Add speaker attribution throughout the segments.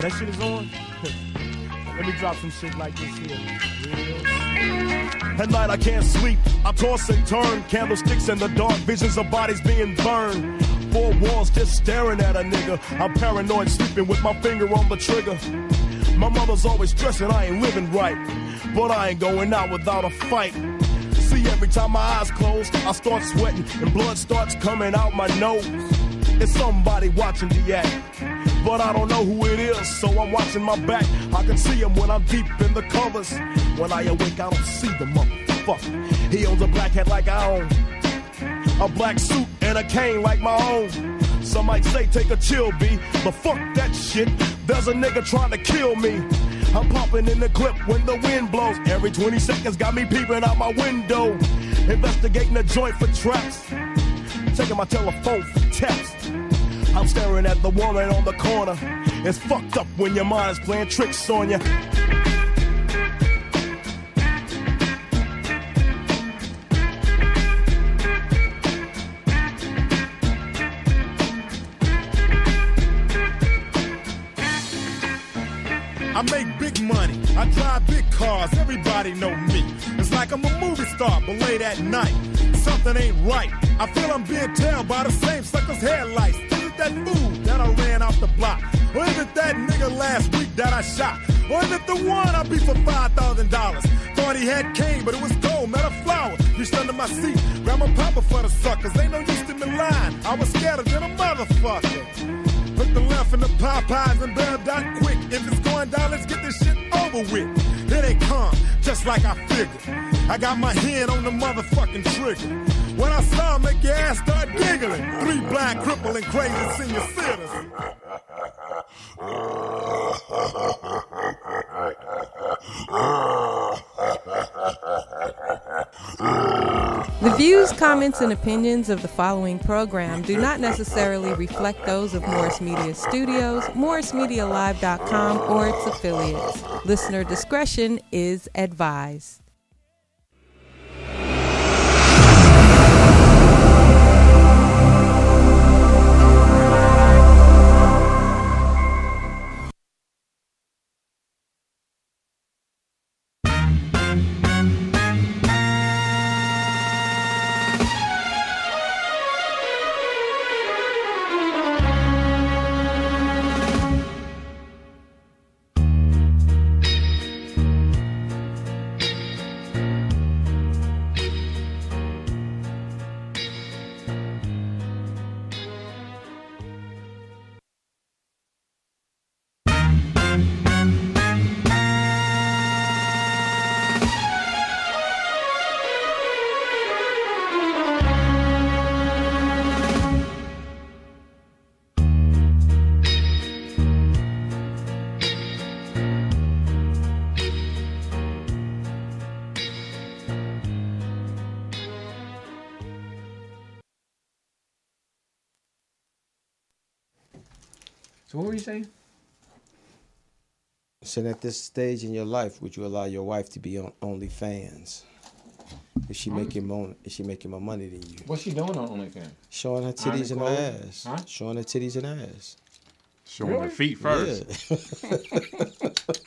Speaker 1: That shit is on. Let me drop some shit like this here. Real. At night I can't sleep. I toss and turn, candlesticks in the dark, visions of bodies being burned. Four walls just staring at a nigga. I'm paranoid, sleeping with my finger on the trigger. My mother's always stressing I ain't living right, but I ain't going out without a fight. See, every time my eyes close, I start sweating and blood starts coming out my nose. It's somebody watching the act but I don't know who it is, so I'm watching my back. I can see him when I'm deep in the covers. When I awake, I don't see the motherfucker. He owns a black hat like I own, a black suit and a cane like my own. Some might say take a chill, B, but fuck that shit. There's a nigga trying to kill me. I'm popping in the clip when the wind blows. Every 20 seconds got me peeping out my window, investigating the joint for traps, taking my telephone for text. I'm staring at the woman on the corner. It's fucked up when your mind's playing tricks on you.
Speaker 2: I make big money, I drive big cars, everybody know me. It's like I'm a movie star, but late at night, something ain't right. I feel I'm being tailed by the same sucker's headlights. Is it that fool that I ran off the block? Or is it that nigga last week that I shot? Or is it the one I beat for $5,000? Thought he had cane, but it was gold, not a flower. Reached under my seat, grabbed my papa for the suckers. Ain't no use in the line, I was scared than a motherfucker. Put the left in the Popeyes and bail out quick. If it's going down, let's get this shit over with. Here they come, just like I figured. I got my hand on the motherfucking trigger. When I saw 'em, make your ass start giggling. Three blind, crippling, crazy senior citizens.
Speaker 3: Oh,
Speaker 4: The views, comments, and opinions of the following program do not necessarily reflect those of Morris Media Studios, MorrisMediaLive.com, or its affiliates. Listener discretion is advised.
Speaker 5: So what were you saying?
Speaker 3: So at this stage in your life, would you allow your wife to be on OnlyFans? Is she making more? Is she making more money than you?
Speaker 5: What's she doing on OnlyFans?
Speaker 3: Showing her
Speaker 5: Iron
Speaker 3: titties and her
Speaker 5: clothes?
Speaker 3: ass.
Speaker 5: Huh?
Speaker 3: Showing her titties and ass.
Speaker 6: Showing
Speaker 5: Really?
Speaker 6: her feet first.
Speaker 3: Yeah.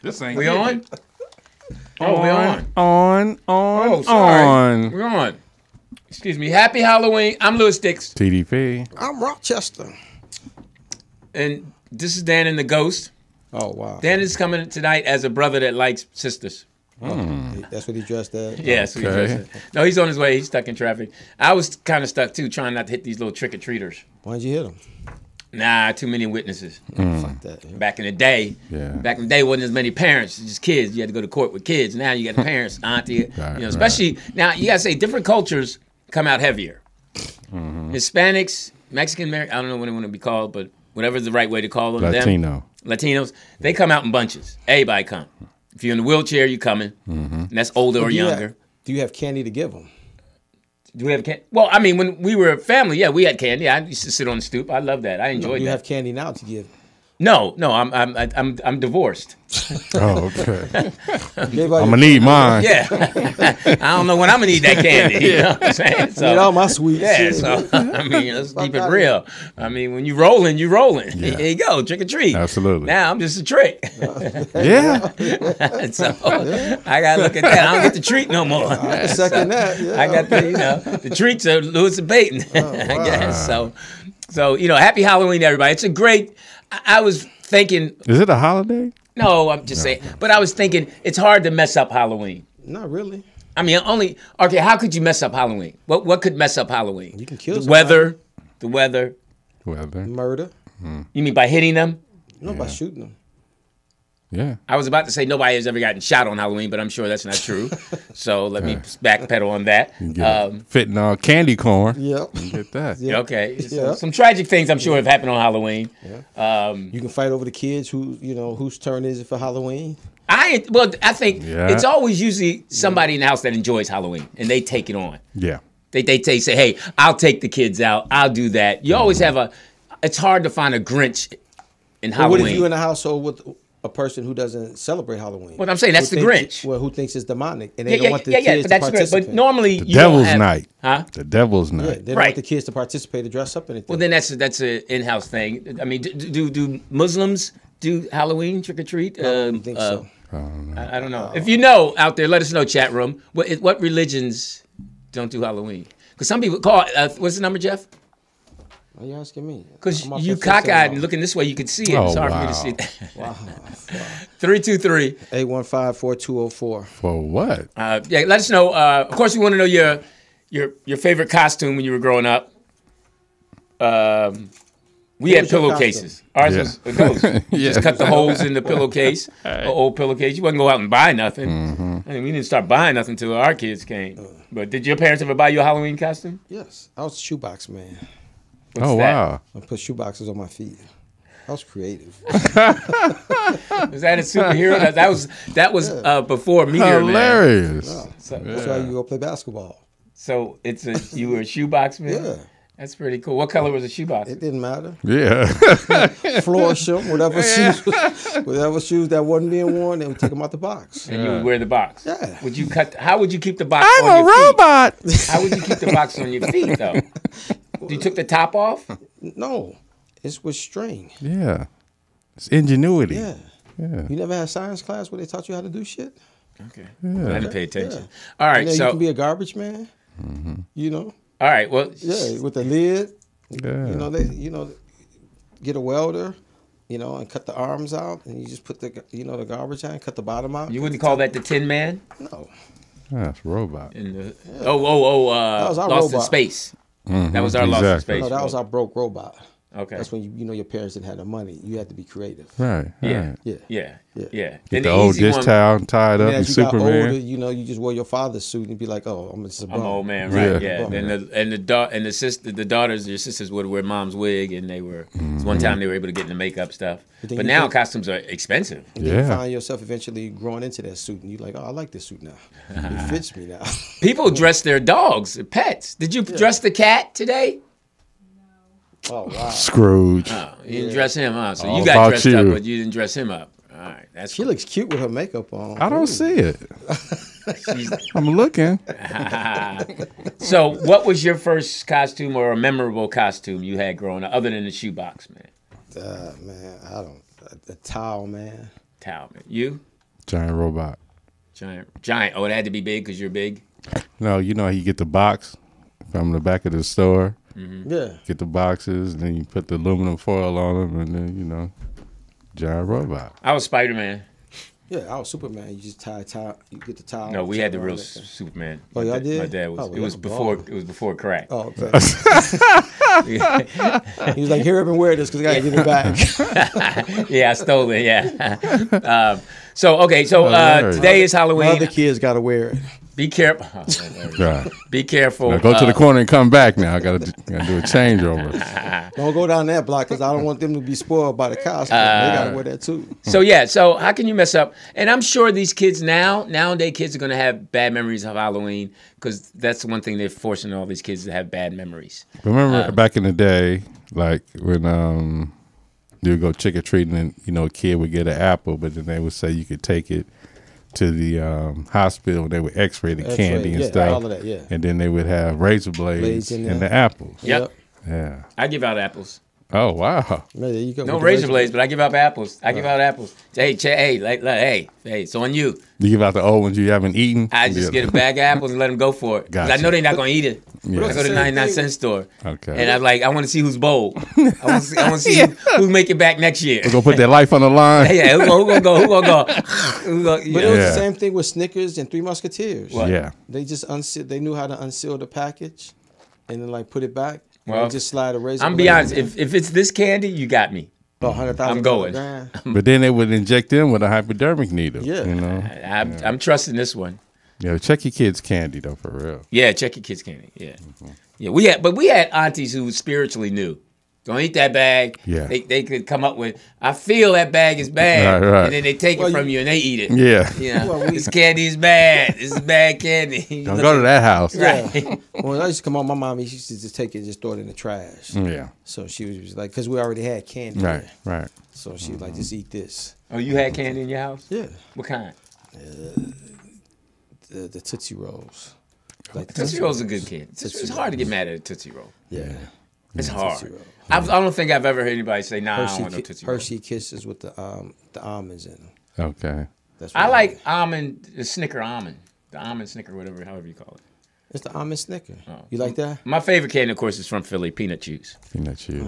Speaker 6: This ain't
Speaker 5: We
Speaker 6: it.
Speaker 5: on? Oh, we on.
Speaker 6: On, on,
Speaker 5: Oh, sorry. We're on. Excuse me. Happy Halloween. I'm Lewis Dix,
Speaker 6: TDP.
Speaker 3: I'm Rochester.
Speaker 5: and this is Dan and the Ghost.
Speaker 3: Oh wow.
Speaker 5: Dan is coming tonight as a brother that likes sisters.
Speaker 3: Uh, That's what he dressed as.
Speaker 5: Yes. we
Speaker 6: Hmm. Okay.
Speaker 5: trust him. No, he's on his way. He's stuck in traffic. I was kind of stuck too, trying not to hit these little trick or treaters.
Speaker 3: Why'd you hit him?
Speaker 5: Nah, too many witnesses.
Speaker 3: Fuck that. yeah.
Speaker 5: Back in the day,
Speaker 6: Mm. Yeah.
Speaker 5: back in the day, wasn't as many parents, just kids. You had to go to court with kids. Now you got parents, auntie,
Speaker 6: Right,
Speaker 5: you know, especially now you gotta say different cultures come out heavier.
Speaker 6: Mm-hmm, Mm.
Speaker 5: Hispanics, Mexican, Amer- I don't know what they want to be called, but whatever's the right way to call them. them.
Speaker 6: Latino.
Speaker 5: Latinos, they come out in bunches. Everybody come. If you're in a wheelchair, you coming.
Speaker 6: Mm-hmm.
Speaker 5: And that's older or
Speaker 3: Do you have-
Speaker 5: younger.
Speaker 3: do you have candy to give him?
Speaker 5: Do we have candy? Well, I mean, when we were a family, yeah, we had candy. I used to sit on the stoop. I love that. I
Speaker 3: No,
Speaker 5: enjoyed
Speaker 3: you
Speaker 5: that.
Speaker 3: have candy now to give.
Speaker 5: No, no, I'm I'm I- I'm I'm divorced.
Speaker 6: Oh, okay.
Speaker 3: Gave out
Speaker 6: I'm
Speaker 3: your-
Speaker 6: gonna need mine.
Speaker 5: Yeah, I don't know when I'm gonna eat that candy. You know what I'm saying?
Speaker 3: I need all my sweets.
Speaker 5: yeah, so I mean, let's keep it
Speaker 3: outta
Speaker 5: real. I mean, when you rolling, you rolling.
Speaker 6: Yeah.
Speaker 5: There you go, trick or treat.
Speaker 6: Absolutely.
Speaker 5: Now I'm just a trick.
Speaker 6: Yeah.
Speaker 5: so I gotta look at that. I don't get the treat no more.
Speaker 3: I second that. Yeah. Oh,
Speaker 5: I got the you know the treats of Lewis and Baton. I guess so. So you know, happy Halloween, everybody. It's a great. I, I was thinking.
Speaker 6: Is it a holiday?
Speaker 5: No, I'm just saying. But I was thinking it's hard to mess up Halloween.
Speaker 3: Not really.
Speaker 5: I mean, only okay. How could you mess up Halloween? What what could mess up Halloween?
Speaker 3: You can kill
Speaker 5: the
Speaker 3: somebody.
Speaker 5: weather. The weather.
Speaker 6: Weather.
Speaker 3: Murder.
Speaker 6: mm-hmm.
Speaker 5: You mean by hitting them?
Speaker 3: No, by shooting them.
Speaker 6: Yeah.
Speaker 5: I was about to say nobody has ever gotten shot on Halloween, but I'm sure that's not true. so let me backpedal on that.
Speaker 6: Yeah.
Speaker 5: Um,
Speaker 6: Fitting all candy corn.
Speaker 3: Yep.
Speaker 6: Get that.
Speaker 3: Yeah.
Speaker 5: okay. So
Speaker 3: Yeah.
Speaker 5: some tragic things I'm sure have happened on Halloween. Um,
Speaker 3: You can fight over the kids who you know whose turn is it for Halloween.
Speaker 5: I well, I think
Speaker 6: Yeah.
Speaker 5: it's always usually somebody in the house that enjoys Halloween and they take it on.
Speaker 6: Yeah.
Speaker 5: They they, they say, hey, I'll take the kids out. I'll do that.
Speaker 6: Mm-hmm.
Speaker 5: You always have a. It's hard to find a Grinch in
Speaker 3: But
Speaker 5: Halloween.
Speaker 3: What if you in a household with a person who doesn't celebrate Halloween?
Speaker 5: Well, I'm saying that's
Speaker 3: Who
Speaker 5: the
Speaker 3: thinks-
Speaker 5: Grinch.
Speaker 3: Well, who thinks it's demonic and they
Speaker 5: yeah,
Speaker 3: don't
Speaker 5: yeah,
Speaker 3: want the
Speaker 5: yeah, yeah,
Speaker 3: kids
Speaker 5: but
Speaker 3: to
Speaker 5: that's great.
Speaker 3: participate.
Speaker 5: But normally,
Speaker 6: The
Speaker 5: you don't
Speaker 6: devil's
Speaker 5: have-
Speaker 6: night.
Speaker 5: huh?
Speaker 6: The devil's
Speaker 3: yeah,
Speaker 6: night.
Speaker 3: they don't
Speaker 5: Right.
Speaker 3: want the kids to participate or dress up in anything.
Speaker 5: Well, then that's a, that's an in-house thing. I mean, do do, do Muslims do Halloween trick or treat? Um, uh,
Speaker 3: I don't think so.
Speaker 5: I, I don't know. If you know out there, let us know. Chat room. What it- what religions don't do Halloween? Because some people call. Uh, what's the number, Jeff?
Speaker 3: Why you asking me?
Speaker 5: Because
Speaker 3: I'm off
Speaker 5: you
Speaker 3: that fence
Speaker 5: cockeyed and
Speaker 3: now.
Speaker 5: looking this way, you could see it.
Speaker 6: Oh,
Speaker 5: it's hard for me
Speaker 6: wow.
Speaker 5: to see. Wow. Three two three.
Speaker 3: 815-4204.
Speaker 6: For what?
Speaker 5: Uh, yeah, let us know. Uh, of course, we want to know your your your favorite costume when you were growing up. Um, we had
Speaker 3: was your
Speaker 5: pillowcases. Ours
Speaker 6: Yeah.
Speaker 5: was a ghost.
Speaker 6: Yeah.
Speaker 5: Just cut the holes in the pillowcase, a old pillowcase. You wasn't go out and buy nothing.
Speaker 6: Mm-hmm.
Speaker 5: I mean, we didn't start buying nothing until our kids came. But did your parents ever buy you a Halloween costume?
Speaker 3: Uh. Yes, I was a shoebox man.
Speaker 6: oh
Speaker 5: that?
Speaker 6: wow.
Speaker 3: I put shoeboxes on my feet. I was creative.
Speaker 5: Was that a superhero? that, that was that was uh, before Meteor Man.
Speaker 6: Hilarious.
Speaker 5: So, uh,
Speaker 3: That's why you go play basketball.
Speaker 5: so it's a you were a shoebox man.
Speaker 3: Yeah,
Speaker 5: That's pretty cool. What color was the shoebox?
Speaker 3: it didn't matter.
Speaker 6: Yeah.
Speaker 3: Floor shoe, whatever shoes, whatever shoes that wasn't being worn, they would take them out the box.
Speaker 5: and you would wear the box.
Speaker 3: Yeah.
Speaker 5: Would you cut? How would you keep the box?
Speaker 6: I'm
Speaker 5: on
Speaker 6: a
Speaker 5: your
Speaker 6: robot.
Speaker 5: Feet? How would you keep the box on your feet
Speaker 6: Um,
Speaker 5: though? You took the top off.
Speaker 3: No, it's with string.
Speaker 6: yeah. It's ingenuity.
Speaker 3: Yeah.
Speaker 6: Yeah.
Speaker 3: You never had science class where they taught you how to do shit?
Speaker 5: Okay. I didn't pay attention.
Speaker 3: Yeah.
Speaker 5: All right.
Speaker 3: And then you
Speaker 5: So
Speaker 3: can be a garbage man.
Speaker 7: Mm-hmm.
Speaker 3: You know,
Speaker 5: all right. Well.
Speaker 3: yeah, with the lid.
Speaker 6: Yeah.
Speaker 3: You know, they, you know, get a welder. You know, and cut the arms out, and you just put the, you know, the garbage out, and cut the bottom out.
Speaker 5: You wouldn't call that the Tin Man?
Speaker 3: no,
Speaker 6: That's robot.
Speaker 5: In the, Oh, oh, oh! Uh,
Speaker 3: That was our
Speaker 5: Lost in
Speaker 3: robot.
Speaker 5: Space. That was our Lost in
Speaker 6: Mm-hmm. exactly.
Speaker 5: Space.
Speaker 3: no, that was
Speaker 5: bro.
Speaker 3: our broke robot.
Speaker 5: okay.
Speaker 3: That's when you, you know your parents didn't have the money. You had to be creative.
Speaker 6: Right.
Speaker 5: yeah.
Speaker 6: right.
Speaker 5: yeah.
Speaker 3: Yeah.
Speaker 5: Yeah. Yeah.
Speaker 3: Yeah.
Speaker 5: And
Speaker 6: The old
Speaker 5: easy
Speaker 6: dish
Speaker 5: one-
Speaker 6: towel tied up
Speaker 3: And
Speaker 6: in
Speaker 3: as you got older,
Speaker 6: Superman.
Speaker 3: you know, you just wore your father's suit and be like, oh, I'm just a bum.
Speaker 5: I'm an old man, right? Yeah.
Speaker 6: Yeah.
Speaker 5: And the and the da- and the sister, the daughters, your sisters would wear mom's wig, and they were. it's One time they were able to get in the makeup stuff,
Speaker 3: then
Speaker 5: but
Speaker 3: Mm-hmm. you
Speaker 5: now
Speaker 3: think-
Speaker 5: costumes are expensive.
Speaker 3: You
Speaker 6: Yeah.
Speaker 3: find yourself eventually growing into that suit, and you're like, oh, I like this suit now. It fits me now.
Speaker 5: People dress their dogs, their pets. Did you dress the cat today? Oh,
Speaker 3: oh wow.
Speaker 6: Scrooge.
Speaker 5: You didn't dress him, huh? So you
Speaker 6: All
Speaker 5: got
Speaker 6: about
Speaker 5: dressed
Speaker 6: you.
Speaker 5: up, but you didn't dress him up. All right, that's
Speaker 3: She looks cute with her makeup on.
Speaker 6: I don't
Speaker 3: Ooh.
Speaker 6: see it.
Speaker 5: She's-
Speaker 6: I'm looking.
Speaker 5: so. What was your first costume or a memorable costume you had growing up, other than the shoebox man,
Speaker 3: Uh, man, I don't. The towel, man.
Speaker 5: towel man? You
Speaker 6: Giant robot.
Speaker 5: giant, giant. Oh, it had to be big because you're big.
Speaker 6: No, you know how you get the box from the back of the store.
Speaker 5: Mm-hmm.
Speaker 3: Yeah.
Speaker 6: Get the boxes, and then you put the aluminum foil on them, and then you know, giant robot.
Speaker 5: I was Spider Man.
Speaker 3: Yeah, I was Superman. You just tie a towel. You get the towel.
Speaker 5: No, we had the
Speaker 3: wrap
Speaker 5: real
Speaker 3: around that
Speaker 5: S- Superman.
Speaker 3: Oh,
Speaker 5: My
Speaker 3: y'all
Speaker 5: dad-
Speaker 3: did?
Speaker 5: My dad was.
Speaker 3: Oh, well,
Speaker 5: it was
Speaker 3: y'all
Speaker 5: before.
Speaker 3: ballin'.
Speaker 5: It was before crack.
Speaker 3: thing. Oh, okay. he was like, here up and wear this because I gotta get it
Speaker 5: Uh,
Speaker 3: back.
Speaker 5: Yeah, I stole it. Yeah. um, so okay, so uh,
Speaker 6: Hilarious.
Speaker 5: today is
Speaker 3: My other
Speaker 5: Halloween.
Speaker 3: kids gotta wear it.
Speaker 5: Be careful.
Speaker 6: Right.
Speaker 5: Be careful.
Speaker 6: Now go to
Speaker 5: uh,
Speaker 6: the corner and come back. Now I gotta, do- gotta do a changeover.
Speaker 3: Don't go down that block because I don't want them to be spoiled by the costume.
Speaker 5: Uh,
Speaker 3: they gotta wear that too.
Speaker 5: So yeah, so how can you mess up? And I'm sure these kids now, nowadays, kids are gonna have bad memories of Halloween because that's the one thing they're forcing all these kids to have bad memories.
Speaker 6: Remember back in the day, like when um you would go trick or treating, and you know, a kid would get an apple, but then they would say you could take it to the um, hospital, and they would X-ray the
Speaker 3: X-ray,
Speaker 6: candy and
Speaker 3: yeah,
Speaker 6: stuff.
Speaker 3: all of that, yeah.
Speaker 6: And then they would have razor blades
Speaker 3: Blades in
Speaker 6: and
Speaker 3: there.
Speaker 6: the apples.
Speaker 5: Yep.
Speaker 6: Yeah.
Speaker 5: I give out apples.
Speaker 6: Oh wow.
Speaker 3: Man, there you go.
Speaker 5: No
Speaker 3: with the
Speaker 5: razor blades, but I give out apples. I give out apples. Hey, Ch- hey, like, like, hey, hey, it's on you.
Speaker 6: You give out the old ones you haven't eaten.
Speaker 5: I just
Speaker 6: Yeah.
Speaker 5: get a bag of apples and let them go for it. 'Cause I
Speaker 6: Gotcha.
Speaker 5: know they're not gonna eat it.
Speaker 6: Yeah.
Speaker 5: I go to the 99 cent store.
Speaker 6: Okay.
Speaker 5: And I'm like, I want to see who's bold. I want to see, I wanna see who, who make it back next year.
Speaker 6: Go put their life on the line.
Speaker 5: yeah, who, gonna- who gonna go? Who gonna go? Who gonna, you
Speaker 3: But
Speaker 5: know,
Speaker 3: it was
Speaker 6: Yeah.
Speaker 3: the same thing with Snickers and Three Musketeers.
Speaker 5: What?
Speaker 6: Yeah.
Speaker 3: They just unseal. They knew how to unseal the package, and then like put it back. and
Speaker 5: Well,
Speaker 3: they just slide a razor.
Speaker 5: I'm be honest. If if it's this candy, you got me.
Speaker 3: about hundred thousand.
Speaker 5: I'm going.
Speaker 6: But then they would inject them with a hypodermic needle.
Speaker 3: Yeah.
Speaker 6: You know.
Speaker 5: I'm, I'm trusting this one.
Speaker 6: Yeah. Check your kids' candy though, for real.
Speaker 5: Yeah, check your kids' candy. Yeah, yeah. We had, but we had aunties who spiritually knew. Don't eat that bag.
Speaker 6: Yeah.
Speaker 5: they, they could come up with. I feel that bag is bad,
Speaker 6: Right, right.
Speaker 5: and then they take
Speaker 3: Well,
Speaker 5: it
Speaker 3: you-
Speaker 5: from you, and they eat it.
Speaker 6: Yeah.
Speaker 5: you know,
Speaker 3: Well, we-
Speaker 5: this candy is bad. This is bad candy. You
Speaker 6: Don't
Speaker 5: look
Speaker 6: go to that house.
Speaker 5: at-
Speaker 3: Yeah.
Speaker 5: Right.
Speaker 3: When I used to come home, my mom she used to just take it, and just throw it in the trash.
Speaker 6: Mm, Yeah.
Speaker 3: So she was just like, because we already had candy.
Speaker 6: Right.
Speaker 3: there.
Speaker 6: Right. Mm-hmm.
Speaker 3: So she was like, just eat this.
Speaker 5: Oh, you had candy in your house?
Speaker 3: Yeah.
Speaker 5: What kind?
Speaker 3: The, the Tootsie Rolls. Like
Speaker 5: Tootsie Roll's a good kid.
Speaker 3: Tootsie
Speaker 5: It's hard to get mad at a Tootsie Roll.
Speaker 3: Yeah.
Speaker 5: It's
Speaker 3: Tootsie
Speaker 5: hard.
Speaker 3: Roll.
Speaker 5: I've, I don't think I've ever heard anybody say, "Nah, I don't
Speaker 3: Hershey,
Speaker 5: want no
Speaker 3: ki-
Speaker 5: Tootsie Roll."
Speaker 3: Hershey Kisses with the um the almonds in them.
Speaker 6: Okay.
Speaker 3: That's what
Speaker 5: I like almond, the Snicker almond, the almond Snicker, whatever, however you call it.
Speaker 3: It's the almond Snicker.
Speaker 5: Oh.
Speaker 3: You like that?
Speaker 5: My favorite candy, of course, is from Philly, peanut juice.
Speaker 6: Peanut chews.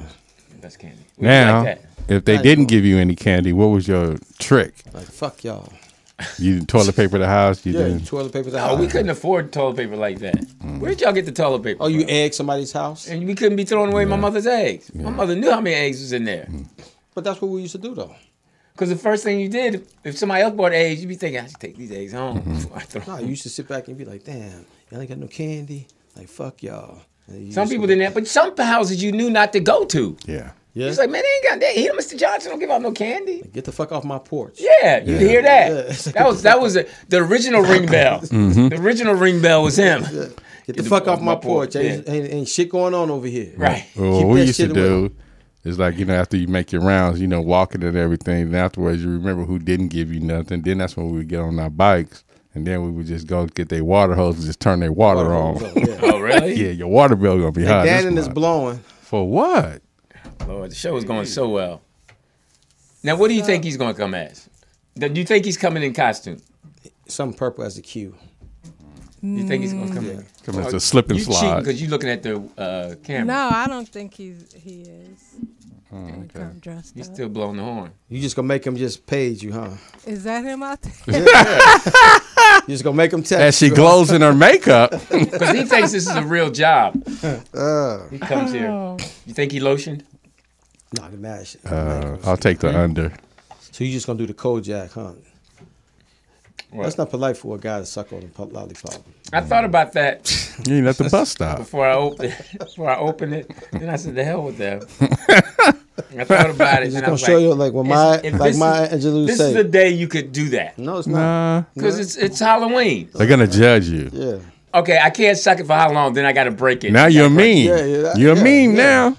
Speaker 5: That's candy. We
Speaker 6: Now,
Speaker 5: like that.
Speaker 6: if they
Speaker 3: Nice
Speaker 6: didn't
Speaker 3: one.
Speaker 6: give you any candy, what was your trick?
Speaker 3: Like fuck y'all.
Speaker 6: You toilet paper the house. You
Speaker 3: Yeah, you
Speaker 6: didn't. Mm.
Speaker 3: toilet paper.
Speaker 5: Oh, we couldn't afford toilet paper like that. Where did y'all get the toilet paper?
Speaker 3: Oh, you
Speaker 5: from?
Speaker 3: egg somebody's house?
Speaker 5: and we couldn't be throwing away my mother's eggs. My mother knew how many eggs was in there.
Speaker 6: Mm.
Speaker 3: But that's what we used to do though.
Speaker 5: Because the first thing you did, if somebody else bought eggs, you'd be thinking, I should take these eggs home.
Speaker 6: Mm-hmm.
Speaker 5: before I throw
Speaker 3: No,
Speaker 5: them.
Speaker 3: you used to sit back and be like, damn, y'all ain't got no candy. Like fuck y'all. And you
Speaker 5: Some
Speaker 3: used to
Speaker 5: people
Speaker 3: like-
Speaker 5: didn't have, but some houses you knew not to go to.
Speaker 6: Yeah.
Speaker 3: Yeah.
Speaker 5: It's like, man, they ain't got that. Here, Mr. Johnson don't give out no candy.
Speaker 3: Get the fuck off my porch.
Speaker 5: Yeah, you hear that?
Speaker 3: Yeah.
Speaker 5: That was that was the the original ring bell.
Speaker 6: Mm-hmm.
Speaker 5: The original ring bell was him.
Speaker 3: Get the fuck off my porch.
Speaker 5: yeah.
Speaker 3: Ain't, ain't, ain't shit going on over here.
Speaker 5: Right.
Speaker 6: Well, what
Speaker 3: Keep
Speaker 6: we
Speaker 3: that
Speaker 6: used to
Speaker 3: shit away.
Speaker 6: do is like you know after you make your rounds, you know walking and everything. And afterwards, you remember who didn't give you nothing. Then that's when we would get on our bikes, and then we would just go get their water hose and just turn their water, on.
Speaker 3: Yeah.
Speaker 5: Oh, really?
Speaker 6: yeah, your water bill gonna be high. this
Speaker 3: Gannon is
Speaker 6: month.
Speaker 3: blowing.
Speaker 6: For what?
Speaker 5: Lord, the show is going so well. Now, what do you think he's going to come as? Do you think he's coming in costume?
Speaker 3: Something purple as a Oh, cue.
Speaker 5: You think he's going to come in?
Speaker 6: Come on, it's a slip and
Speaker 5: You cheating
Speaker 6: slide.
Speaker 5: because you're looking at the uh, camera.
Speaker 4: No, I don't think he's he is. Gonna
Speaker 6: Mm,
Speaker 4: come Oh, dressed
Speaker 5: He's
Speaker 4: up.
Speaker 5: still blowing the horn.
Speaker 3: You just gonna make him just page you, huh?
Speaker 4: is that him out there?
Speaker 3: You just gonna make him text.
Speaker 6: As she
Speaker 3: you.
Speaker 6: glows in her makeup.
Speaker 5: Because he thinks this is a real job. he comes
Speaker 4: Oh.
Speaker 5: here. You think he lotioned?
Speaker 3: Uh. Nah, the mash.
Speaker 6: Uh, I'll take the under.
Speaker 3: so you just gonna do the Kojak, huh? That's not polite for a guy to suck on a po- lollipop.
Speaker 5: I thought about that
Speaker 6: You ain't at the bus stop.
Speaker 5: before I opened before I opened it. Then I said, "The hell with that." I thought about it.
Speaker 3: It's
Speaker 5: and I
Speaker 3: just gonna
Speaker 5: was
Speaker 3: show
Speaker 5: like,
Speaker 3: you like when
Speaker 5: is-
Speaker 3: my
Speaker 5: if
Speaker 3: like
Speaker 5: this
Speaker 3: my
Speaker 5: is-
Speaker 3: Angelou
Speaker 5: "This
Speaker 3: say.
Speaker 5: is the day you could do that
Speaker 3: no, it's not.
Speaker 6: Nah,
Speaker 5: because it's it's Halloween."
Speaker 6: they're gonna judge you.
Speaker 3: Yeah,
Speaker 5: Okay, I can't suck it for how long? Then I got to break it.
Speaker 6: Now you're mean.
Speaker 3: Yeah, yeah, that-
Speaker 6: you're
Speaker 3: yeah,
Speaker 6: mean
Speaker 3: yeah.
Speaker 6: now.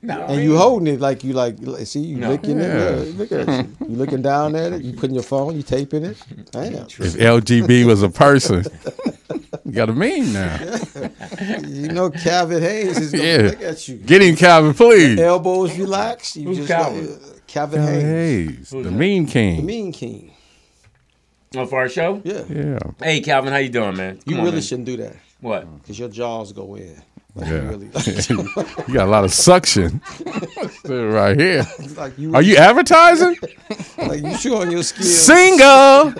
Speaker 5: No.
Speaker 3: and you holding it like you like. like, See, you
Speaker 5: No.
Speaker 3: licking
Speaker 6: Yeah.
Speaker 3: it. Yeah, look at you. You looking down at it. You putting your phone. You taping it. Damn.
Speaker 6: If LGB was a person, you got a mean now.
Speaker 3: You know, Calvin Hayes is gonna
Speaker 6: Yeah.
Speaker 3: look at you.
Speaker 6: Get him, Calvin, please.
Speaker 3: Elbows relaxed. You
Speaker 5: Who's
Speaker 3: just
Speaker 5: Calvin?
Speaker 3: Like, uh, Calvin
Speaker 6: Calvin
Speaker 3: Hayes,
Speaker 6: Hayes, the mean king.
Speaker 3: the Mean King.
Speaker 5: Oh, for our show?
Speaker 3: Yeah,
Speaker 6: yeah,
Speaker 5: Hey, Calvin, how you doing, man?
Speaker 3: you
Speaker 5: Come on,
Speaker 3: really
Speaker 5: man.
Speaker 3: shouldn't do that
Speaker 5: What?
Speaker 3: because your jaws go in. Like,
Speaker 6: yeah.
Speaker 3: really,
Speaker 6: you got a lot of suction right here.
Speaker 3: like you,
Speaker 6: Are you advertising?
Speaker 3: like you showing your skills.
Speaker 6: Single.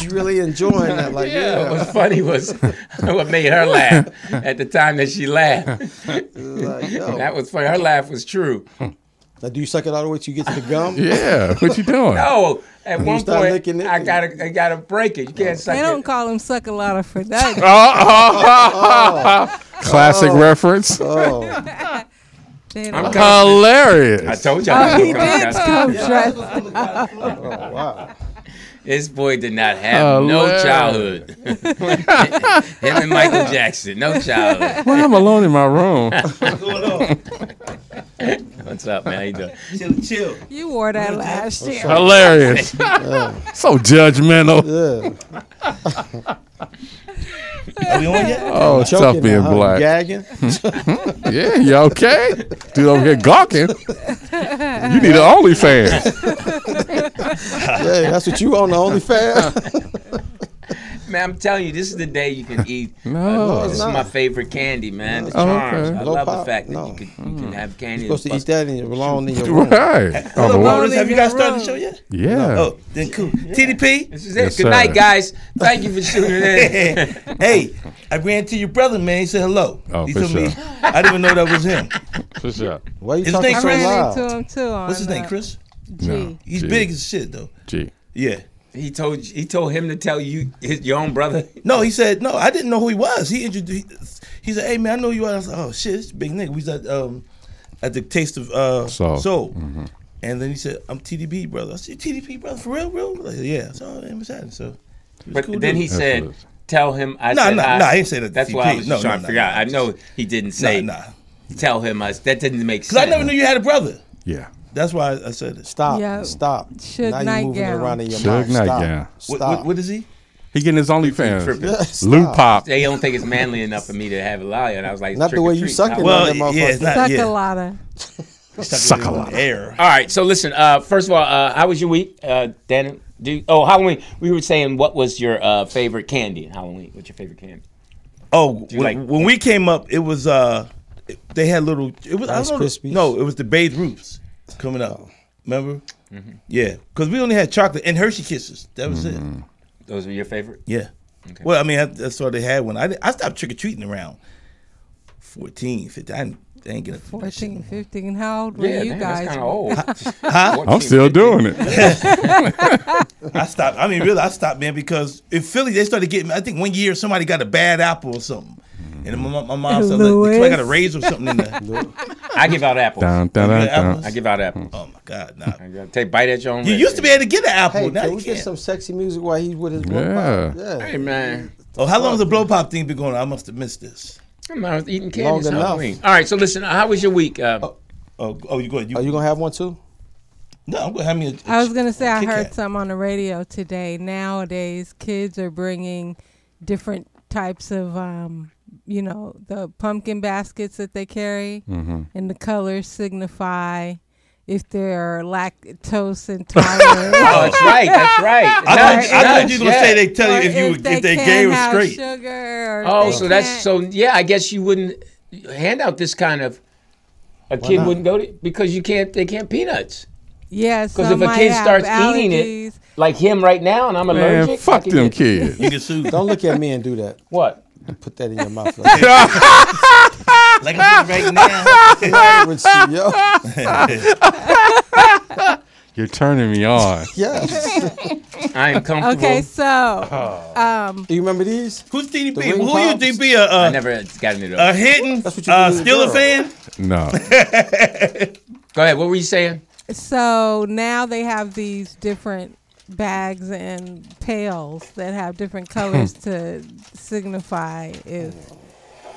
Speaker 3: you really enjoying that. Like,
Speaker 5: Yeah,
Speaker 3: yeah,
Speaker 5: what's funny was what made her laugh at the time that she laughed.
Speaker 3: like, yo.
Speaker 5: That was funny. Her laugh was true.
Speaker 3: Now, do you suck it all the way till you get to the gum?
Speaker 6: Yeah. What you doing?
Speaker 5: Oh, at one
Speaker 3: start
Speaker 5: point,
Speaker 3: licking it.
Speaker 5: I gotta, I gotta break it. You can't suck
Speaker 4: they don't
Speaker 5: it.
Speaker 4: call him suck a lot for that.
Speaker 6: Oh, Classic reference.
Speaker 3: Oh,
Speaker 4: They
Speaker 5: I'm
Speaker 4: don't-
Speaker 5: coming. I
Speaker 6: Hilarious.
Speaker 5: told y'all.
Speaker 4: Oh,
Speaker 5: he
Speaker 4: he
Speaker 5: was coming
Speaker 4: did
Speaker 5: out.
Speaker 4: come dressed.
Speaker 3: Oh,
Speaker 5: This boy did not have no
Speaker 6: Hilarious.
Speaker 5: childhood. Him and Michael Jackson, no childhood.
Speaker 6: When I'm alone in my room,
Speaker 5: What's up, man? How you doing?
Speaker 7: Chill, chill.
Speaker 4: You wore that last year.
Speaker 6: Hilarious. so judgmental.
Speaker 3: Yeah.
Speaker 7: Are we on yet?
Speaker 6: Oh, it's tough
Speaker 3: Choking
Speaker 6: being
Speaker 3: now, huh?
Speaker 6: black.
Speaker 3: Gagging.
Speaker 6: Yeah, you okay? Dude over here gawking. You need an OnlyFans.
Speaker 3: yeah, that's what you on the OnlyFans.
Speaker 5: Man, I'm telling you, this is the day you can eat. Uh,
Speaker 6: No.
Speaker 5: this is my favorite candy, man. The
Speaker 3: Oh,
Speaker 5: charms.
Speaker 6: okay. Mm.
Speaker 5: I
Speaker 3: Low
Speaker 5: love the
Speaker 3: pop?
Speaker 5: fact that
Speaker 3: No.
Speaker 5: you can you can have candy.
Speaker 3: Supposed to
Speaker 5: that's
Speaker 3: eat that in your, alone in your room.
Speaker 6: Right. On Oh, the
Speaker 7: Hello,
Speaker 6: wa-
Speaker 7: bonus. Have you guys started the show yet?
Speaker 6: Yeah.
Speaker 7: Oh, then cool. TDP.
Speaker 5: This is it.
Speaker 6: Yes,
Speaker 5: Good
Speaker 6: sir.
Speaker 5: night, guys. Thank you for tuning in.
Speaker 7: hey, I ran to your brother, man. He said hello.
Speaker 6: Oh,
Speaker 7: he
Speaker 6: for
Speaker 7: told me
Speaker 6: sure.
Speaker 7: I didn't even know that was him.
Speaker 6: For sure.
Speaker 3: Why you
Speaker 7: His
Speaker 3: talking
Speaker 7: name
Speaker 3: so
Speaker 4: I ran
Speaker 3: loud?
Speaker 4: into him too. On uh,
Speaker 7: What's his name,
Speaker 4: that.
Speaker 7: Chris?
Speaker 4: Gee.
Speaker 6: No.
Speaker 7: He's
Speaker 6: Gee.
Speaker 7: big as shit though.
Speaker 6: Gee.
Speaker 7: Yeah.
Speaker 5: He told he told him to tell you his, your own brother.
Speaker 7: No, he said no. I didn't know who he was. He introduced. He, said, "Hey man, I know you." Are. I was like, "Oh shit, this big nigga." We was at um at the Taste of uh,
Speaker 6: Soul.
Speaker 7: Soul. And then he said, "I'm TDP brother." I said, "TDP brother for real, real?" Like, yeah. So it was happening. So. he was
Speaker 5: But
Speaker 7: cool
Speaker 5: then
Speaker 7: dude.
Speaker 5: he said,
Speaker 6: Absolutely.
Speaker 5: "Tell him I
Speaker 7: Nah,
Speaker 5: said
Speaker 7: nah,
Speaker 5: hi."
Speaker 7: nah, I didn't say that to
Speaker 5: That's why I
Speaker 7: TP.
Speaker 5: was
Speaker 7: No,
Speaker 5: just trying
Speaker 7: no,
Speaker 5: to
Speaker 7: no,
Speaker 5: figure out.
Speaker 7: no.
Speaker 5: I know he didn't say.
Speaker 7: nah, nah.
Speaker 5: Tell him I. That didn't make sense.
Speaker 7: Cause I never knew you had a brother.
Speaker 6: Yeah.
Speaker 7: That's why I, I said it.
Speaker 3: Stop.
Speaker 4: Yeah.
Speaker 3: Stop.
Speaker 4: Suge
Speaker 3: oh. now
Speaker 4: Knight
Speaker 3: you're moving it
Speaker 4: gown.
Speaker 3: around in your
Speaker 6: Suge
Speaker 3: mouth.
Speaker 6: Knight
Speaker 3: Stop.
Speaker 6: gown.
Speaker 7: What,
Speaker 3: Stop.
Speaker 7: what, what is he?
Speaker 6: He getting his
Speaker 5: tripping.
Speaker 6: OnlyFans.
Speaker 3: Yeah,
Speaker 6: Lou
Speaker 3: stop.
Speaker 6: Pop.
Speaker 5: They don't think it's manly enough for me to have a lie, and I was like,
Speaker 3: Not the
Speaker 5: trick or
Speaker 3: way you
Speaker 5: treat. I
Speaker 3: suck it.
Speaker 5: was-
Speaker 7: Well,
Speaker 3: that
Speaker 7: yeah,
Speaker 3: motherfucker.
Speaker 7: it's not.
Speaker 4: Suck a
Speaker 7: Yeah,
Speaker 4: lot of.
Speaker 7: Suck
Speaker 6: a lot.
Speaker 7: Air.
Speaker 5: All right, so listen. Uh, first of all, uh, how was your week, uh, Dan? Do you- oh, Halloween. We were saying what was your uh, favorite candy in Halloween? What's your favorite candy?
Speaker 7: Oh,
Speaker 5: you
Speaker 7: when,
Speaker 5: like-
Speaker 7: when we came up, it was uh, it- they had little. It was I
Speaker 3: Rice
Speaker 7: don't know-
Speaker 3: Krispies?
Speaker 7: No, it was the Babe Ruths coming up. Remember?
Speaker 6: Mm-hmm.
Speaker 7: Yeah, because we only had chocolate and Hershey Kisses. That was it.
Speaker 5: Those were your favorite.
Speaker 7: Yeah. Well, I mean, I- that's all they had when I did- I stopped trick or treating around 14, 15. I didn't, I didn't get up to that shit.
Speaker 4: 14, 15. How old were you
Speaker 5: damn,
Speaker 4: guys?
Speaker 5: that's kind of old.
Speaker 6: I'm still doing it.
Speaker 7: I stopped. I mean, really, I stopped, man, because in Philly they started getting. I think one year somebody got a bad apple or something, and my, my mom said, "Look,
Speaker 4: Louis.
Speaker 7: somebody got a razor or something in there."
Speaker 5: I give out apples.
Speaker 6: Dun, dun, dun, Hmm. dun.
Speaker 5: I give out apples.
Speaker 7: Oh my God, nah.
Speaker 5: I give- Take bite at your own.
Speaker 7: You
Speaker 5: risk.
Speaker 7: used to be able to get an apple.
Speaker 3: Hey,
Speaker 7: now
Speaker 3: can
Speaker 7: you
Speaker 3: we get
Speaker 7: can't.
Speaker 3: some sexy music while he's with his
Speaker 6: Yeah.
Speaker 3: yeah. yeah.
Speaker 5: Hey man,
Speaker 7: Oh, how long has the blow pop thing been going on? I must have missed this.
Speaker 5: I'm not eating candy.
Speaker 3: Long
Speaker 5: it's
Speaker 3: enough.
Speaker 5: Halloween. All right, so listen. How was your week? Uh,
Speaker 7: Oh, oh, you go ahead. You,
Speaker 3: Are you gonna have one too?
Speaker 7: no, I'm gonna have me. A,
Speaker 4: I was gonna say I
Speaker 7: Kit
Speaker 4: heard
Speaker 7: Kat.
Speaker 4: some on the radio today. Nowadays, kids are bringing different types of, um, you know, the pumpkin baskets that they carry,
Speaker 6: Mm-hmm.
Speaker 4: and the colors signify if they're lactose intolerant.
Speaker 5: Oh, that's right. That's right.
Speaker 7: I thought,
Speaker 5: Nuts,
Speaker 7: I thought
Speaker 5: nuts,
Speaker 7: you were gonna
Speaker 5: yeah.
Speaker 7: say they tell
Speaker 4: or
Speaker 7: you if you if they
Speaker 4: can't
Speaker 7: gay or
Speaker 4: have
Speaker 7: straight.
Speaker 4: Sugar. Or
Speaker 5: Oh,
Speaker 4: they
Speaker 5: so that's
Speaker 4: can't-
Speaker 5: so. Yeah, I guess you wouldn't hand out this kind of. A kid
Speaker 3: not?
Speaker 5: wouldn't go to because you can't. They can't peanuts.
Speaker 4: Yeah,
Speaker 5: Because if a kid starts eating it, like him right now, and I'm allergic.
Speaker 6: Man,
Speaker 5: I
Speaker 6: fuck
Speaker 5: can
Speaker 6: them
Speaker 5: get-
Speaker 6: kids.
Speaker 7: You can sue.
Speaker 3: Don't look at me and do that.
Speaker 5: What?
Speaker 3: Put that in your mouth. Like that.
Speaker 7: like I'm doing right now.
Speaker 3: Right with you, yo.
Speaker 6: You're turning me on.
Speaker 3: Yes. Oh.
Speaker 5: I am comfortable.
Speaker 4: Okay, so um,
Speaker 3: Do you remember these?
Speaker 7: Who's TDP?
Speaker 3: ring
Speaker 7: Who you
Speaker 3: pops.
Speaker 7: TDP? A
Speaker 5: I
Speaker 7: uh,
Speaker 5: never had gotten it
Speaker 7: a
Speaker 5: up.
Speaker 7: hitting
Speaker 3: That's what you
Speaker 7: uh,
Speaker 3: do to a
Speaker 7: Steeler
Speaker 3: girl.
Speaker 7: fan?
Speaker 6: No.
Speaker 5: Go ahead. What were you saying?
Speaker 4: so now they have these different bags and pails that have different colors
Speaker 3: Hmm.
Speaker 4: to signify if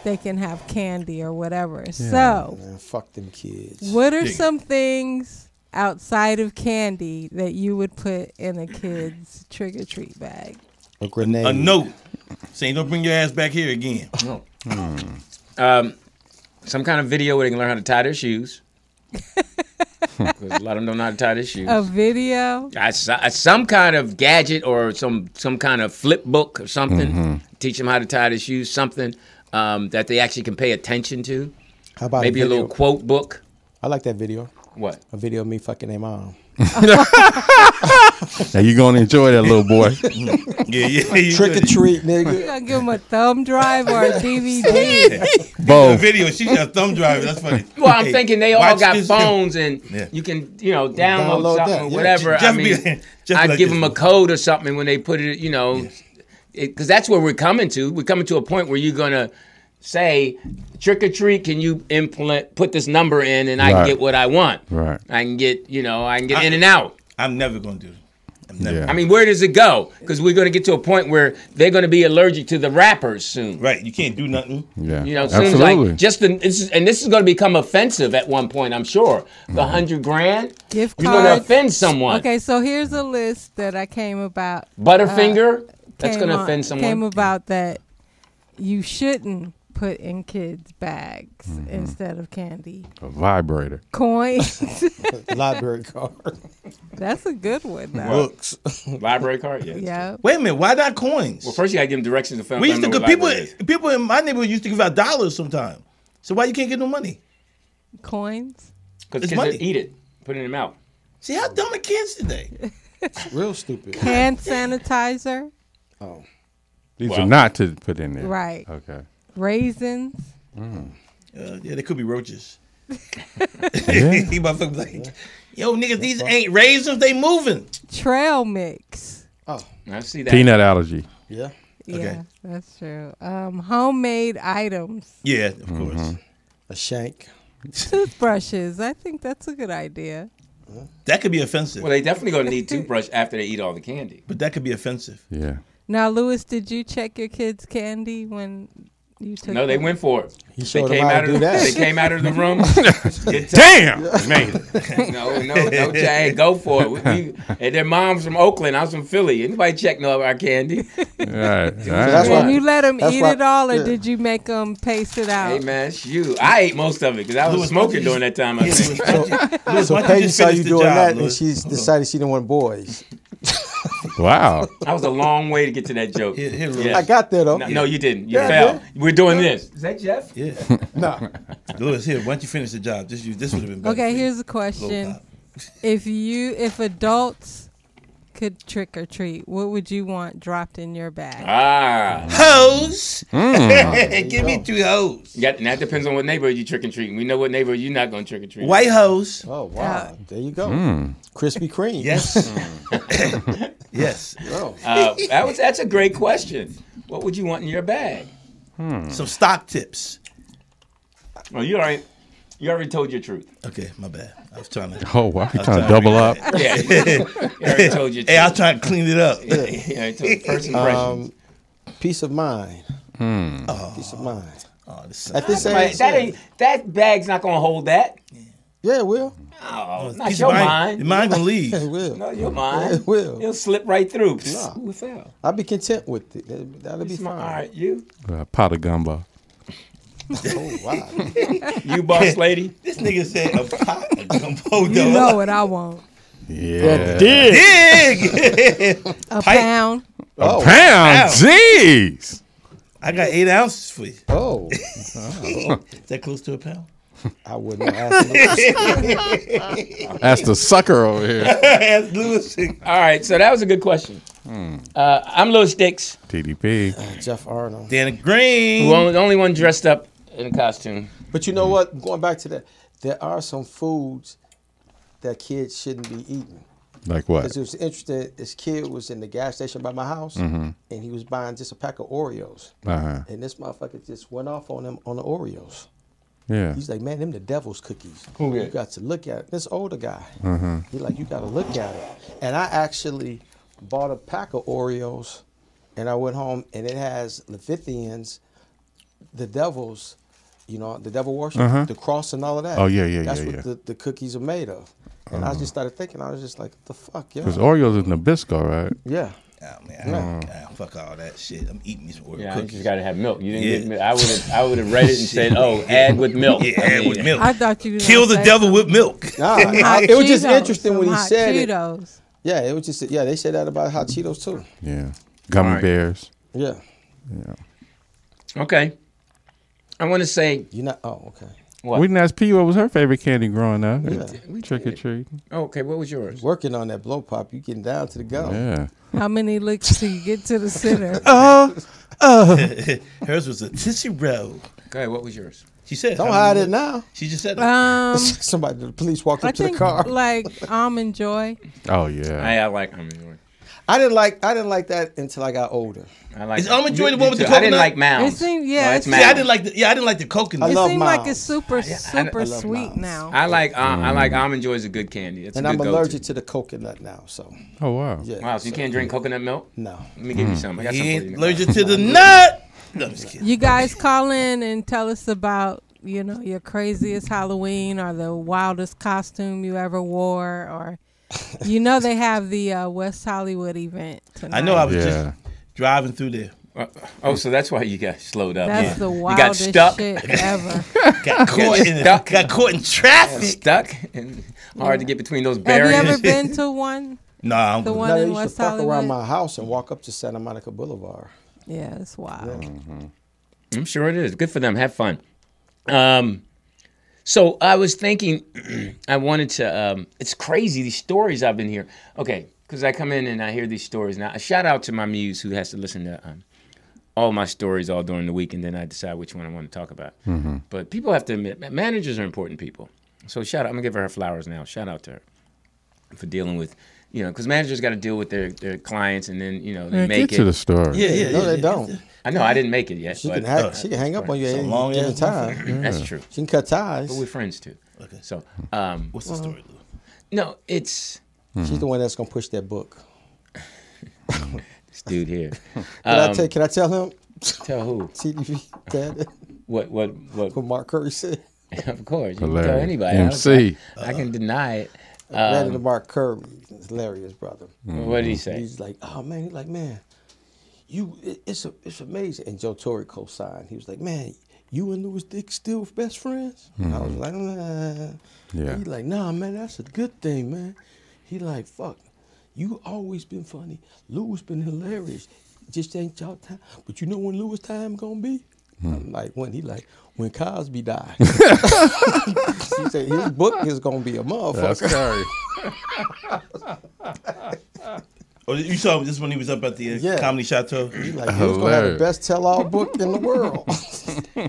Speaker 4: they can have candy or whatever. So,
Speaker 3: Man, fuck them kids.
Speaker 4: what are some things outside of candy that you would put in a kid's trick or treat bag?
Speaker 3: A grenade.
Speaker 7: A note saying don't bring your ass back here again.
Speaker 5: Um, some kind of video where they can learn how to tie their shoes. 'Cause a lot of them don't know how to tie their shoes.
Speaker 4: A video?
Speaker 5: I saw- some kind of gadget or some some kind of flip book or something.
Speaker 3: Mm-hmm.
Speaker 5: Teach them how to tie their shoes. Something um, that they actually can pay attention to.
Speaker 3: How about
Speaker 5: Maybe a
Speaker 3: video?
Speaker 5: little quote book.
Speaker 3: I like that video.
Speaker 5: What?
Speaker 3: A video of me fucking their mom.
Speaker 6: Now you gonna enjoy that little boy.
Speaker 7: Yeah, yeah. You
Speaker 3: Trick or
Speaker 7: good.
Speaker 3: treat,
Speaker 4: You
Speaker 3: nigga.
Speaker 4: gonna give them a thumb drive or a DVD?
Speaker 7: The
Speaker 6: Both.
Speaker 7: video. She's got thumb drive. That's funny.
Speaker 5: Well, I'm
Speaker 7: Hey,
Speaker 5: thinking they all
Speaker 7: watch
Speaker 5: got
Speaker 7: this.
Speaker 5: phones, and
Speaker 7: Yeah.
Speaker 5: you can, you know, download,
Speaker 3: Download
Speaker 5: something
Speaker 3: that,
Speaker 5: or
Speaker 3: yeah.
Speaker 5: whatever. I
Speaker 7: Just be-
Speaker 5: mean,
Speaker 7: just
Speaker 5: I'd
Speaker 7: like
Speaker 5: give
Speaker 7: this
Speaker 5: them a
Speaker 7: one.
Speaker 5: code or something when they put it, you know, because that's where we're coming to. We're coming to a point where you're gonna say, trick or treat, can you implement put this number in, and I
Speaker 6: Right.
Speaker 5: can get what I want.
Speaker 6: Right.
Speaker 5: I can get, you know, I can get in and out.
Speaker 7: I'm never gonna do it. never-
Speaker 6: Yeah.
Speaker 5: I mean, where does it go? Because we're going to get to a point where they're going to be allergic to the rappers soon.
Speaker 7: Right, you can't do nothing.
Speaker 6: Yeah.
Speaker 5: You know, it seems
Speaker 6: absolutely.
Speaker 5: like just the this is, and this is going to become offensive at one point. I'm sure the
Speaker 6: Mm-hmm.
Speaker 5: hundred grand,
Speaker 4: Gift
Speaker 5: you're going to
Speaker 4: cards.
Speaker 5: offend someone.
Speaker 4: Okay, so here's a list that I came about. uh,
Speaker 5: Butterfinger, that's
Speaker 4: came
Speaker 5: going to
Speaker 4: on-
Speaker 5: offend
Speaker 4: Came
Speaker 5: someone.
Speaker 4: about that you shouldn't put in kids' bags instead of candy.
Speaker 6: Mm-hmm. A vibrator.
Speaker 4: Coins.
Speaker 3: Library card.
Speaker 4: that's a good one. Though.
Speaker 3: Books.
Speaker 5: Library card, yeah.
Speaker 4: yeah.
Speaker 7: Wait a minute, why not coins?
Speaker 5: Well, first you got to give them directions to film.
Speaker 7: we used to
Speaker 5: know
Speaker 7: give
Speaker 5: what
Speaker 7: people
Speaker 5: library is.
Speaker 7: people in my neighborhood used to give out dollars sometimes. So why you can't get no money?
Speaker 4: Coins.
Speaker 5: Because
Speaker 7: It's
Speaker 5: kids
Speaker 7: money.
Speaker 5: that eat it, put it in their mouth.
Speaker 7: See how dumb are kids today?
Speaker 3: Real stupid.
Speaker 4: Hand sanitizer.
Speaker 3: Oh.
Speaker 6: These
Speaker 5: Wow.
Speaker 6: are not to put in there.
Speaker 4: Right.
Speaker 6: Okay.
Speaker 4: Raisins.
Speaker 7: Uh, yeah, they could be roaches.
Speaker 6: Yeah.
Speaker 7: He motherfucker like, yo niggas, these ain't raisins, they moving.
Speaker 4: Trail mix.
Speaker 3: Oh.
Speaker 5: I see that.
Speaker 6: Peanut allergy.
Speaker 3: Yeah.
Speaker 4: Yeah, that's true. Um, homemade items.
Speaker 7: Yeah, of course.
Speaker 3: Mm-hmm. A shank.
Speaker 4: Toothbrushes. I think that's a good idea.
Speaker 7: That could be offensive.
Speaker 5: Well, they definitely going to need toothbrush after they eat all the candy.
Speaker 7: but that could be offensive.
Speaker 6: Yeah.
Speaker 4: Now, Lewis, did you check your kids' candy when you took?
Speaker 5: No, they
Speaker 4: them?
Speaker 5: went for it.
Speaker 3: He
Speaker 5: They
Speaker 3: showed them
Speaker 5: came
Speaker 3: how
Speaker 5: out
Speaker 3: to
Speaker 5: of
Speaker 3: do
Speaker 5: the,
Speaker 3: that.
Speaker 5: they came out of the room. Get to-
Speaker 6: Damn. Man.
Speaker 5: No, no, no, Jay, go for it. We, we, and their mom's from Oakland. I was from Philly. Anybody check no of our candy?
Speaker 6: All right. All
Speaker 3: that's
Speaker 6: right.
Speaker 3: why-
Speaker 4: Did you let them
Speaker 3: That's
Speaker 4: eat
Speaker 3: why-
Speaker 4: it all, or
Speaker 3: yeah.
Speaker 4: did you make them paste it out?
Speaker 5: Hey man, shoot. I ate most of it because I was
Speaker 7: Louis,
Speaker 5: smoking
Speaker 7: what
Speaker 5: during
Speaker 7: you-
Speaker 5: that time. I think.
Speaker 7: So, Louis,
Speaker 3: So
Speaker 7: why don't you
Speaker 3: Peggy
Speaker 7: just
Speaker 3: saw
Speaker 7: finish
Speaker 3: you
Speaker 7: the
Speaker 3: doing
Speaker 7: job,
Speaker 3: that, and
Speaker 7: Louis?
Speaker 3: she's decided she didn't want boys.
Speaker 6: Wow.
Speaker 5: I was a long way to get to that joke.
Speaker 7: Here, here, Louis.
Speaker 5: Yeah.
Speaker 3: I got there though.
Speaker 5: No, no, you didn't. You
Speaker 3: Yeah, I
Speaker 5: failed. We're doing this. Is that Jeff?
Speaker 7: Yeah.
Speaker 3: Nah.
Speaker 7: Louis, here, why don't you finish the job? Just you this would have been better.
Speaker 4: Okay,
Speaker 7: for you.
Speaker 4: here's a
Speaker 7: Little
Speaker 4: question:
Speaker 7: pop.
Speaker 4: If you, if adults could trick or treat, what would you want dropped in your bag?
Speaker 5: Ah,
Speaker 7: Hoes.
Speaker 3: Hmm.
Speaker 7: Give me two hoes.
Speaker 5: yeah, and that depends on what neighborhood you trick or treating. We know what neighborhood you're not going to trick or treat.
Speaker 7: White hoes.
Speaker 3: Oh wow.
Speaker 4: Yeah.
Speaker 3: There you go.
Speaker 7: Hmm.
Speaker 3: Krispy Kreme.
Speaker 7: Yes. yes.
Speaker 3: Oh.
Speaker 5: Uh, that was that's a great question. What would you want in your bag?
Speaker 7: Some stock tips.
Speaker 5: Well, you already you already told your truth.
Speaker 7: Okay, my bad. I was trying to.
Speaker 6: Oh, wow. You trying to double up?
Speaker 5: Yeah, you already told your truth.
Speaker 7: Hey, I'll try to clean it up.
Speaker 5: you already told first impressions.
Speaker 3: Um, peace of mind. Peace of mind.
Speaker 7: Oh, this
Speaker 3: At this
Speaker 5: Right,
Speaker 3: age,
Speaker 5: that ain't that bag's not gonna hold that.
Speaker 3: yeah, it will.
Speaker 5: Oh,
Speaker 7: piece
Speaker 5: not
Speaker 7: of
Speaker 5: your
Speaker 7: mind.
Speaker 5: mind.
Speaker 7: Mine gonna leave.
Speaker 3: It will.
Speaker 5: Not your mind.
Speaker 3: It will.
Speaker 5: It'll slip right through. Psst,
Speaker 3: Nah.
Speaker 5: Who fell?
Speaker 3: I'll be content with it. That- That'll be
Speaker 5: It's my-
Speaker 3: fine.
Speaker 5: All right, you,
Speaker 6: Uh, pot of gumbo.
Speaker 3: Oh wow.
Speaker 5: you boss lady.
Speaker 7: This nigga said a pot of gumbo
Speaker 4: You know what I want:
Speaker 6: Yeah.
Speaker 3: Dig.
Speaker 7: Big.
Speaker 4: a
Speaker 7: Pipe.
Speaker 4: pound.
Speaker 3: Oh.
Speaker 7: Ow.
Speaker 6: Pound. Jeez.
Speaker 7: I got eight ounces for you.
Speaker 3: Oh.
Speaker 7: Is that close to a pound?
Speaker 3: I wouldn't ask. no-
Speaker 6: That's the sucker over here.
Speaker 7: Ask Lewis.
Speaker 5: All right, so that was a good question.
Speaker 6: Hmm.
Speaker 5: Uh, I'm Lil Sticks,
Speaker 6: TDP.
Speaker 3: Jeff Arnold.
Speaker 7: Dana Green.
Speaker 5: who only- the only one dressed up in a costume.
Speaker 3: But you know what? Going back to that, there are some foods that kids shouldn't be eating.
Speaker 6: Like what?
Speaker 3: Because it was interesting. This kid was in the gas station by my house,
Speaker 6: Mm-hmm.
Speaker 3: and he was buying just a pack of Oreos.
Speaker 6: Uh-huh.
Speaker 3: And this motherfucker just went off on him on the Oreos.
Speaker 6: Yeah.
Speaker 3: He's like, man, them the devil's cookies.
Speaker 5: Who
Speaker 3: you
Speaker 5: is?
Speaker 3: got to look at it. This older guy.
Speaker 8: Mm-hmm.
Speaker 3: He's like, you got to look at it. And I actually bought a pack of Oreos, and I went home, and it has Levithians, the devils, you know, the devil worship, the cross, and all of that.
Speaker 6: Uh-huh. Oh, yeah, yeah,
Speaker 3: That's
Speaker 6: yeah, Uh-huh.
Speaker 3: what
Speaker 6: yeah.
Speaker 3: The, the cookies are made of. And I just started thinking, I was just like, the fuck, yeah.
Speaker 6: Because Oreos is Nabisco, right? Uh-huh.
Speaker 3: Yeah.
Speaker 7: Oh, man, I- ah, fuck all that shit. I'm eating these Oreo
Speaker 5: Yeah, I
Speaker 7: cookies.
Speaker 5: just got to have milk. You didn't
Speaker 7: Yeah.
Speaker 5: get milk. I would have. I would have read it and said, "Oh, add with milk."
Speaker 7: yeah,
Speaker 5: I
Speaker 7: and
Speaker 5: mean,
Speaker 7: with milk.
Speaker 4: I thought you were
Speaker 7: Kill
Speaker 4: gonna
Speaker 7: the
Speaker 4: say
Speaker 7: devil
Speaker 4: some
Speaker 7: with milk.
Speaker 3: Nah,
Speaker 4: hot
Speaker 3: I- it was just
Speaker 4: Cheetos,
Speaker 3: interesting when
Speaker 4: some
Speaker 3: he
Speaker 4: hot
Speaker 3: said it.
Speaker 4: Cheetos.
Speaker 3: Yeah, it was just, yeah, they said that about hot Cheetos too.
Speaker 6: Yeah. Gummy
Speaker 5: Alright.
Speaker 6: bears.
Speaker 3: Yeah.
Speaker 5: Okay. I want to say,
Speaker 3: You not, oh, okay.
Speaker 5: What?
Speaker 6: We didn't ask P what was her favorite candy growing up.
Speaker 3: Yeah.
Speaker 6: Trick or treat.
Speaker 5: oh, okay, what was yours?
Speaker 3: Working on that blow pop, you getting down to the gum.
Speaker 6: Yeah.
Speaker 4: How many licks till you get to the center?
Speaker 7: Uh-huh.
Speaker 3: Oh.
Speaker 7: Hers was a tissue roll.
Speaker 5: Okay, what was yours?
Speaker 7: She said,
Speaker 3: Don't
Speaker 7: how
Speaker 3: hide
Speaker 7: many-
Speaker 3: it now. Uh,
Speaker 7: She just said, it.
Speaker 4: Um,
Speaker 3: Somebody, the police walked
Speaker 4: I
Speaker 3: up to the
Speaker 4: think
Speaker 3: car.
Speaker 4: like almond joy.
Speaker 6: Oh yeah.
Speaker 5: I, I like. I mean,
Speaker 3: I didn't like I didn't like that until I got older.
Speaker 5: I like
Speaker 7: Is
Speaker 5: that.
Speaker 7: Almond Joy the
Speaker 5: You-
Speaker 7: one
Speaker 5: you
Speaker 7: with the
Speaker 5: too. I didn't
Speaker 7: coconut?
Speaker 5: like Mounds.
Speaker 4: It seemed- yeah,
Speaker 5: Oh, it's
Speaker 4: it
Speaker 7: See,
Speaker 5: Mounds.
Speaker 7: I didn't like. The, yeah, I didn't like the coconut.
Speaker 3: I
Speaker 4: It
Speaker 3: love
Speaker 4: seemed like
Speaker 3: Miles.
Speaker 4: it's super, super
Speaker 3: love
Speaker 4: sweet
Speaker 3: Miles.
Speaker 4: now.
Speaker 5: I like uh, I like
Speaker 6: Mm.
Speaker 5: almond joy is a good candy. It's
Speaker 3: And
Speaker 5: a
Speaker 3: I'm
Speaker 5: good
Speaker 3: allergic
Speaker 5: go-to.
Speaker 3: to the coconut now, so
Speaker 6: Oh wow.
Speaker 3: yeah.
Speaker 5: Wow, so you can't drink coconut milk?
Speaker 3: No.
Speaker 5: Let me give
Speaker 6: Mm.
Speaker 5: you some. I got
Speaker 7: he
Speaker 5: something for
Speaker 7: ain't
Speaker 5: you.
Speaker 7: allergic to the nut. No, I'm just kidding.
Speaker 4: You guys call in and tell us about you know your craziest Halloween or the wildest costume you ever wore or. You know they have the uh, West Hollywood event tonight.
Speaker 7: I know I was
Speaker 6: Yeah.
Speaker 7: just driving through there.
Speaker 5: Uh, oh, so that's why you got slowed up.
Speaker 4: That's the
Speaker 5: You got
Speaker 4: wildest
Speaker 5: stuck,
Speaker 4: shit ever.
Speaker 7: Got caught in
Speaker 5: stuck.
Speaker 7: got caught in traffic.
Speaker 5: stuck, and hard to get between those
Speaker 4: have you
Speaker 5: barriers.
Speaker 4: ever been to one?
Speaker 7: Nah, I'm
Speaker 4: The
Speaker 7: good.
Speaker 4: one
Speaker 3: Now, they
Speaker 4: in
Speaker 3: used
Speaker 4: West
Speaker 3: to fuck
Speaker 4: Hollywood.
Speaker 3: around my house and walk up to Santa Monica Boulevard.
Speaker 4: yeah, it's wild.
Speaker 6: Mm-hmm.
Speaker 5: I'm sure it is. Good for them. Have fun. Um, so I was thinking, I wanted to. Um, it's crazy these stories I've been here. Okay, because I come in and I hear these stories. Now, a shout out to my muse who has to listen to um, all my stories all during the week, and then I decide which one I want to talk about.
Speaker 6: Mm-hmm.
Speaker 5: But people have to admit, ma- managers are important people. So shout out. I'm gonna give her her flowers now. Shout out to her for dealing with, you know, because managers got to deal with their, their clients, and then you know they
Speaker 6: Man,
Speaker 5: make
Speaker 6: get to
Speaker 5: it.
Speaker 6: the story.
Speaker 7: Yeah, yeah,
Speaker 3: No,
Speaker 7: yeah.
Speaker 3: they don't.
Speaker 5: I know I didn't make it yet.
Speaker 3: She
Speaker 5: but, Oh,
Speaker 3: can hang, she can hang up on you at any
Speaker 7: long
Speaker 3: given
Speaker 7: ass
Speaker 3: time.
Speaker 5: That's true.
Speaker 3: She can cut ties.
Speaker 5: But we're friends too. Okay. So, um,
Speaker 7: What's the story, Lou?
Speaker 5: no, it's Hmm.
Speaker 3: She's the one that's gonna push that book.
Speaker 5: this dude here.
Speaker 3: Can I tell Can I tell him?
Speaker 5: Um, Tell who?
Speaker 3: TDV, Ted,
Speaker 5: What? What?
Speaker 3: what
Speaker 5: What?
Speaker 3: Mark Curry said.
Speaker 5: of course, you can tell
Speaker 6: Hilarious.
Speaker 5: anybody.
Speaker 6: MC.
Speaker 5: I, I can deny it.
Speaker 3: Ran into Uh, Mark Curry, It's hilarious brother.
Speaker 5: What did Mm. he say?
Speaker 3: He's like, oh man, he's like, man, you, it- it's a, it's amazing. And Joe Torre co-signed. He was like, man, you and Louis Dick still best friends? And
Speaker 7: Hmm.
Speaker 3: I was like, nah.
Speaker 6: Yeah.
Speaker 3: He's like, nah, man, that's a good thing, man. He like, fuck, you always been funny. Louis been hilarious. Just ain't y'all time. But you know when Louis time gonna be?
Speaker 6: Hmm.
Speaker 3: I'm like, when he like, when Cosby died. he said his book is gonna be a
Speaker 6: That's
Speaker 3: motherfucker.
Speaker 6: Curry.
Speaker 7: Oh, you saw this when he was up at the uh,
Speaker 3: Yeah.
Speaker 7: comedy chateau.
Speaker 3: He like, he was gonna have the
Speaker 6: Hilarious.
Speaker 3: best tell-all book in the world.
Speaker 5: Okay.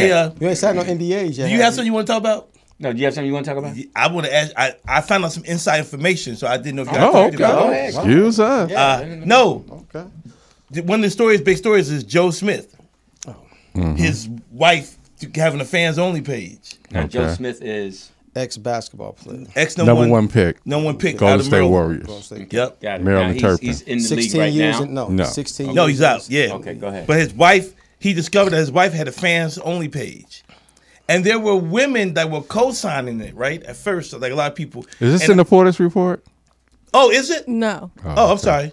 Speaker 7: Hey, uh,
Speaker 3: You ain't signed no NDAs yet.
Speaker 7: do you have something you want to talk about?
Speaker 5: no, do you have something you want to talk about?
Speaker 7: I want to ask. I, I found out some inside information, so I didn't know if y'all
Speaker 6: Oh,
Speaker 7: talked about.
Speaker 6: okay. Excuse us.
Speaker 7: Uh, no,
Speaker 3: Okay.
Speaker 7: The- one of the stories, big stories, is Joe Smith,
Speaker 6: Mm-hmm.
Speaker 7: his wife having a fans only page,
Speaker 5: Now, Joe
Speaker 6: Okay.
Speaker 5: Smith is
Speaker 3: Ex basketball player.
Speaker 7: ex number,
Speaker 6: Number one, pick.
Speaker 7: no one picked out
Speaker 6: Golden
Speaker 7: of
Speaker 6: State
Speaker 7: Maryland.
Speaker 6: Warriors.
Speaker 7: Yep.
Speaker 5: got it.
Speaker 6: Marilyn
Speaker 5: Now, he's,
Speaker 6: Turpin.
Speaker 5: He's in the league
Speaker 3: 16
Speaker 5: right
Speaker 3: years
Speaker 5: now.
Speaker 3: in, no,
Speaker 6: No.
Speaker 3: 16
Speaker 7: No,
Speaker 3: years.
Speaker 7: he's out. Yeah.
Speaker 5: Okay, go ahead.
Speaker 7: But his wife, he discovered that his wife had a fans only page. And there were women that were co-signing it, right? At first, like a lot of people.
Speaker 6: Is this
Speaker 7: And-
Speaker 6: in the Portis report?
Speaker 7: Oh, is it?
Speaker 4: No.
Speaker 7: Oh, I'm sorry.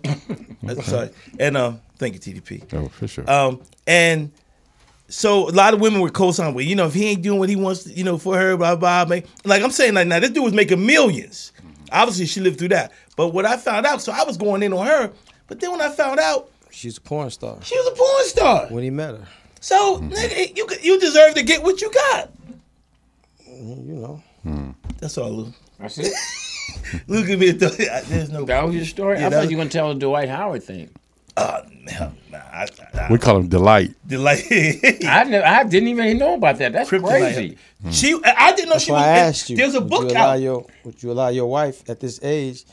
Speaker 7: I'm sorry. And um, thank you, TDP.
Speaker 6: Oh, for sure.
Speaker 7: Um, and so a lot of women were co-signing with, you know, if he ain't doing what he wants, you know, for her, blah blah. blah. Like I'm saying, like now this dude was making millions.
Speaker 6: Mm-hmm.
Speaker 7: Obviously, she lived through that. But what I found out, so I was going in on her. But then when I found out,
Speaker 3: She's a porn star.
Speaker 7: she was a porn star.
Speaker 3: When he met her,
Speaker 7: So
Speaker 6: Mm-hmm.
Speaker 7: nigga, you you deserve to get what you got.
Speaker 3: you know.
Speaker 6: Hmm.
Speaker 7: That's all, Lou.
Speaker 5: That's it.
Speaker 7: Lou, give me a th- There's no.
Speaker 5: That was your story. I
Speaker 7: that
Speaker 5: thought
Speaker 7: was-
Speaker 5: you were going to tell the Dwight Howard thing.
Speaker 7: Uh, no, nah, I, I, I,
Speaker 6: we call him Delight.
Speaker 7: delight.
Speaker 5: I never, I didn't even know about that. That's
Speaker 7: Kryptonite.
Speaker 5: crazy.
Speaker 7: She, I didn't know she
Speaker 3: So
Speaker 7: was.
Speaker 3: I asked you.
Speaker 7: There's a
Speaker 3: would
Speaker 7: book
Speaker 3: you allow
Speaker 7: out.
Speaker 3: Your, would you allow your wife at this age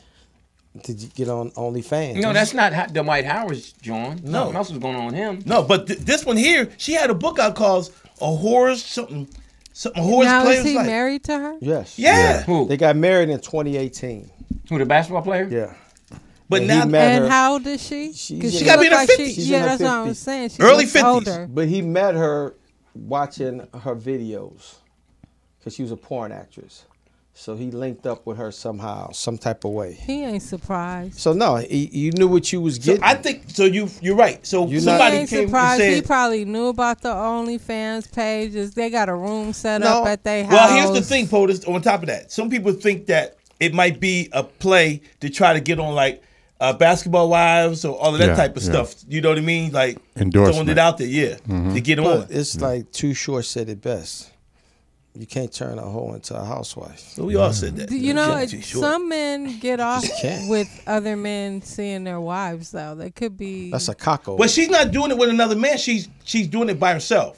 Speaker 3: to j- get on OnlyFans?
Speaker 5: No, that's not how Dwight Howard's John. No, else was going on with him.
Speaker 7: No, but th- this one here, she had a book out called "A Horror's Something." Something horror's
Speaker 4: Now
Speaker 7: players
Speaker 4: is he
Speaker 7: like.
Speaker 4: married to her?
Speaker 3: Yes.
Speaker 7: Yeah,
Speaker 5: Who?
Speaker 3: They got married in 2018.
Speaker 5: Who the basketball player?
Speaker 3: Yeah.
Speaker 7: but
Speaker 3: And
Speaker 7: now
Speaker 3: he met-
Speaker 4: And
Speaker 3: her.
Speaker 4: how old is she? 'Cause
Speaker 3: She's
Speaker 7: in her
Speaker 4: looked
Speaker 7: 50s.
Speaker 3: She's in
Speaker 4: yeah,
Speaker 3: her
Speaker 4: that's what I
Speaker 3: 50s.
Speaker 4: was saying. She
Speaker 7: Early
Speaker 4: looks
Speaker 7: 50s.
Speaker 4: older.
Speaker 3: But he met her watching her videos because she was a porn actress. So he linked up with her somehow, some type of way.
Speaker 4: He ain't surprised.
Speaker 3: So no, he, you knew what you was
Speaker 7: so
Speaker 3: getting.
Speaker 7: I think so. You you're right.
Speaker 3: You're
Speaker 7: So
Speaker 3: not-
Speaker 4: he
Speaker 7: somebody
Speaker 4: ain't
Speaker 7: came
Speaker 4: surprised.
Speaker 7: and
Speaker 4: he
Speaker 7: said,
Speaker 4: probably knew about the OnlyFans pages. They got a room set
Speaker 3: No.
Speaker 4: up at their house.
Speaker 7: "Well, here's the thing, POTUS. On top of that, some people think that it might be a play to try to get on like uh, basketball wives or all of that
Speaker 6: Yeah,
Speaker 7: type of
Speaker 6: yeah.
Speaker 7: stuff. You know what I mean? Like throwing
Speaker 6: Endorsement. Mm-hmm.
Speaker 7: it out there, yeah, to get on.
Speaker 3: But
Speaker 6: Mm.
Speaker 3: it's like Too Short said it best. You can't turn a hoe into a housewife.
Speaker 7: so we all
Speaker 6: Mm.
Speaker 7: said that.
Speaker 4: You know,
Speaker 7: Yeah,
Speaker 4: it,
Speaker 7: too short.
Speaker 4: some men get off
Speaker 3: can't.
Speaker 4: with other men seeing their wives, though. They could be.
Speaker 3: That's a cocko.
Speaker 7: But she's not doing it with another man. She's she's doing it by herself.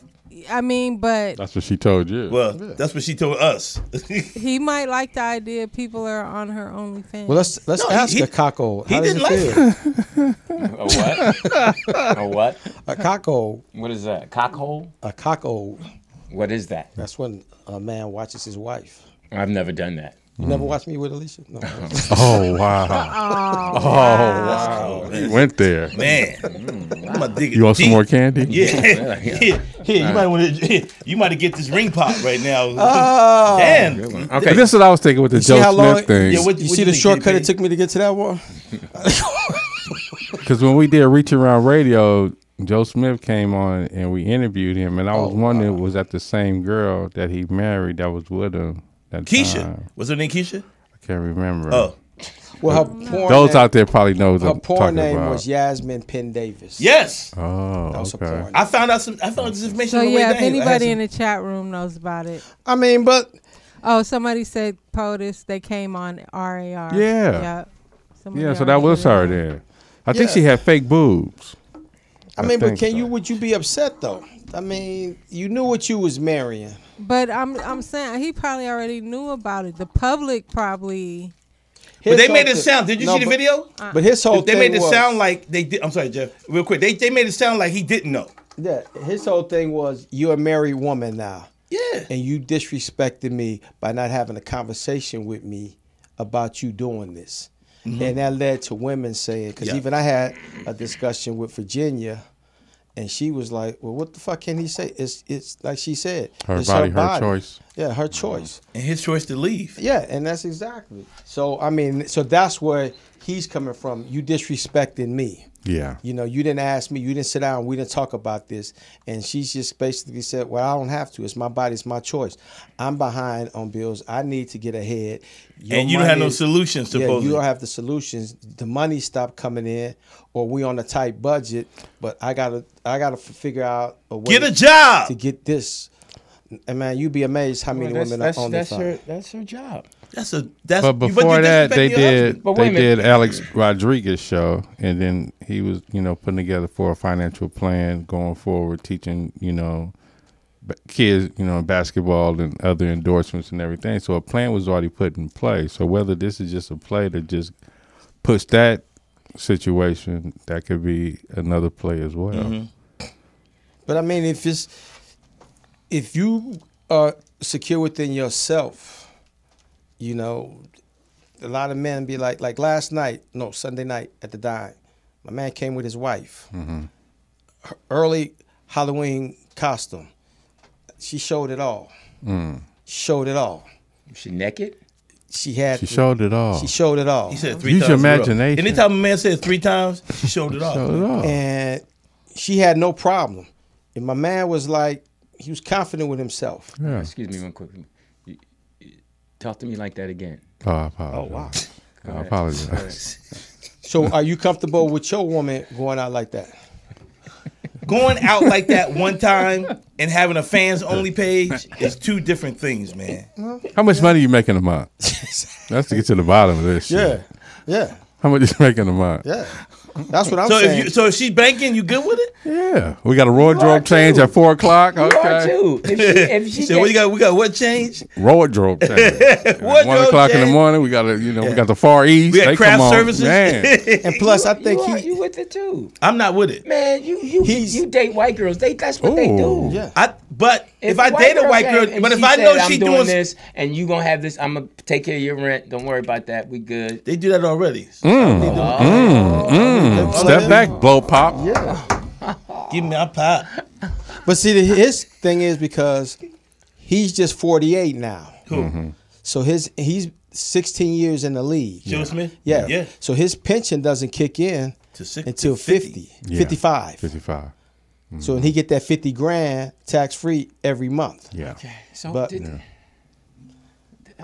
Speaker 4: I mean, but
Speaker 6: That's what she told you.
Speaker 7: Well, that's what she told us.
Speaker 4: he might like the idea people are on her OnlyFans.
Speaker 3: Well, let's let's
Speaker 7: No, he-
Speaker 3: ask
Speaker 7: he-
Speaker 3: a Kako.
Speaker 7: he
Speaker 3: How does
Speaker 7: didn't
Speaker 3: it
Speaker 7: like Oh,
Speaker 3: feel?
Speaker 5: A what? a what?
Speaker 3: A Kako,
Speaker 5: What is that? Cockhole?
Speaker 3: a Kako.
Speaker 5: What is that?
Speaker 3: That's when a man watches his wife.
Speaker 5: I've never done that.
Speaker 3: You never watched me with Alicia? No.
Speaker 6: Mm. oh wow.
Speaker 7: oh,
Speaker 6: You
Speaker 7: man.
Speaker 6: went there.
Speaker 7: man. I'm gonna dig it
Speaker 6: You want some
Speaker 7: deep.
Speaker 6: more candy?
Speaker 7: Yeah. yeah. Here, you might want to. You might get this ring pop right now.
Speaker 3: Oh.
Speaker 7: Damn.
Speaker 5: Okay.
Speaker 6: But this is what I was thinking with the
Speaker 3: see
Speaker 6: Joe
Speaker 3: how long-
Speaker 6: Smith thing.
Speaker 7: Yeah, what-
Speaker 3: you
Speaker 7: what
Speaker 3: see
Speaker 7: do
Speaker 3: the
Speaker 7: think,
Speaker 3: shortcut
Speaker 7: JP?
Speaker 3: it took me to get to that one?
Speaker 6: Because when we did Reach Around Radio, Joe Smith came on and we interviewed him, and I
Speaker 3: Oh,
Speaker 6: was wondering was that the same girl that he married that was with him? That
Speaker 7: Keisha.
Speaker 6: time?
Speaker 7: Was her name Keisha?
Speaker 6: I can't remember.
Speaker 7: Oh.
Speaker 3: Well, her porn
Speaker 6: Those
Speaker 3: name,
Speaker 6: out there probably know what
Speaker 3: her
Speaker 6: I'm
Speaker 3: porn
Speaker 6: talking
Speaker 3: name
Speaker 6: about.
Speaker 3: was Yasmin Penn Davis.
Speaker 7: Yes.
Speaker 6: Oh,
Speaker 3: That was her
Speaker 6: okay.
Speaker 3: porn.
Speaker 7: I found out some. I found out this information.
Speaker 4: so
Speaker 7: on the way
Speaker 4: yeah, if
Speaker 7: down here. I had
Speaker 4: anybody
Speaker 7: some-
Speaker 4: in the chat room knows about it.
Speaker 3: I mean, but
Speaker 4: Oh, somebody said POTUS. They came on RAR. Yeah.
Speaker 6: Yeah.
Speaker 4: Somebody
Speaker 6: Yeah, so that
Speaker 4: already
Speaker 6: was
Speaker 4: did
Speaker 6: her then. I think
Speaker 3: Yeah.
Speaker 6: she had fake boobs.
Speaker 3: I mean, but
Speaker 6: think
Speaker 3: can
Speaker 6: so.
Speaker 3: you? Would you be upset though? I mean, you knew what you was marrying.
Speaker 4: But I'm I'm saying he probably already knew about it. The public probably.
Speaker 7: But they
Speaker 3: His
Speaker 7: made
Speaker 3: whole
Speaker 7: it
Speaker 3: thi-
Speaker 7: sound. Did you
Speaker 3: No,
Speaker 7: see the
Speaker 3: but-
Speaker 7: video?
Speaker 3: But his whole
Speaker 7: They
Speaker 3: thing
Speaker 7: made it
Speaker 3: was,
Speaker 7: sound like they did. I'm sorry, Jeff. Real quick, they they made it sound like he didn't know.
Speaker 3: Yeah, his whole thing was you're a married woman now,
Speaker 7: Yeah.
Speaker 3: and you disrespected me by not having a conversation with me about you doing this, and that led to women saying because
Speaker 7: Yeah.
Speaker 3: even I had a discussion with Virginia, and she was like, "Well, what the fuck can he say? It's it's like she said,
Speaker 6: Her
Speaker 3: it's
Speaker 6: body, her choice.
Speaker 3: Yeah, her choice.
Speaker 7: And his choice to leave.
Speaker 3: Yeah, and that's exactly. So I mean, so that's where he's coming from. You disrespecting me.
Speaker 6: Yeah.
Speaker 3: You know, you didn't ask me, you didn't sit down, we didn't talk about this. And she just basically said, Well, I don't have to. It's my body, it's my choice. I'm behind on bills. I need to get ahead. Your
Speaker 7: And you don't have no
Speaker 3: money-
Speaker 7: solutions,
Speaker 3: Yeah,
Speaker 7: supposedly.
Speaker 3: you don't have the solutions. The money stopped coming in, or we on a tight budget, but I gotta I gotta f- figure out a way
Speaker 7: Get a job.
Speaker 3: to get this. And man, you'd be amazed how many
Speaker 5: Well, that's,
Speaker 3: women
Speaker 5: that's,
Speaker 3: are on
Speaker 5: that's,
Speaker 3: the
Speaker 5: her, that's her job.
Speaker 7: That's a that's.
Speaker 6: But
Speaker 7: you-
Speaker 6: before
Speaker 7: you
Speaker 6: that,
Speaker 7: disrespect
Speaker 6: they
Speaker 7: your
Speaker 6: did
Speaker 7: husband.
Speaker 5: But wait
Speaker 6: they
Speaker 5: a minute.
Speaker 6: did Alex Rodriguez show, and then he was you know putting together for a financial plan going forward, teaching you know b- kids you know basketball and other endorsements and everything. So a plan was already put in place. So whether this is just a play to just push that situation, that could be another play as well.
Speaker 3: Mm-hmm. But I mean, if it's if you are secure within yourself, you know, a lot of men be like, like last night, no Sunday night at the dime, my man came with his wife,
Speaker 8: Mm-hmm.
Speaker 3: Her early Halloween costume. She showed it all.
Speaker 6: Mm.
Speaker 3: Showed it all.
Speaker 5: She naked?
Speaker 3: She had.
Speaker 6: She showed it all.
Speaker 3: She showed it all.
Speaker 7: He said three
Speaker 6: Use
Speaker 7: times.
Speaker 6: your
Speaker 7: in a row.
Speaker 6: imagination.
Speaker 7: Anytime a man says three times, she showed it off.
Speaker 6: Showed it all.
Speaker 3: and she had no problem. And my man was like, he was confident with himself.
Speaker 6: yeah.
Speaker 5: Excuse me, one quick. You- you- Talk to me like that again.
Speaker 6: Oh, I apologize. I apologize.
Speaker 3: So, are you comfortable with your woman going out like that?
Speaker 7: Going out like that one time and having a fans only page is two different things, man.
Speaker 6: How much money you making a month? That's to get to the bottom of this. shit.
Speaker 3: yeah,
Speaker 6: How much you making a month?
Speaker 3: yeah. That's what I'm
Speaker 7: So if
Speaker 3: saying.
Speaker 7: you so if she's banking, you good with it?
Speaker 6: Yeah. We got a wardrobe change at four o'clock.
Speaker 5: Part
Speaker 6: Okay.
Speaker 5: two. If she, if she
Speaker 7: So we
Speaker 5: get-
Speaker 7: got we got what change?
Speaker 6: Wardrobe change. At one
Speaker 7: Wardrobe
Speaker 6: o'clock in
Speaker 7: change.
Speaker 6: the morning. We got a you know we got the Far East.
Speaker 7: We got
Speaker 6: They
Speaker 7: craft
Speaker 6: come on.
Speaker 7: services.
Speaker 6: Man.
Speaker 3: and plus, I think
Speaker 5: you, are-
Speaker 3: he,
Speaker 5: you with it too.
Speaker 7: I'm not with it.
Speaker 5: Man, you you
Speaker 3: He's-
Speaker 5: you date white girls. They that's what they do.
Speaker 6: Ooh.
Speaker 3: yeah.
Speaker 7: I but if, I
Speaker 5: the
Speaker 7: date a white
Speaker 5: came
Speaker 7: girl,
Speaker 5: and
Speaker 7: but if
Speaker 5: she
Speaker 7: I know
Speaker 5: said,
Speaker 7: she
Speaker 5: I'm
Speaker 7: doing, this,
Speaker 5: this and you gonna have this, I'm gonna take care of your rent. Don't worry about that. We good. Oh.
Speaker 7: they do that already.
Speaker 6: Mm, Step back, blow
Speaker 5: Uh,
Speaker 6: pop.
Speaker 7: Give me my pop.
Speaker 3: But see, the, his thing is because he's just 48 now.
Speaker 6: Mm-hmm.
Speaker 3: So his he's 16 years in the league.
Speaker 7: Joe Smith.
Speaker 3: Yeah.
Speaker 7: yeah.
Speaker 3: So his pension doesn't kick in
Speaker 7: To six,
Speaker 3: until 50,
Speaker 6: Yeah. Mm-hmm.
Speaker 3: 55.
Speaker 6: Fifty-five.
Speaker 3: So and he get that 50 grand tax free every month.
Speaker 6: Yeah.
Speaker 5: So
Speaker 3: But-
Speaker 5: did, yeah,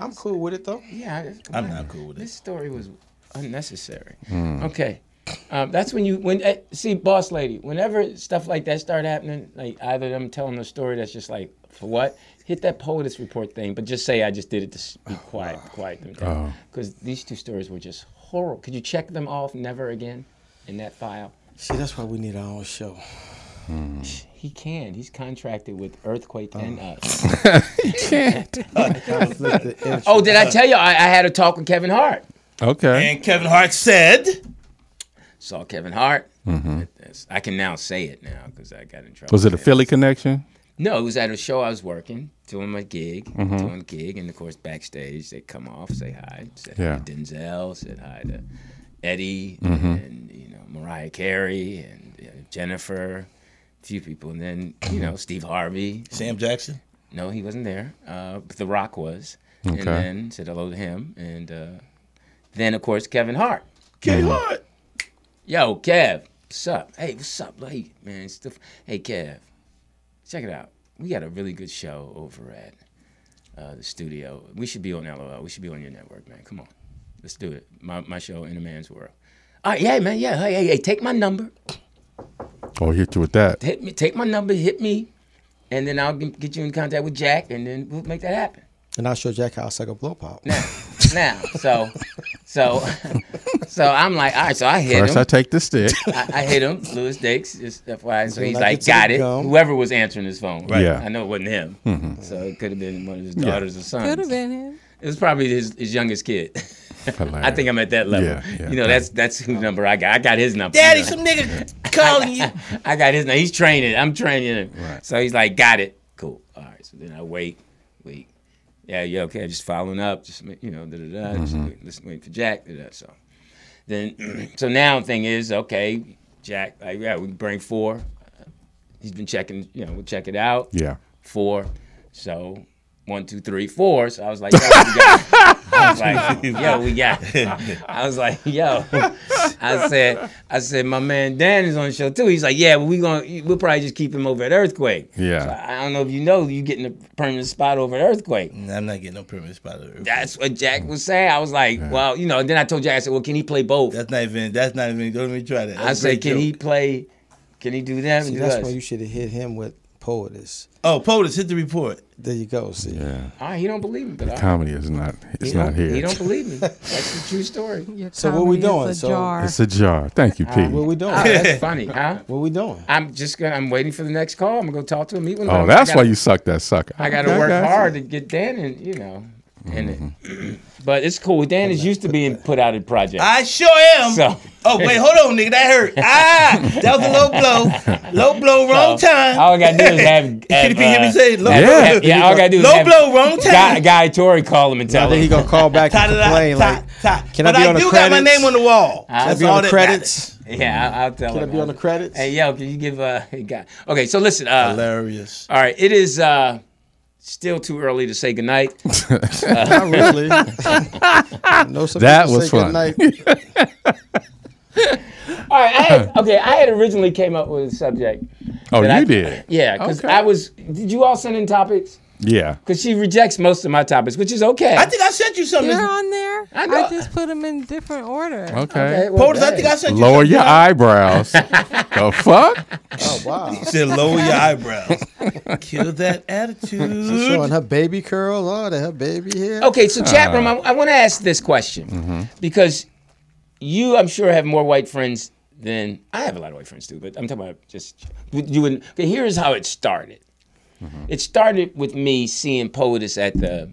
Speaker 3: I'm cool with it though.
Speaker 5: I-
Speaker 7: I'm not cool with it.
Speaker 5: This story was unnecessary. Okay. Um, that's when you when eh, see boss lady. Whenever stuff like that start happening, like either them telling a story that's just like for what, hit that POTUS report thing, but just say I just did it to s- be quiet, quiet them down. Because these two stories were just horrible. Could you check them off? Never again in that file.
Speaker 3: See, that's why we need our own show.
Speaker 6: Mm-hmm.
Speaker 5: He can. He's contracted with Earthquake and us. Oh, did I tell you I, I had a talk with Kevin Hart?
Speaker 6: Okay.
Speaker 7: And Kevin Hart said,
Speaker 5: Saw Kevin Hart. That's- I can now say it now because I got in trouble.
Speaker 6: Mm-hmm. Was it a
Speaker 5: Yeah.
Speaker 6: Philly connection?
Speaker 5: No, it was at a show I was working, doing my gig,
Speaker 6: Mm-hmm.
Speaker 5: doing a gig, and of course backstage they come off, say hi, said
Speaker 6: Yeah. Mm-hmm.
Speaker 5: hi to Denzel, said hi to Eddie, and you know Mariah Carey and you know, Jennifer, a few people, and then you know Steve Harvey.
Speaker 7: Sam Jackson.
Speaker 5: No, he wasn't there, uh, but The Rock was,
Speaker 6: Okay.
Speaker 5: and then said hello to him, and uh, then of course Kevin Hart. Mm-hmm.
Speaker 7: Kevin Hart.
Speaker 5: Yo, Kev, what's up? Hey, what's up? Hey, man, it's the, hey, Kev, check it out. We got a really good show over at uh, the studio. We should be on LOL. We should be on your network, man. Come on, let's do it. My my show, In a Man's World. All right, yeah, man, yeah. Hey, hey, hey, take my number.
Speaker 6: Oh, hit you with that.
Speaker 5: Hit me. Take my number. Hit me, and then I'll g- get you in contact with Jack, and then we'll make that happen.
Speaker 3: And I show Jack how I suck a blow pop.
Speaker 5: Now, now, so, so, so I'm like, all right. So I hit
Speaker 6: First,
Speaker 5: him.
Speaker 6: I take the stick.
Speaker 5: I, I hit him, Louis Dix, just FYI. So
Speaker 3: Then
Speaker 5: he's
Speaker 3: I
Speaker 5: like,
Speaker 3: get to the
Speaker 5: got it.
Speaker 3: gum.
Speaker 5: Whoever was answering his phone, right?
Speaker 6: Yeah. Mm-hmm.
Speaker 5: I know it wasn't him. So it could have been one of his
Speaker 6: Yeah.
Speaker 5: daughters or sons.
Speaker 4: Could have been him.
Speaker 5: It was probably his, his youngest kid. I think I'm at that level.
Speaker 6: Yeah, yeah.
Speaker 5: you know, that's that's whose number I got. I got his number.
Speaker 7: Daddy, some nigga calling you.
Speaker 5: I got his number. He's training. I'm training him.
Speaker 6: Right.
Speaker 5: So he's like, got it. Cool. All right. So then I wait, wait. Yeah, yeah, okay. Just following up. Just ma- you know, da da da. Just wait, just wait for Jack. Da, da, so then, so now thing is okay. Jack, like, yeah, we can bring four. He's been checking. You know, we'll check it out.
Speaker 6: Yeah.
Speaker 5: Four. So one, two, three, four. So I was like, yo, we got. I was like, yo, we got. I was like, yo. I said, I said, my man Dan is on the show too. He's like, yeah, well, we going we'll probably just keep him over at Earthquake.
Speaker 6: Yeah.
Speaker 5: So I don't know if you know, you getting a permanent spot over at Earthquake.
Speaker 7: Nah, I'm not getting no permits by the earth.
Speaker 5: That's what Jack was saying. I was like, well, you know. And then I told Jack, I said, well, can he play both?
Speaker 7: That's not even. That's not even. Don't even try that.
Speaker 5: I
Speaker 7: That's a
Speaker 5: said,
Speaker 7: great
Speaker 5: can he
Speaker 7: joke.
Speaker 5: play? Can he do them? and
Speaker 3: See,
Speaker 5: do
Speaker 3: that's
Speaker 5: us?
Speaker 3: why you should have hit him with poetess.
Speaker 7: Oh, POTUS, hit the report.
Speaker 3: There you go. See,
Speaker 6: Yeah.
Speaker 5: All right, he don't believe me, but I,
Speaker 6: Comedy is not. It's
Speaker 5: he
Speaker 6: not
Speaker 5: don't-
Speaker 6: here.
Speaker 5: He don't believe me. That's the true story.
Speaker 4: Your
Speaker 3: So what we
Speaker 4: comedy is
Speaker 3: doing?
Speaker 4: A
Speaker 3: So-
Speaker 4: jar.
Speaker 6: It's a jar. Thank you, Pete.
Speaker 3: what we doing?
Speaker 5: Oh, that's funny, huh?
Speaker 3: what we doing?
Speaker 5: I'm just gonna. I'm waiting for the next call. I'm gonna go talk to him. Meet with him.
Speaker 6: oh,
Speaker 5: I
Speaker 6: that's
Speaker 5: gotta-
Speaker 6: why you suck that sucker.
Speaker 5: I got to
Speaker 6: Okay,
Speaker 5: work
Speaker 6: guys.
Speaker 5: hard to get Dan in. You know, in
Speaker 3: Mm-hmm.
Speaker 5: it. But it's cool. Dan is used to being put out in projects.
Speaker 7: I sure am.
Speaker 5: So-
Speaker 7: Oh wait, hold on, nigga. That hurt. Ah, that was a low blow. Low blow, wrong
Speaker 5: So,
Speaker 7: time.
Speaker 5: All I gotta do is have. have,
Speaker 7: Kitty P hear me
Speaker 5: uh,
Speaker 7: say low
Speaker 6: Yeah.
Speaker 7: blow.
Speaker 5: have- yeah, all I gotta do is
Speaker 7: Low
Speaker 5: have
Speaker 7: blow, wrong time.
Speaker 5: Guy, guy Tory call him and
Speaker 3: I
Speaker 5: tell
Speaker 3: think he
Speaker 5: him.
Speaker 3: gonna call back
Speaker 7: Ta-
Speaker 3: and
Speaker 7: ta- ta-
Speaker 3: complain.
Speaker 7: ta-
Speaker 3: Like,
Speaker 7: ta.
Speaker 3: can I
Speaker 7: but
Speaker 3: be
Speaker 7: I,
Speaker 3: on the
Speaker 7: do got my
Speaker 3: credits?
Speaker 7: name on the wall.
Speaker 5: Can I
Speaker 7: That's
Speaker 3: be on
Speaker 7: all
Speaker 3: the
Speaker 7: that
Speaker 3: credits?
Speaker 7: matters.
Speaker 5: Yeah, I'll, I'll tell
Speaker 3: Can I
Speaker 5: him.
Speaker 3: be on the credits?
Speaker 5: Hey, yo, can you give uh, a guy? Okay, so listen. Uh,
Speaker 7: Hilarious.
Speaker 5: all right, it is uh, still too early to say goodnight.
Speaker 3: Not really. no, some
Speaker 6: That
Speaker 3: people
Speaker 6: was
Speaker 3: say good
Speaker 6: fun.
Speaker 3: night.
Speaker 5: All right, I had, okay, I had originally came up with a subject.
Speaker 6: Oh,
Speaker 5: that I-
Speaker 6: you did.
Speaker 5: Yeah, because
Speaker 6: Okay.
Speaker 5: I was. Did you all send in topics?
Speaker 6: Yeah.
Speaker 5: Because she rejects most of my topics, which is okay.
Speaker 7: I think I sent you something.
Speaker 4: You're on there. I,
Speaker 5: know.
Speaker 4: just put them in different order.
Speaker 6: Okay.
Speaker 5: well,
Speaker 7: POTUS, I
Speaker 5: hey.
Speaker 7: think I sent you
Speaker 6: Lower
Speaker 7: something.
Speaker 6: your eyebrows. Oh, the fuck?
Speaker 3: Oh wow.
Speaker 7: Said lower your eyebrows. Kill that attitude.
Speaker 3: Showing her baby curls. Oh, that her baby hair.
Speaker 5: Okay, so
Speaker 6: Uh,
Speaker 5: chat room, I, I want to ask this question because you, I'm sure, have more white friends than I have. A lot of white friends too, but I'm talking about just you. And okay, here's how it started. It started with me seeing Poetess at the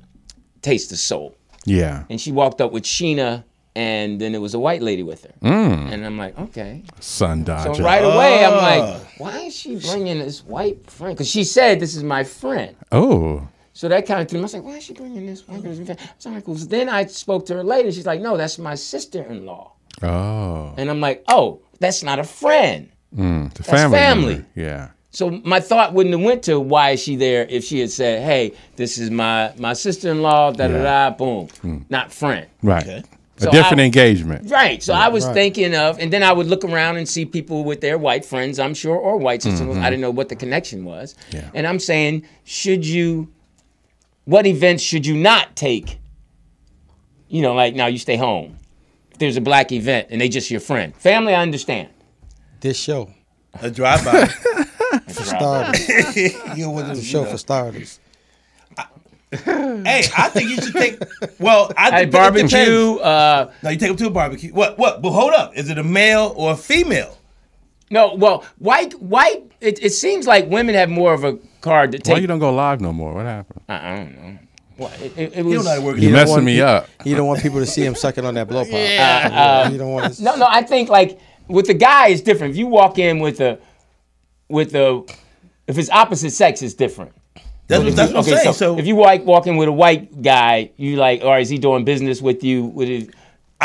Speaker 5: Taste of Soul,
Speaker 6: Yeah.
Speaker 5: and she walked up with Sheena, and then it was a white lady with her, and I'm like, okay.
Speaker 6: Sun
Speaker 5: So
Speaker 6: dodger. Oh.
Speaker 5: right away, I'm like, why is she bringing this white friend? Because she said this is my friend.
Speaker 6: Oh.
Speaker 5: So that kind of threw me. I was like, why is she bringing this white girl? It's not cool. So then I spoke to her later. She's like, no, that's my sister in law.
Speaker 6: Oh.
Speaker 5: And I'm like, oh, that's not a friend.
Speaker 6: Mm, the family.
Speaker 5: family.
Speaker 6: member. Yeah.
Speaker 5: So my thought wouldn't have went to why is she there if she had said, hey, this is my, my sister in law, da da da, boom, not friend.
Speaker 6: Right.
Speaker 7: Okay.
Speaker 6: A
Speaker 5: So
Speaker 6: different
Speaker 5: I-
Speaker 6: engagement.
Speaker 5: Right. So I was thinking of, and then I would look around and see people with their white friends, I'm sure, or white sisters. I didn't know what the connection was.
Speaker 6: Yeah.
Speaker 5: And I'm saying, should you, what events should you not take? You know, like now you stay home. If there's a black event and they just your friend, family, I understand.
Speaker 3: This show
Speaker 7: A drive by.
Speaker 3: starters.
Speaker 7: you know what
Speaker 3: The show for starters.
Speaker 7: Hey, I think you should take. Well, I
Speaker 5: Hey,
Speaker 7: think it depends.
Speaker 5: barbecue. Uh,
Speaker 7: No, you take them to a barbecue. What? What? But hold up. Is it a male or a Oh, female?
Speaker 5: No, well, white, white. It, it seems like women have more of a card to
Speaker 6: Why
Speaker 5: take.
Speaker 6: you don't go live no more? What happened?
Speaker 7: Uh-uh.
Speaker 5: I, I don't know. Well, it, it, it
Speaker 7: You
Speaker 5: was.
Speaker 7: know how to work.
Speaker 6: You
Speaker 7: it.
Speaker 6: messing
Speaker 3: want
Speaker 6: me
Speaker 3: pe-
Speaker 6: up.
Speaker 3: You don't want people to see him sucking on that blow pop.
Speaker 7: Uh, um,
Speaker 5: uh,
Speaker 3: you don't want to.
Speaker 5: No, no. I think like with the guy it's different. If you walk in with a, with a, if it's opposite sex, it's different.
Speaker 7: That's what, that's what I'm saying. So,
Speaker 5: if you like walking with a white guy, you like, or is he doing business with you? With his,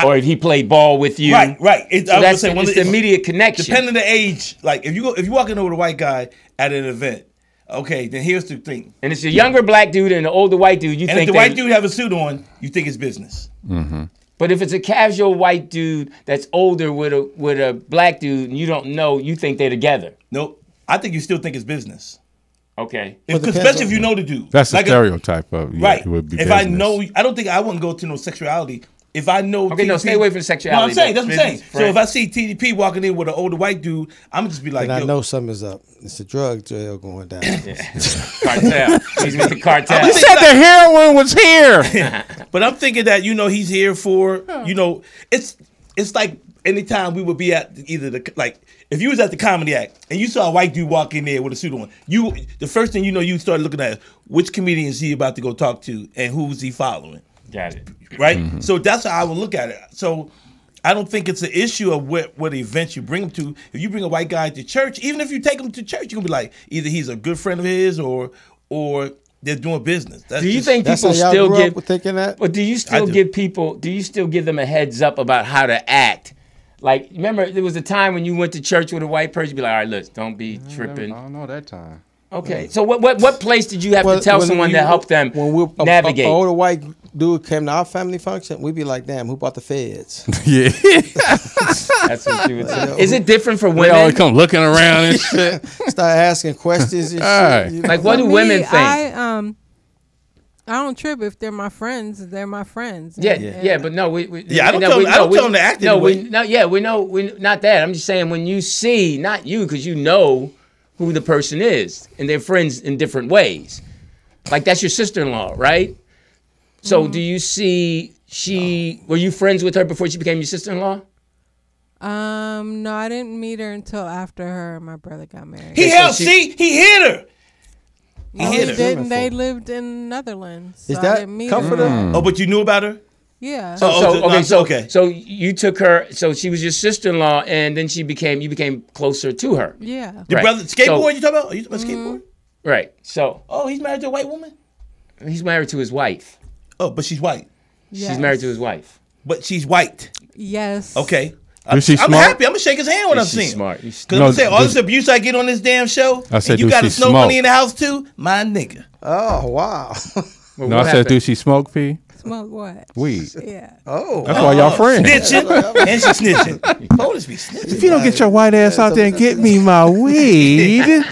Speaker 5: or if he played ball with you?
Speaker 7: right, right. It,
Speaker 5: So
Speaker 7: I was gonna
Speaker 5: that's
Speaker 7: say, one of
Speaker 5: it's
Speaker 7: the-
Speaker 5: the immediate connection.
Speaker 7: depending on the age, like if you go if you walk in with a white guy at an event, okay, then here's the thing.
Speaker 5: and it's a younger black dude and an older white dude. You
Speaker 7: And if
Speaker 5: think
Speaker 7: the
Speaker 5: they-
Speaker 7: white dude have a suit on, you think it's business.
Speaker 6: Mm-hmm.
Speaker 5: But if it's a casual white dude that's older with a with a black dude and you don't know, you think they're together.
Speaker 7: Nope. I think you still think it's business.
Speaker 5: Okay.
Speaker 7: If,
Speaker 3: depends
Speaker 7: especially
Speaker 3: on-
Speaker 7: if you know the dude.
Speaker 6: That's a
Speaker 7: Like, uh,
Speaker 6: stereotype of yeah,
Speaker 7: Right.
Speaker 6: It would be
Speaker 7: if I
Speaker 6: business.
Speaker 7: know, I don't think I wouldn't go to no sexuality. If I know,
Speaker 5: Okay, no, stay away from
Speaker 7: No, I'm
Speaker 5: sexuality,
Speaker 7: saying
Speaker 5: but
Speaker 7: that's what I'm saying.
Speaker 5: business,
Speaker 7: So if
Speaker 5: right.
Speaker 7: I see TDP walking in with an older white dude, I'm just be like,
Speaker 3: And I
Speaker 7: yo,
Speaker 3: know something's up. It's a drug jail going down.
Speaker 5: Cartel. He's with the cartel.
Speaker 6: He said the heroin was here.
Speaker 7: But I'm thinking that you know he's here for you know it's it's like anytime we would be at either the like if you was at the comedy act and you saw a white dude walk in there with a suit on you the first thing you know you start looking at which comedian is he about to go talk to and who's he following
Speaker 5: Got it.
Speaker 7: right so that's how I would look at it so I don't think it's an issue of what what events you bring him to if you bring a white guy to church even if you take him to church you can be like either he's a good friend of his or or they're doing business That's
Speaker 5: Do you
Speaker 7: just-
Speaker 5: think
Speaker 3: That's
Speaker 5: people
Speaker 3: how y'all
Speaker 5: still
Speaker 3: grew
Speaker 5: give
Speaker 3: up with thinking that.
Speaker 5: But do you still
Speaker 7: do.
Speaker 5: give people? Do you still give them a heads up about how to act? Like, remember, there was a time when you went to church with a white person. You'd be like, all right, look, don't be tripping.
Speaker 6: Mm, know that time.
Speaker 5: Okay. So what, what what place did you have to tell
Speaker 3: when
Speaker 5: someone
Speaker 3: you-
Speaker 5: to help them
Speaker 3: when we, a-
Speaker 5: navigate?
Speaker 3: A, older white dude came to our family function, we'd be like, "Damn, who bought the feds?"
Speaker 6: Yeah,
Speaker 5: That's what you would say. Is it different for women?
Speaker 6: oh, come looking around and shit.
Speaker 3: Start asking questions and shit.
Speaker 6: Alright.
Speaker 3: You-
Speaker 5: like, what do
Speaker 4: For me,
Speaker 5: women think?
Speaker 4: I um, I don't trip if they're my friends. They're my friends.
Speaker 5: Yeah,
Speaker 4: And-
Speaker 5: yeah, but no, we, we
Speaker 7: Yeah, I don't
Speaker 5: no,
Speaker 7: tell-
Speaker 5: we-
Speaker 7: I don't
Speaker 5: we-
Speaker 7: tell 'em to act
Speaker 5: No,
Speaker 7: any
Speaker 5: we,
Speaker 7: way.
Speaker 5: no, yeah, we know, we not that. I'm just saying when you see, not you, because you know who the person is, and they're friends in different ways. Like that's your sister-in-law, right? So do you see she? Were you friends with her before she became your sister-in-law?
Speaker 4: Um, no, I didn't meet her until after her and my brother got married.
Speaker 7: He
Speaker 5: Okay, so
Speaker 7: held,
Speaker 5: she-
Speaker 7: see, he hit her. He
Speaker 4: no,
Speaker 5: Oh,
Speaker 7: hit
Speaker 4: he
Speaker 7: her.
Speaker 4: didn't. They lived in Netherlands. So
Speaker 3: Is
Speaker 4: I
Speaker 3: that
Speaker 4: didn't meet
Speaker 3: comforter?
Speaker 4: Her.
Speaker 6: Mm.
Speaker 7: Oh, but you knew about her?
Speaker 4: Yeah.
Speaker 5: so
Speaker 7: Oh, th- no,
Speaker 5: okay,
Speaker 7: I'm-
Speaker 5: so
Speaker 7: okay.
Speaker 5: so you took her. So she was your sister-in-law, and then she became you became closer to her,
Speaker 4: yeah. Mm-hmm.
Speaker 7: Your
Speaker 5: Right.
Speaker 7: brother, skateboard,
Speaker 5: So-
Speaker 7: you talking about? Are you talking about skateboard?
Speaker 5: right? So
Speaker 7: Oh, he's married to a white woman?
Speaker 5: he's married to his wife.
Speaker 7: Oh, but she's white.
Speaker 5: She's married to his wife.
Speaker 7: But she's white.
Speaker 4: Yes.
Speaker 7: Okay. I'm,
Speaker 6: Is she
Speaker 7: I'm
Speaker 6: smart?
Speaker 7: happy. I'm gonna shake his hand when I'm
Speaker 5: she's
Speaker 7: seeing.
Speaker 5: smart.
Speaker 7: Because
Speaker 5: She's-
Speaker 7: I'm
Speaker 6: No,
Speaker 7: gonna say all
Speaker 6: does-
Speaker 7: this abuse I get on this damn show.
Speaker 6: I said,
Speaker 7: and you
Speaker 6: do
Speaker 7: got a
Speaker 6: she
Speaker 7: snow
Speaker 6: smoke?
Speaker 7: bunny in the house too, my nigga.
Speaker 3: Oh wow.
Speaker 5: Well,
Speaker 6: No,
Speaker 5: what
Speaker 6: I said,
Speaker 5: happened?
Speaker 6: do she smoke pee?
Speaker 4: Smoke what?
Speaker 6: Weed.
Speaker 4: Yeah.
Speaker 3: Oh,
Speaker 6: That's why y'all friends.
Speaker 7: Snitching and she snitching. Polish be snitching.
Speaker 6: If you don't get your white ass out there and get me my weed,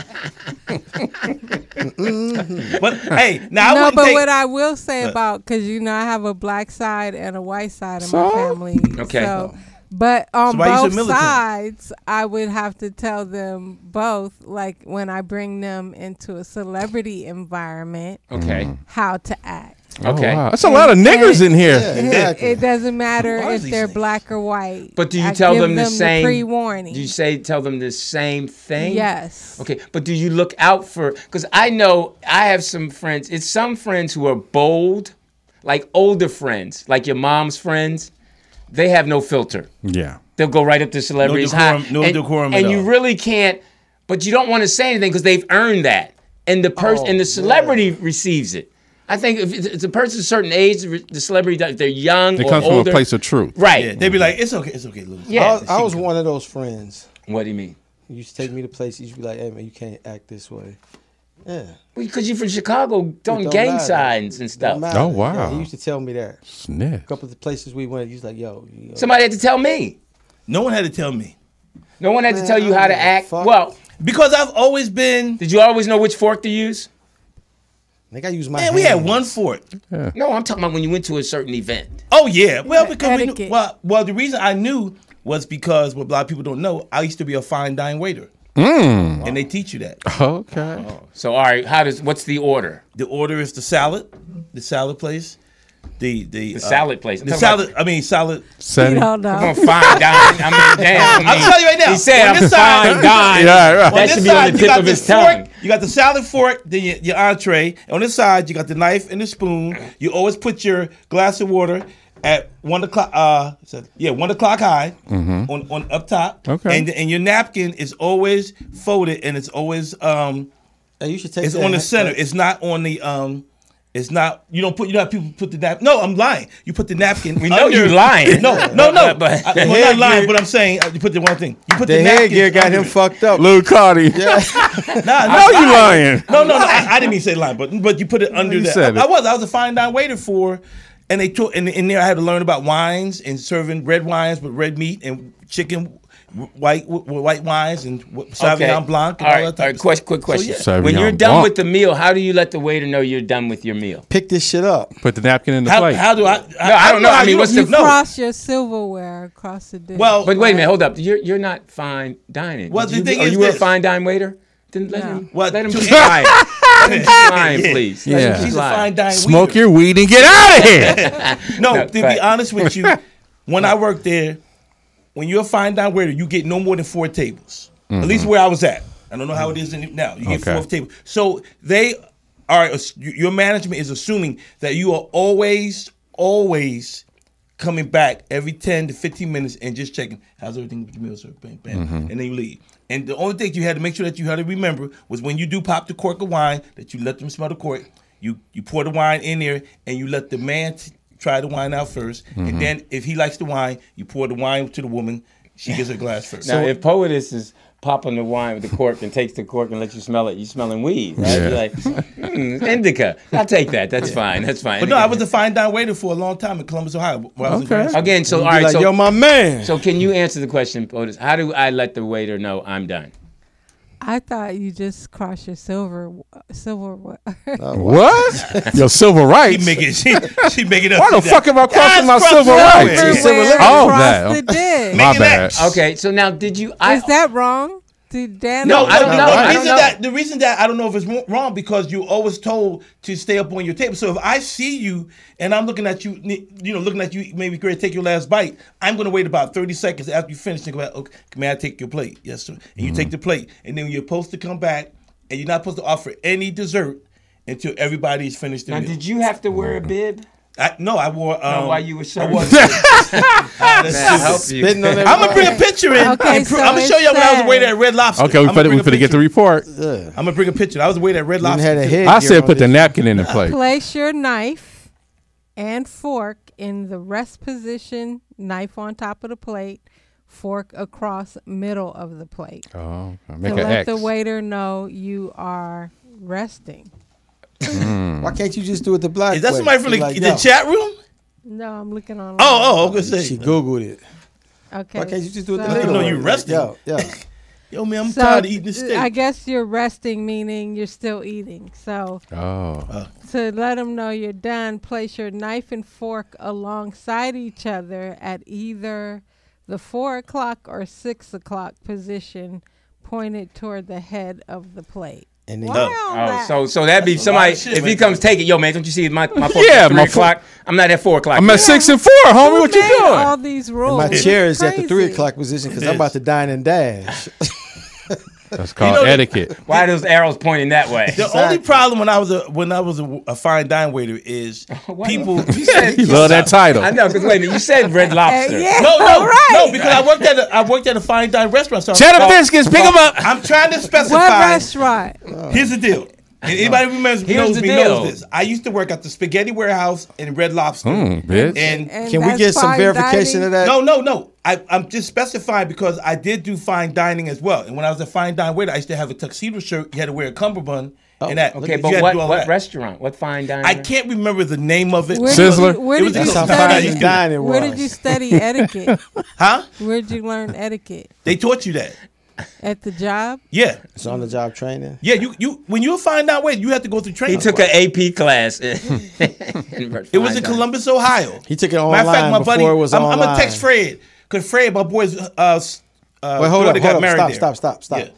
Speaker 3: Mm.
Speaker 7: But hey, now I
Speaker 4: no,
Speaker 7: wouldn't
Speaker 4: but
Speaker 7: take.
Speaker 4: what I will say about because you know I have a black side and a white side in
Speaker 6: So?
Speaker 4: my family.
Speaker 5: Okay.
Speaker 4: So, but on
Speaker 7: So why you so
Speaker 4: both
Speaker 7: militant?
Speaker 4: sides, I would have to tell them both, like when I bring them into a celebrity environment,
Speaker 5: Okay.
Speaker 4: how to act.
Speaker 5: Okay.
Speaker 6: Oh, wow. that's a lot of niggers in here.
Speaker 3: exactly.
Speaker 4: It doesn't matter
Speaker 7: Who are
Speaker 4: if
Speaker 7: these
Speaker 4: they're
Speaker 7: niggas?
Speaker 4: black or white.
Speaker 5: But do you
Speaker 4: I
Speaker 5: tell
Speaker 4: give
Speaker 5: them the same?
Speaker 4: pre-warning?
Speaker 5: Do you say tell them the same thing?
Speaker 4: yes.
Speaker 5: Okay, but do you look out for? Because I know I have some friends. It's some friends who are bold, like older friends, like your mom's friends. They have no filter.
Speaker 6: Yeah.
Speaker 5: They'll go right up to celebrities.
Speaker 7: decorum-
Speaker 5: high,
Speaker 7: no
Speaker 5: and,
Speaker 7: decorum at
Speaker 5: And you
Speaker 7: all.
Speaker 5: really can't. But you don't want to say anything because they've earned that, and the
Speaker 7: Oh,
Speaker 5: person and the celebrity receives it. I think if it's- it's a person's certain age, the celebrity, does- if they're young
Speaker 6: It
Speaker 5: or
Speaker 6: comes from
Speaker 5: older,
Speaker 6: a place of truth.
Speaker 5: right?
Speaker 7: Yeah, they'd be like, it's okay, it's okay, Louis.
Speaker 3: I
Speaker 5: Yeah.
Speaker 3: was, I was one of those friends.
Speaker 5: What do you mean?
Speaker 3: You used to take me to places. You'd be like, "Hey man, you can't act this way." Yeah.
Speaker 5: Because you're from Chicago, don't,
Speaker 3: don't
Speaker 5: gang
Speaker 3: matter.
Speaker 5: signs and
Speaker 3: Don't
Speaker 5: stuff.
Speaker 3: matter.
Speaker 6: Oh, wow.
Speaker 3: Yeah, he used to tell me that. A
Speaker 6: Snitch.
Speaker 3: couple of the places we went, he was like, "Yo, you know,
Speaker 5: Somebody had to tell me.
Speaker 7: No one had to tell me.
Speaker 5: No one had to tell you how to
Speaker 3: Man,
Speaker 5: act.
Speaker 3: fuck.
Speaker 5: Well,
Speaker 7: Because I've always been
Speaker 5: did you always know which fork to use?
Speaker 3: nigga, I use my."
Speaker 7: Man, we had
Speaker 3: hands."
Speaker 7: one for it.
Speaker 5: No, I'm talking about when you went to a certain event.
Speaker 7: Oh yeah. Well, because we knew,
Speaker 4: Etiquette.
Speaker 7: well, well, the reason I knew was because what a lot of people don't know, I used to be a fine dine waiter, and they teach you that.
Speaker 6: mm, Okay.
Speaker 5: So, all right, how does what's the order?
Speaker 7: The order is the salad, the salad place, the the, uh,
Speaker 5: The salad place. I'm
Speaker 7: The
Speaker 5: talking about-
Speaker 7: salad. I mean salad.
Speaker 6: Sonny.
Speaker 4: You don't
Speaker 5: I'm
Speaker 4: know.
Speaker 5: fine dining. I mean, damn. I
Speaker 7: I'm
Speaker 5: mean,
Speaker 7: telling you right now.
Speaker 5: He said
Speaker 7: on
Speaker 5: I'm
Speaker 7: this side-
Speaker 5: fine dining.
Speaker 6: Yeah,
Speaker 5: That
Speaker 6: right.
Speaker 7: this
Speaker 5: should be on the
Speaker 7: side, you
Speaker 5: tip
Speaker 7: got
Speaker 5: of
Speaker 7: the
Speaker 5: his
Speaker 7: fork,
Speaker 5: tongue.
Speaker 7: You got the salad fork, then your, your entree. On this side, you got the knife and the spoon. You always put your glass of water at one o'clock. Uh, so- yeah, one o'clock high on, on up top.
Speaker 6: Mm-hmm. Okay.
Speaker 7: And and your napkin is always folded and it's always um
Speaker 3: Hey, you should take.
Speaker 7: it's
Speaker 3: that
Speaker 7: on the
Speaker 3: and-
Speaker 7: center. It's not on the um. It's not. You don't put. You know how people put the napkin. No, I'm lying. You put the napkin.
Speaker 5: We know
Speaker 7: under-
Speaker 5: you're lying.
Speaker 7: No, no, no.
Speaker 5: But- but-
Speaker 7: I, am
Speaker 3: headgear-
Speaker 7: not lying, but I'm saying uh, you put the one thing. You put the,
Speaker 3: The
Speaker 7: napkin.
Speaker 3: headgear got him fucked up.
Speaker 6: Lil Cardi.
Speaker 7: Nah,
Speaker 6: No,
Speaker 7: no,
Speaker 6: you lying.
Speaker 7: No, no, no. I, I didn't mean to say line, but but you put it under
Speaker 6: you
Speaker 7: that.
Speaker 6: said
Speaker 7: I,
Speaker 6: it.
Speaker 7: I was. I was a fine dine waiter for, and they taught. And in there, I had to learn about wines and serving red wines with red meat and chicken, w- white w- white wines and w- Sauvignon Blanc and
Speaker 5: all
Speaker 7: all
Speaker 5: right,
Speaker 7: that
Speaker 5: all
Speaker 7: type
Speaker 5: right,
Speaker 7: of
Speaker 5: quick, quick question.
Speaker 7: So,
Speaker 6: yeah.
Speaker 5: when you're
Speaker 6: Sauvignon
Speaker 5: done
Speaker 6: Blanc.
Speaker 5: with the meal, how do you let the waiter know you're done with your meal?
Speaker 3: Pick this shit up.
Speaker 6: Put the napkin in the
Speaker 7: How,
Speaker 6: plate.
Speaker 7: how do I? No,
Speaker 5: I don't know. I mean, what's the-
Speaker 4: You
Speaker 5: No.
Speaker 4: cross your silverware across the dish.
Speaker 7: well?
Speaker 5: But wait a minute, hold up. You're you're not fine dining.
Speaker 7: Well,
Speaker 5: Did
Speaker 7: the
Speaker 5: you,
Speaker 7: thing
Speaker 5: are
Speaker 7: is
Speaker 5: you were a
Speaker 7: this.
Speaker 5: fine dine waiter? Then let
Speaker 4: No.
Speaker 5: him
Speaker 7: Well,
Speaker 5: let him
Speaker 7: to-
Speaker 5: keep lying. let him keep lying, please. Let him
Speaker 6: Yeah.
Speaker 5: keep
Speaker 7: She's a
Speaker 5: lying.
Speaker 7: fine dine.
Speaker 6: Smoke
Speaker 7: waiter.
Speaker 6: your weed and get out of here.
Speaker 7: No,
Speaker 5: No,
Speaker 7: to be
Speaker 5: fact.
Speaker 7: honest with you, when I worked there, when you're a fine dine waiter, you get no more than four tables. At least where I was at. I don't know how it is in, now. You get
Speaker 6: Mm-hmm. Okay.
Speaker 7: four tables. So they are. ass- Your management is assuming that you are always, always coming back every 10 to 15 minutes and just checking how's everything with your meal sir bam, bam.
Speaker 6: Mm-hmm.
Speaker 7: and then you leave and the only thing you had to make sure that you had to remember was when you do pop the cork of wine that you let them smell the cork you you pour the wine in there and you let the man t- try the wine out 1st
Speaker 3: Mm-hmm.
Speaker 7: and then if he likes the wine you pour the wine to the woman she gets her glass first
Speaker 5: Now, if Poetess is popping the wine with the cork and takes the cork and lets you smell it, you're smelling weed, right?
Speaker 6: Yeah.
Speaker 5: You're like, mm, indica. I'll take that. That's fine. That's fine.
Speaker 7: but no i was a fine dine waiter for a long time in columbus ohio while I was in
Speaker 6: Okay.
Speaker 7: graduate school.
Speaker 5: again. So all
Speaker 3: Be
Speaker 5: right.
Speaker 3: like,
Speaker 5: so,
Speaker 3: yo, my man.
Speaker 5: so can you answer the question, Poetess? How do I let the waiter know I'm done?
Speaker 4: I thought you just cross your silver silverware.
Speaker 6: what? Your civil rights.
Speaker 7: she make it she, she make it up
Speaker 6: Why the
Speaker 7: to that.
Speaker 6: fuck am I crossing my
Speaker 7: Guys,
Speaker 6: civil
Speaker 7: cross
Speaker 6: rights?
Speaker 7: your
Speaker 4: Silverware
Speaker 6: All
Speaker 4: across
Speaker 6: that.
Speaker 4: the dish.
Speaker 6: My
Speaker 7: Make it
Speaker 6: bad.
Speaker 7: X.
Speaker 5: Okay. So now, did you? I,
Speaker 4: Is that wrong? Did Dan?
Speaker 5: No, I don't
Speaker 7: the,
Speaker 5: know.
Speaker 7: the
Speaker 5: I don't
Speaker 7: reason
Speaker 5: know.
Speaker 7: that the reason that I don't know if it's wrong- wrong because you always told to stay up on your table. So if I see you and I'm looking at you, you know, looking at you, maybe great, take your last bite. I'm going to wait about 30 seconds after you finish. Think about, okay, may I take your plate? Yes, sir. And you
Speaker 5: Mm-hmm.
Speaker 7: take the plate, and then you're supposed to come back, and you're not supposed to offer any dessert until everybody's finished their
Speaker 5: Now,
Speaker 7: meal.
Speaker 5: did you have to wear a bib?
Speaker 7: I, no, I wore. Um,
Speaker 5: Now, while you were serving,
Speaker 7: I'm
Speaker 3: Spitting on
Speaker 7: gonna bring a picture in.
Speaker 4: Okay,
Speaker 7: and pro-
Speaker 4: so
Speaker 7: I'm gonna show
Speaker 4: it
Speaker 7: y'all when I was
Speaker 4: says-
Speaker 7: away at Red Lobster.
Speaker 6: Okay, we
Speaker 7: I'm gonna
Speaker 6: finna, we
Speaker 7: bring a
Speaker 6: finna get
Speaker 7: picture.
Speaker 6: the report.
Speaker 7: I'm gonna bring a picture. I was away at Red
Speaker 3: Even
Speaker 7: Lobster.
Speaker 3: had a
Speaker 7: too.
Speaker 3: head
Speaker 6: I said put the napkin in the plate.
Speaker 4: Place your knife and fork in the rest position. Knife on top of the plate, fork across middle of the plate.
Speaker 6: Oh, okay.
Speaker 4: to
Speaker 6: make an
Speaker 4: let
Speaker 6: X.
Speaker 4: the waiter know you are resting.
Speaker 3: Why can't you just do it the black
Speaker 7: Is that
Speaker 3: way?
Speaker 7: somebody from
Speaker 3: Be
Speaker 7: the,
Speaker 3: like,
Speaker 7: the
Speaker 3: yo.
Speaker 7: chat room?
Speaker 4: No, I'm looking on.
Speaker 7: Oh, oh, I'm gonna
Speaker 3: She
Speaker 7: say.
Speaker 3: googled it.
Speaker 4: oh, okay.
Speaker 3: Why can't you just do it the
Speaker 4: so-
Speaker 3: other
Speaker 7: know
Speaker 3: way?
Speaker 7: you
Speaker 3: Like,
Speaker 7: resting.
Speaker 3: Yo, yo.
Speaker 7: Yo, man, I'm
Speaker 4: So,
Speaker 7: tired of eating this
Speaker 4: I
Speaker 7: steak.
Speaker 4: guess you're resting, meaning you're still eating. So
Speaker 7: Uh.
Speaker 6: oh,
Speaker 4: to let them know you're done, place your knife and fork alongside each other at either the four o'clock or six o'clock position, pointed toward the head of the plate.
Speaker 3: And then
Speaker 4: Why
Speaker 3: you
Speaker 4: all
Speaker 5: Oh,
Speaker 4: that?
Speaker 5: so so that'd be
Speaker 7: lot
Speaker 5: somebody.
Speaker 7: of shit
Speaker 5: if he
Speaker 7: right
Speaker 5: comes, take it. Yo, man, don't you see my my four,
Speaker 6: Yeah,
Speaker 5: three
Speaker 6: my four-
Speaker 5: o'clock? I'm not at four o'clock.
Speaker 6: I'm at six and four, homie.
Speaker 4: Who
Speaker 6: What you
Speaker 4: made
Speaker 6: doing?
Speaker 4: All
Speaker 7: Oh,
Speaker 4: these rules.
Speaker 3: my
Speaker 4: It's
Speaker 3: chair is at the
Speaker 4: crazy.
Speaker 3: three o'clock position because I'm about to dine and dash.
Speaker 6: That's called
Speaker 7: know-
Speaker 6: etiquette.
Speaker 5: Why are those arrows pointing that way?
Speaker 7: The only problem when I was a when I was a, a fine dine waiter is people.
Speaker 5: You said-
Speaker 6: You love that title.
Speaker 5: I know. Because wait a minute, you said red
Speaker 4: Uh,
Speaker 5: lobster.
Speaker 4: yeah,
Speaker 7: No, no,
Speaker 4: right.
Speaker 7: no, because I worked at a, I worked at a fine dine restaurant. So I'm-
Speaker 6: Cheddar
Speaker 7: so-
Speaker 6: biscuits, pick 'em up.
Speaker 7: I'm trying to
Speaker 4: What
Speaker 7: specify.
Speaker 4: restaurant?
Speaker 7: Here's the deal. And anybody who remembers
Speaker 5: Here's
Speaker 7: knows
Speaker 5: the
Speaker 7: me
Speaker 5: deal.
Speaker 7: knows this. I used to work at the Spaghetti Warehouse in Red Lobster,
Speaker 6: Mm, bitch.
Speaker 7: and
Speaker 4: And
Speaker 3: Can we
Speaker 4: that's
Speaker 3: get some
Speaker 4: fine
Speaker 3: verification
Speaker 4: dining.
Speaker 3: of that?
Speaker 7: No, no, no. I, I'm just specifying because I did do fine dining as well. And when I was a fine dine waiter, I used to have a tuxedo shirt. You had to wear a cummerbund
Speaker 3: Oh,
Speaker 7: and that.
Speaker 5: Okay,
Speaker 7: you had
Speaker 5: but
Speaker 7: to
Speaker 5: what
Speaker 7: do all
Speaker 5: what
Speaker 7: that.
Speaker 5: restaurant? What fine dining?
Speaker 7: I can't remember the name of it.
Speaker 4: Where
Speaker 6: Sizzler?
Speaker 4: Did you, where
Speaker 7: It was
Speaker 4: did you
Speaker 7: just
Speaker 3: That's how fine
Speaker 4: study?
Speaker 3: and dining was.
Speaker 4: Where did you study etiquette?
Speaker 7: Huh?
Speaker 4: Where did you learn etiquette
Speaker 7: They taught you that.
Speaker 4: at the job?
Speaker 7: Yeah.
Speaker 3: It's on the job training.
Speaker 7: Yeah, you you when you find out where you have to go through
Speaker 5: He
Speaker 7: training.
Speaker 5: took an AP class. in- in red
Speaker 7: it was
Speaker 5: fine
Speaker 7: in
Speaker 5: dining.
Speaker 7: Columbus, Ohio.
Speaker 3: He took it
Speaker 7: Matter
Speaker 3: online
Speaker 7: of fact, my
Speaker 3: before
Speaker 7: buddy,
Speaker 3: it was
Speaker 7: I'm, I'm
Speaker 3: online.
Speaker 7: gonna text Fred because Fred, my boy's uh, s- uh
Speaker 3: Wait, hold
Speaker 7: daughter
Speaker 3: up,
Speaker 7: got
Speaker 3: hold up.
Speaker 7: married
Speaker 3: Stop,
Speaker 7: there.
Speaker 3: stop, stop, stop.
Speaker 7: Yeah.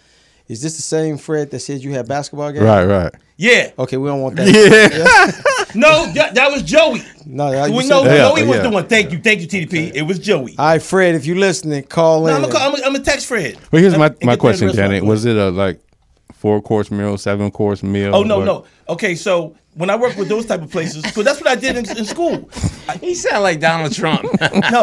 Speaker 3: Is this the same Fred that said you had basketball games?
Speaker 6: Right, right.
Speaker 7: Yeah.
Speaker 3: Okay, we don't want that.
Speaker 6: Yeah.
Speaker 7: No, that, that was Joey.
Speaker 3: No, that- you
Speaker 7: we
Speaker 3: said
Speaker 7: know
Speaker 3: that.
Speaker 7: Joey was
Speaker 6: Yeah,
Speaker 7: the
Speaker 6: yeah.
Speaker 7: one. Thank you, thank you, TDP. It was Joey.
Speaker 3: All right, Fred, if you listening, call
Speaker 7: No,
Speaker 3: in.
Speaker 7: I'm gonna I'm I'm text Fred.
Speaker 6: But here's
Speaker 7: And-
Speaker 6: my,
Speaker 7: and get
Speaker 6: my
Speaker 7: that
Speaker 6: question,
Speaker 7: restaurant
Speaker 6: Janet.
Speaker 7: food.
Speaker 6: Was it a like four course meal, seven course meal?
Speaker 7: Oh no
Speaker 6: or-
Speaker 7: no. Okay, so when I work with those type of places, because that's what I did in, in school.
Speaker 5: He sound like Donald Trump.
Speaker 7: No,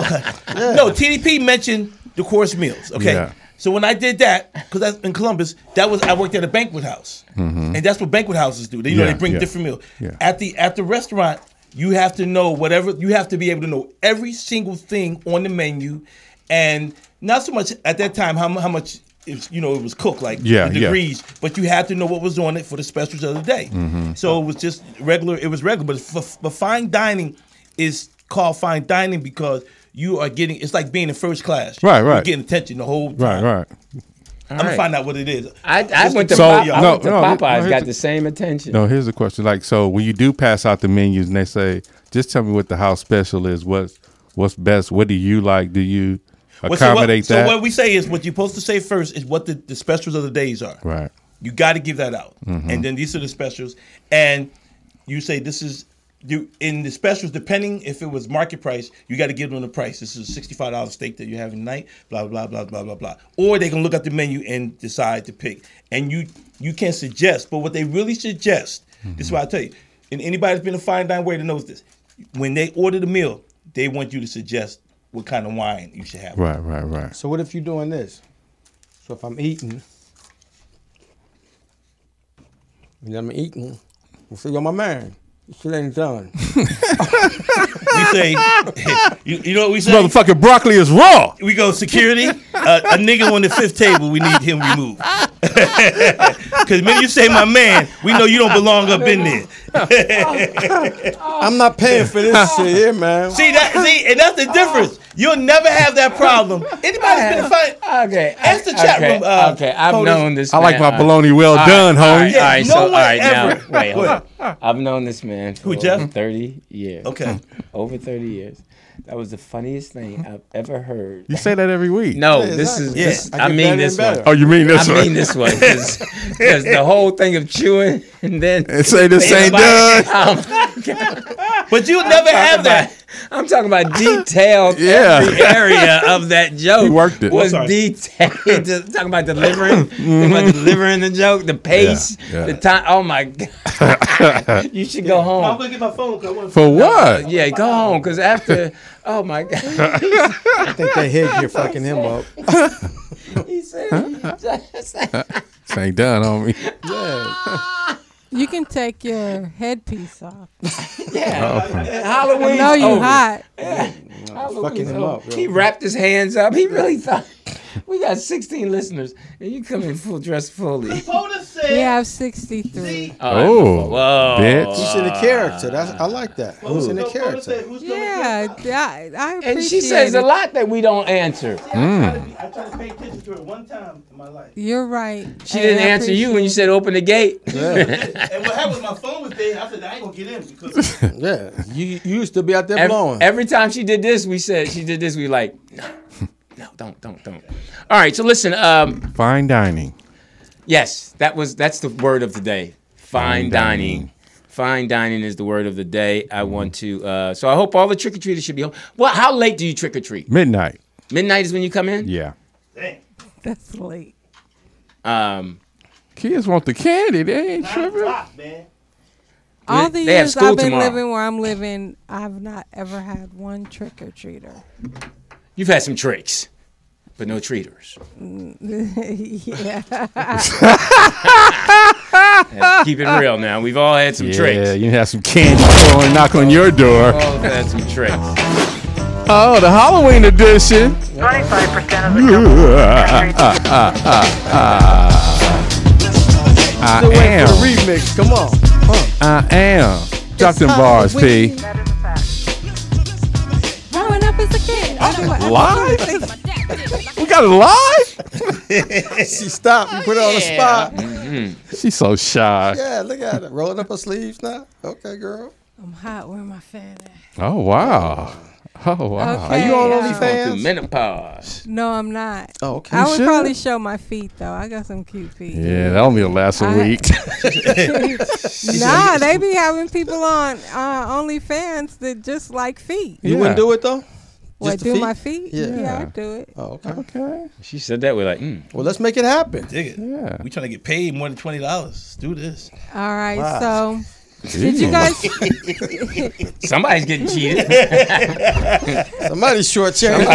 Speaker 7: no. TDP mentioned the course meals. Okay.
Speaker 6: Yeah.
Speaker 7: So when I did that, because that's in Columbus, that was I worked at a banquet house,
Speaker 3: Mm-hmm.
Speaker 7: and that's what banquet houses do. They you know
Speaker 6: Mm-hmm. Yeah,
Speaker 7: they bring
Speaker 6: yeah.
Speaker 7: different meals.
Speaker 6: Yeah.
Speaker 7: At the at the restaurant, you have to know whatever you have to be able to know every single thing on the menu, and not so much at that time how mu- how much. It was, you know, it was cooked like
Speaker 6: Yeah,
Speaker 7: the
Speaker 6: yeah.
Speaker 7: degrees, but you had to know what was on it for the specials of the day.
Speaker 6: Mm-hmm.
Speaker 7: So it was just regular. It was regular, but for, but fine dining is called fine dining because you are getting. It's like being in first class.
Speaker 6: Right,
Speaker 7: You're
Speaker 6: right.
Speaker 7: getting attention the whole
Speaker 6: Right,
Speaker 7: time.
Speaker 6: right.
Speaker 7: I'm
Speaker 5: All
Speaker 7: gonna
Speaker 5: right.
Speaker 7: find out what it is.
Speaker 5: I, I went to,
Speaker 6: So,
Speaker 5: Pop- I
Speaker 6: no,
Speaker 5: went to
Speaker 6: no, no,
Speaker 5: Popeyes,
Speaker 6: here's
Speaker 5: got
Speaker 6: the-
Speaker 5: the same attention.
Speaker 6: No, here's the question. Like, so when you do pass out the menus and they say, "Just tell me what the house special is. What's what's best? What do you like? Do you
Speaker 7: Well, so what-
Speaker 6: accommodate
Speaker 7: so
Speaker 6: that?"
Speaker 7: what we say is what you're supposed to say first is what the, the specials of the days are.
Speaker 6: right. Mm-hmm.
Speaker 7: You got to give that out, and then these are the specials, and you say this is. You, in the specials, depending if it was market price, you got to give them the price. This is a sixty-five dollar steak that you have tonight. Blah blah blah blah blah blah. Or they can look at the menu and decide to pick. And you you can suggest, but what they really suggest, this
Speaker 6: Mm-hmm.
Speaker 7: is what I tell you. And anybody that's been a fine dine waiter knows this. When they order the meal, they want you to suggest what kind of wine you should have.
Speaker 6: Right. Right. Right.
Speaker 3: So what if you doing this? So if I'm eating, and I'm eating, I say, yo, my man, this shit ain't done.
Speaker 7: We say, you, you know what we say,
Speaker 6: Motherfucking broccoli is raw.
Speaker 7: We go security. uh, a nigga on the fifth table. We need him removed. Because when you say my man, we know you don't belong up in there.
Speaker 3: I'm not paying for this shit here, man.
Speaker 7: See that? See, and that's the difference. You'll never have that problem. Anybody's been fine.
Speaker 5: Okay.
Speaker 7: Ask the chat
Speaker 5: okay,
Speaker 7: room, uh,
Speaker 5: okay, I've
Speaker 7: POTUS.
Speaker 5: known this.
Speaker 6: I like
Speaker 5: man.
Speaker 6: my bologna well
Speaker 5: All right,
Speaker 6: done,
Speaker 5: all right,
Speaker 6: homie.
Speaker 5: all right,
Speaker 7: Yeah,
Speaker 5: so,
Speaker 7: no
Speaker 5: all
Speaker 7: one
Speaker 5: right,
Speaker 7: ever-
Speaker 5: now, wait, hold
Speaker 7: What?
Speaker 5: on. I've known this man for
Speaker 7: Jeff?
Speaker 5: 30 years.
Speaker 7: Okay.
Speaker 5: Over 30 years. That was the funniest thing I've ever heard.
Speaker 6: You say that every week.
Speaker 5: No,
Speaker 3: Yeah,
Speaker 5: this is
Speaker 3: exactly.
Speaker 5: this.
Speaker 3: Yeah, I
Speaker 5: I
Speaker 3: get
Speaker 5: mean
Speaker 3: better
Speaker 5: this
Speaker 3: and
Speaker 5: one.
Speaker 3: better.
Speaker 6: Oh, you mean this
Speaker 5: I
Speaker 6: one?
Speaker 5: mean this one because the whole thing of chewing and then
Speaker 6: and say this ain't
Speaker 5: Everybody-
Speaker 6: done.
Speaker 7: But you'll never have that.
Speaker 5: I'm talking about detailed
Speaker 6: Yeah.
Speaker 5: every area of that joke.
Speaker 6: You worked it.
Speaker 5: Was
Speaker 7: I'm sorry.
Speaker 5: detailed. Just talking about delivering, talking about delivering the joke, the pace,
Speaker 6: yeah.
Speaker 5: the time. Oh my god! you should go
Speaker 7: I'm
Speaker 5: home.
Speaker 7: gonna get my phone. 'cause I wanna-
Speaker 6: For what?
Speaker 5: Yeah, go home because after. Oh my god!
Speaker 3: I think they hit you fucking him up.
Speaker 5: He said. just-
Speaker 6: This ain't done, homie.
Speaker 4: You can take your headpiece off.
Speaker 5: Yeah, Halloween.
Speaker 4: No, you hot.
Speaker 3: fucking him up, yo.
Speaker 5: He wrapped his hands up. He really thought we got 16 listeners, and you come in full dress fully.
Speaker 7: POTUS said-
Speaker 4: We have 63.
Speaker 6: Oh,
Speaker 5: Whoa.
Speaker 3: He's
Speaker 6: bitch.
Speaker 3: in a character. That's I like that. He's in a
Speaker 7: POTUS said,
Speaker 3: character.
Speaker 7: who's doing
Speaker 4: Yeah, I, I appreciate
Speaker 5: And she says
Speaker 4: it.
Speaker 5: a lot that we don't answer.
Speaker 7: it? I tried to pay attention to it one time in my life.
Speaker 4: You're right.
Speaker 5: She didn't answer you when you said open the gate.
Speaker 7: And what happened was my phone was dead. I said, I ain't gonna get in because
Speaker 3: Yeah, you, you used to be out there
Speaker 5: Ev-
Speaker 3: blowing.
Speaker 5: Every, time she did this, we said she did this. We like, no, no, don't, don't, don't. All right. So listen. Um,
Speaker 6: Fine dining.
Speaker 5: yes, that was that's the word of the day. Fine
Speaker 6: Fine dining.
Speaker 5: dining. Fine dining is the word of the day. I want to. Uh, so I hope all the trick or treaters should be home. Well, how late do you trick or treat?
Speaker 6: Midnight.
Speaker 5: Midnight is when you come in.
Speaker 6: Yeah.
Speaker 7: dang.
Speaker 4: That's late.
Speaker 5: Um,
Speaker 6: Kids want the candy. They ain't tripping.
Speaker 7: Fuck, man.
Speaker 4: All the
Speaker 5: They have
Speaker 4: years
Speaker 5: school
Speaker 4: I've been
Speaker 5: tomorrow.
Speaker 4: living where I'm living, I've not ever had one trick or treater.
Speaker 5: you've had some tricks, but no treaters.
Speaker 4: yeah.
Speaker 5: Let's keep it real now. We've all had some
Speaker 6: Yeah,
Speaker 5: tricks.
Speaker 6: you have some candy store and knock on your door.
Speaker 5: We've all had some tricks.
Speaker 6: Oh, the Halloween edition.
Speaker 9: 25% of the
Speaker 6: Ah, ah, ah, ah, ah. I
Speaker 3: Wait for the
Speaker 6: am.
Speaker 3: remix. Come on.
Speaker 6: I am. Drop them bars, P.
Speaker 9: That is a fact.
Speaker 4: Growing up as a kid. I don't know
Speaker 6: Live?
Speaker 4: what-
Speaker 6: We got it live?
Speaker 3: She stopped and put it on the spot.
Speaker 6: She's so shy.
Speaker 3: Yeah, look at it. Rolling up her sleeves now. Okay, girl.
Speaker 4: I'm hot. Where my fan at?
Speaker 6: Oh, wow. Oh wow.
Speaker 4: Okay,
Speaker 3: Are you on
Speaker 4: uh,
Speaker 5: Going through
Speaker 3: OnlyFans?
Speaker 5: menopause.
Speaker 4: No, I'm not.
Speaker 3: Oh, okay.
Speaker 4: I
Speaker 3: You
Speaker 4: would
Speaker 3: should.
Speaker 4: probably show my feet though. I got some cute feet.
Speaker 6: Yeah, that only last a
Speaker 4: I-
Speaker 6: week.
Speaker 4: nah, they be having people on uh, OnlyFans that just like feet.
Speaker 3: You wouldn't
Speaker 6: Yeah.
Speaker 3: do it though.
Speaker 4: Like
Speaker 3: the
Speaker 4: do
Speaker 3: feet?
Speaker 4: my feet?
Speaker 3: Yeah.
Speaker 4: Yeah, I do it.
Speaker 3: Oh, okay.
Speaker 6: Okay.
Speaker 5: She said that with like, mm.
Speaker 3: Well, let's make it happen.
Speaker 7: Dig it.
Speaker 6: Yeah.
Speaker 7: We trying to get paid more than twenty dollars. Do this.
Speaker 4: All right. So
Speaker 3: Wow.
Speaker 4: did you guys?
Speaker 5: somebody's getting cheated.
Speaker 3: Somebody's short change.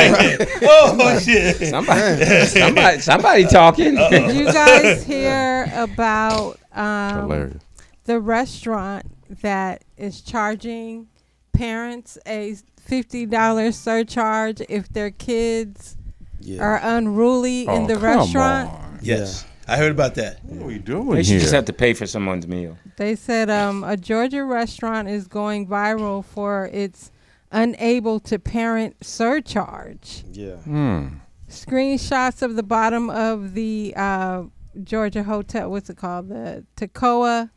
Speaker 7: oh shit.
Speaker 5: somebody, somebody, somebody talking.
Speaker 4: Did you guys hear about um,
Speaker 6: Hilarious.
Speaker 4: the restaurant that is charging parents a fifty dollars surcharge if their kids
Speaker 3: Yeah.
Speaker 4: are unruly
Speaker 5: Oh,
Speaker 4: in the restaurant?
Speaker 7: Oh, Yes. I heard about that.
Speaker 6: What are you doing
Speaker 5: They should just
Speaker 6: here?
Speaker 5: have to pay for someone's meal.
Speaker 4: They said um, a Georgia restaurant is going viral for its unable to parent surcharge.
Speaker 3: Yeah.
Speaker 6: Hmm.
Speaker 4: Screenshots of the bottom of the uh, Georgia hotel, what's it called? The Tacoa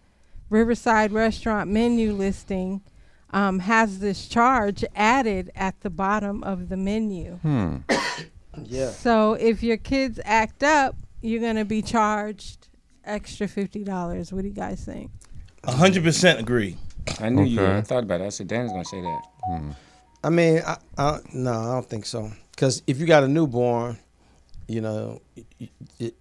Speaker 4: Riverside Restaurant menu listing um, has this charge added at the bottom of the menu.
Speaker 3: Yeah.
Speaker 4: So if your kids act up, you're going to be charged extra $50. What do you guys think?
Speaker 7: hundred percent agree.
Speaker 5: I knew you.
Speaker 6: Okay.
Speaker 5: I thought about it. I said Dan's gonna say that.
Speaker 7: Hmm.
Speaker 3: I mean, I, I, no, I don't think so. Because if you got a newborn, you know, y- y-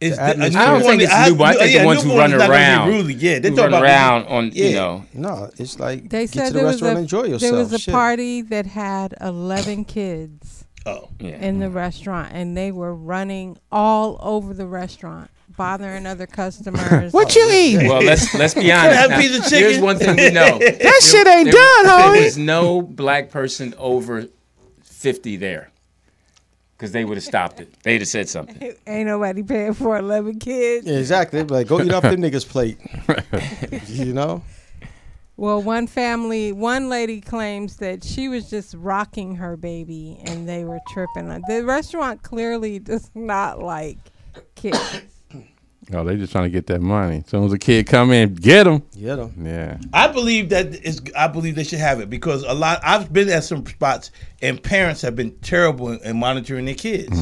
Speaker 7: It's
Speaker 3: The atmosphere-
Speaker 5: I don't think it's
Speaker 7: I-
Speaker 5: new. I think
Speaker 7: yeah,
Speaker 5: the ones who
Speaker 7: newborn's
Speaker 5: run
Speaker 7: not gonna be
Speaker 5: around,
Speaker 7: Rude. Yeah, they
Speaker 5: who
Speaker 7: talk
Speaker 5: run
Speaker 7: about
Speaker 5: around on
Speaker 3: yeah,
Speaker 5: you know.
Speaker 3: no, it's like
Speaker 4: They
Speaker 3: get
Speaker 4: said
Speaker 3: to the
Speaker 4: there was,
Speaker 3: restaurant
Speaker 4: a,
Speaker 3: and enjoy yourself.
Speaker 4: there was a
Speaker 3: Shit.
Speaker 4: party that had 11 kids
Speaker 7: Oh,
Speaker 5: Yeah.
Speaker 4: in
Speaker 3: Mm.
Speaker 4: the restaurant and they were running all over the restaurant, bothering other customers. what you eat?
Speaker 5: Well, let's let's be honest.
Speaker 7: Have a
Speaker 5: now.
Speaker 7: piece of
Speaker 5: Here's
Speaker 7: chicken.
Speaker 5: one thing we know. that
Speaker 6: shit ain't done,
Speaker 5: There was no black person over fifty there, because they would have stopped it. They'd have said something.
Speaker 4: Ain't nobody paying for 11 kids.
Speaker 3: Yeah, exactly. Like, go eat off them niggas' plate. you know?
Speaker 4: Well, one family, one lady claims that she was just rocking her baby and they were tripping. The restaurant clearly does not like kids.
Speaker 6: Oh, they just trying to get that money. As soon as a kid come in, get them.
Speaker 3: Yeah, though.
Speaker 6: Yeah.
Speaker 7: I believe that is. I believe they should have it because a lot. I've been at some spots and parents have been terrible in, in monitoring their kids.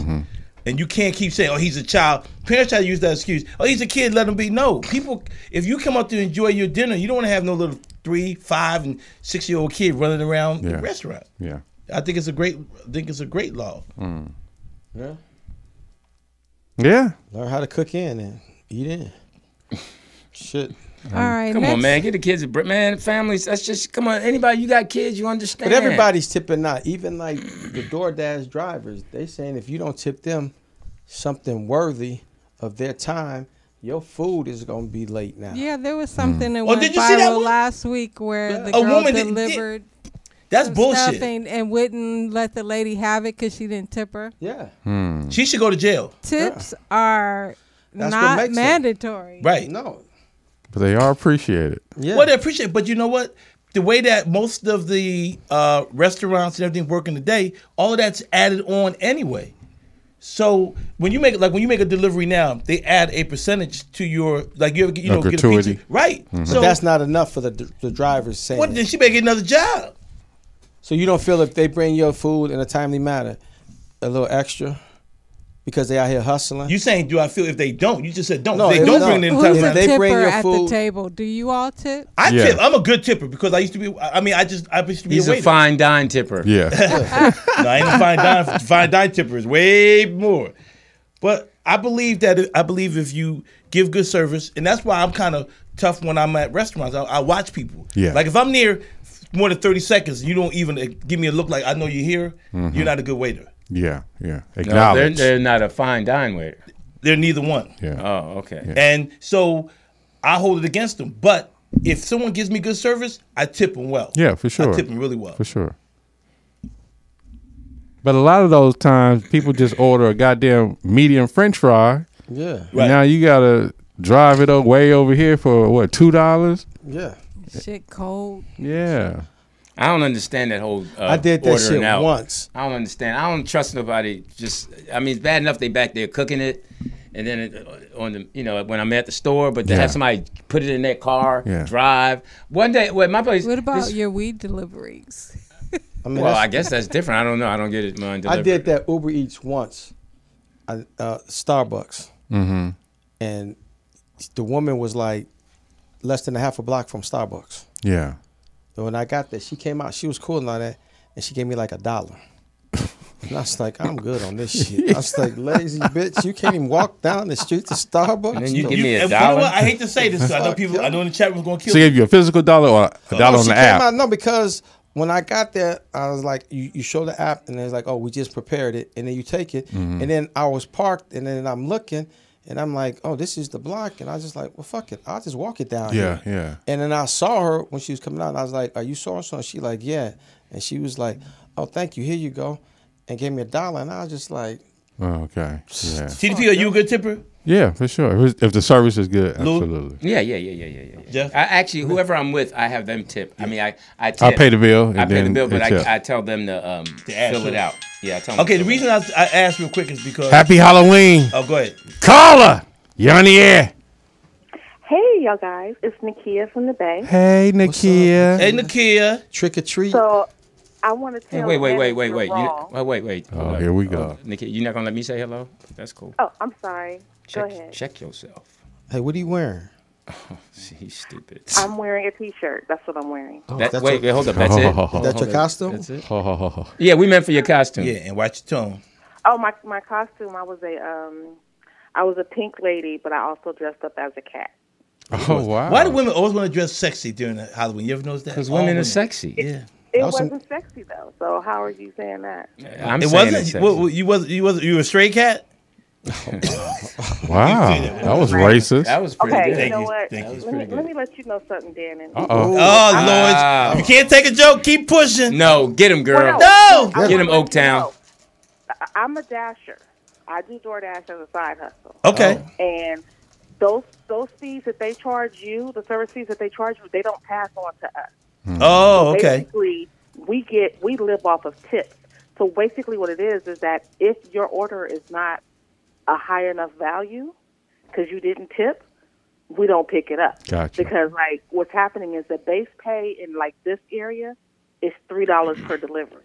Speaker 7: And you can't keep saying, "Oh, he's a child." Parents try to use that excuse. Oh, he's a kid. Let him be. No, people. If you come out to enjoy your dinner, you don't want to have no little three, five, and six year old kid running around
Speaker 6: Yeah.
Speaker 7: the restaurant.
Speaker 6: Yeah.
Speaker 7: I think it's a great. I think it's a great law.
Speaker 3: Yeah.
Speaker 6: Mm. Yeah.
Speaker 3: Learn how to cook in and eat in. Shit.
Speaker 4: All right.
Speaker 5: Come
Speaker 4: next.
Speaker 5: on, man. Get the kids a break. Man, families. That's just come on. Anybody, you got kids, you understand.
Speaker 3: But everybody's tipping out. Even like the DoorDash drivers, they saying if you don't tip them something worthy of their time, your food is gonna be late now.
Speaker 4: Yeah, there
Speaker 3: Mm.
Speaker 4: was something that
Speaker 7: Oh,
Speaker 4: went
Speaker 7: did you see that
Speaker 4: viral
Speaker 7: one?
Speaker 4: last week where the
Speaker 7: A
Speaker 4: girl
Speaker 7: woman that did-
Speaker 4: delivered
Speaker 7: That's
Speaker 4: some
Speaker 7: bullshit.
Speaker 4: stuff and, and wouldn't let the lady have it because she didn't tip her.
Speaker 3: Yeah.
Speaker 7: She should go to jail.
Speaker 4: Tips are
Speaker 3: That's what
Speaker 4: not
Speaker 3: makes it.
Speaker 4: mandatory.
Speaker 7: Right.
Speaker 3: No.
Speaker 6: But they are appreciated.
Speaker 3: Yeah.
Speaker 7: Well, they appreciate, but you know what? The way that most of the uh, restaurants and everything work in the day, all of that's added on anyway. So when you make like when you make a delivery now, they add a percentage to your like you ever get you
Speaker 6: A
Speaker 7: know get a
Speaker 6: gratuity.
Speaker 7: pizza, right? So
Speaker 3: but that's not enough for the the drivers saying.
Speaker 7: what? Then she may get another job.
Speaker 3: So you don't feel if they bring your food in a timely manner, a little extra, because they out here hustling.
Speaker 7: You saying do I feel if they don't? You just said don't.
Speaker 3: No,
Speaker 7: if they
Speaker 3: if
Speaker 7: don't
Speaker 3: not-
Speaker 7: bring it in
Speaker 3: Who-
Speaker 7: time.
Speaker 4: Who's
Speaker 3: If
Speaker 4: a
Speaker 7: around-
Speaker 3: they
Speaker 4: tipper
Speaker 3: bring your
Speaker 4: at
Speaker 3: food-
Speaker 4: the table? Do you all tip?
Speaker 7: I
Speaker 6: Yeah.
Speaker 7: tip. I'm a good tipper because I used to be. I mean, I just I used to be
Speaker 5: He's
Speaker 7: a
Speaker 5: a
Speaker 7: waiter.
Speaker 5: fine dine tipper.
Speaker 6: Yeah.
Speaker 7: No, I ain't a fine dine. Fine dine tipper is way more. But I believe that I believe if you give good service, and that's why I'm kind of tough when I'm at restaurants. I, I watch people.
Speaker 6: Yeah.
Speaker 7: Like if I'm near more than 30 seconds, you don't even uh, give me a look like I know you're here. You're not a good waiter.
Speaker 6: yeah. Yeah.
Speaker 5: No, they're,
Speaker 6: Mm-hmm. Acknowledge.
Speaker 5: they're not a fine dine waiter.
Speaker 7: They're neither one.
Speaker 6: yeah.
Speaker 5: Oh, okay.
Speaker 7: And so I hold it against them. But if someone gives me good service, I tip them well.
Speaker 6: yeah, for sure.
Speaker 7: I tip them really well.
Speaker 6: For sure. But a lot of those times, people just order a goddamn medium French fry.
Speaker 3: yeah.
Speaker 7: Right.
Speaker 6: Now you gotta drive it up way over here for what two dollars?
Speaker 3: Yeah.
Speaker 4: Shit cold.
Speaker 6: Yeah.
Speaker 5: I don't understand that whole. Uh,
Speaker 3: I did that
Speaker 5: ordering
Speaker 3: shit
Speaker 5: out.
Speaker 3: once.
Speaker 5: I don't understand. I don't trust nobody. Just, I mean, it's bad enough they back there cooking it, and then it, uh, on the, you know, when I'm at the store, but to
Speaker 6: Yeah.
Speaker 5: have somebody put it in their car,
Speaker 6: Yeah.
Speaker 5: drive. One day, well, my place.
Speaker 4: What about
Speaker 5: this-
Speaker 4: your weed Oh, deliveries?
Speaker 3: I mean,
Speaker 5: Well,
Speaker 3: that's-
Speaker 5: I guess that's different. I don't know. I don't get it. Mine
Speaker 3: I did
Speaker 5: delivered.
Speaker 3: that Uber Eats once, I, uh, Starbucks, and the woman was like less than a half a block from Starbucks.
Speaker 6: Yeah.
Speaker 3: So when I got there, she came out. She was cool and all that, and she gave me like a dollar. And I was like, I'm good on this shit. I was like, lazy bitch, you can't even walk down the street to Starbucks.
Speaker 5: And then you
Speaker 3: No.
Speaker 5: give me a
Speaker 7: And you know
Speaker 5: dollar.
Speaker 7: what? I hate to say this. so I know
Speaker 3: Fuck,
Speaker 7: people.
Speaker 3: yeah.
Speaker 7: I know in the chat room's gonna kill.
Speaker 6: She
Speaker 7: me.
Speaker 6: gave you a physical dollar or a dollar
Speaker 3: Oh, No,
Speaker 6: on
Speaker 3: she
Speaker 6: the
Speaker 3: came
Speaker 6: app.
Speaker 3: out- no, because when I got there, I was like, you, you show the app, and it's like, oh, we just prepared it, and then you take it,
Speaker 6: Mm-hmm.
Speaker 3: and then I was parked, and then I'm looking, and I'm like, oh, this is the block, and I was just like, well, fuck it, I'll just walk it down.
Speaker 6: Yeah,
Speaker 3: here.
Speaker 6: yeah.
Speaker 3: And then I saw her when she was coming out, and I was like, are you so and so? And she like, yeah, and she was like, oh, thank you, here you go, and gave me a dollar, and I was just like,
Speaker 6: Oh, okay. Yeah.
Speaker 7: TDP, are you a good tipper?
Speaker 6: Yeah, for sure. If it's- If the service is good,
Speaker 7: Lou?
Speaker 6: absolutely.
Speaker 5: Yeah, yeah, yeah, yeah, yeah, yeah, yeah.
Speaker 7: Jeff?
Speaker 5: I actually, whoever I'm with, I have them tip. I mean, I I, tip.
Speaker 6: I pay the bill. And
Speaker 5: I pay the
Speaker 6: then
Speaker 5: bill, but
Speaker 6: it's up.
Speaker 5: I, I tell them to um
Speaker 7: ask
Speaker 5: fill
Speaker 7: you.
Speaker 5: it out. Yeah, I tell them.
Speaker 7: Okay,
Speaker 5: to
Speaker 7: the
Speaker 5: fill it
Speaker 7: reason
Speaker 5: out.
Speaker 7: I, I asked real quick is because.
Speaker 6: Happy Halloween.
Speaker 7: Oh, go ahead.
Speaker 6: Caller. You on the air.
Speaker 8: Hey, y'all guys. It's Nakia from the Bay.
Speaker 6: Hey, Nakia.
Speaker 7: Hey, Nakia.
Speaker 3: trick or treat.
Speaker 8: So I want to tell
Speaker 5: Hey, wait, wait,
Speaker 8: Dennis
Speaker 5: wait, wait,
Speaker 8: you're
Speaker 5: wait. You,
Speaker 8: wrong.
Speaker 5: oh, wait, wait.
Speaker 6: Oh,
Speaker 5: Hold up.
Speaker 6: here we go.
Speaker 5: Nikki, you not gonna let me say hello? That's cool.
Speaker 8: Oh, I'm sorry.
Speaker 5: Check,
Speaker 8: Go ahead.
Speaker 5: check yourself.
Speaker 3: hey, what are you wearing?
Speaker 5: He's stupid.
Speaker 8: I'm wearing a T-shirt. That's what I'm wearing.
Speaker 5: That,
Speaker 3: Oh, that's
Speaker 5: wait,
Speaker 3: a-
Speaker 5: wait, hold up. That's it.
Speaker 6: Oh.
Speaker 3: That's your costume?
Speaker 5: That's it.
Speaker 6: Ho, ho, ho, ho.
Speaker 5: Yeah, we meant for your costume.
Speaker 7: Yeah, and watch your tone.
Speaker 8: Oh, my my costume. I was a um, I was a pink lady, but I also dressed up as a cat.
Speaker 6: Oh, wow.
Speaker 7: Why do women always want to dress sexy during the Halloween? You ever notice that?
Speaker 5: Because
Speaker 7: All
Speaker 5: women are sexy.
Speaker 7: Yeah,
Speaker 8: It
Speaker 3: was some-
Speaker 8: wasn't sexy though. So how are you saying that?
Speaker 5: I'm
Speaker 7: it
Speaker 5: saying
Speaker 7: wasn't.
Speaker 5: it's sexy.
Speaker 7: What- what- you was you was you were a stray cat. Oh,
Speaker 6: Wow. That was racist.
Speaker 5: that was pretty
Speaker 8: okay, you
Speaker 5: good.
Speaker 8: know
Speaker 7: you,
Speaker 8: what?
Speaker 7: thank you.
Speaker 8: Let me let me let you know something, Dannon.
Speaker 6: Uh-oh.
Speaker 7: Oh Lord,
Speaker 5: Wow.
Speaker 7: you can't take a joke. Keep pushing.
Speaker 5: ah. No, get him, girl.
Speaker 8: Well,
Speaker 7: No.
Speaker 8: I
Speaker 5: Get
Speaker 8: wanna
Speaker 5: him,
Speaker 8: let you
Speaker 5: Oaktown.
Speaker 8: know, I- I'm a dasher. I do DoorDash as a side hustle.
Speaker 7: Okay.
Speaker 8: and those those fees that they charge you, the service fees that they charge you, they don't pass on to us.
Speaker 7: Oh, okay.
Speaker 8: Basically, we get we live off of tips. So basically, what it is is that if your order is not a high enough value because you didn't tip, we don't pick it up.
Speaker 6: Gotcha.
Speaker 8: Because like what's happening is the base pay in like this area is three dollars per delivery.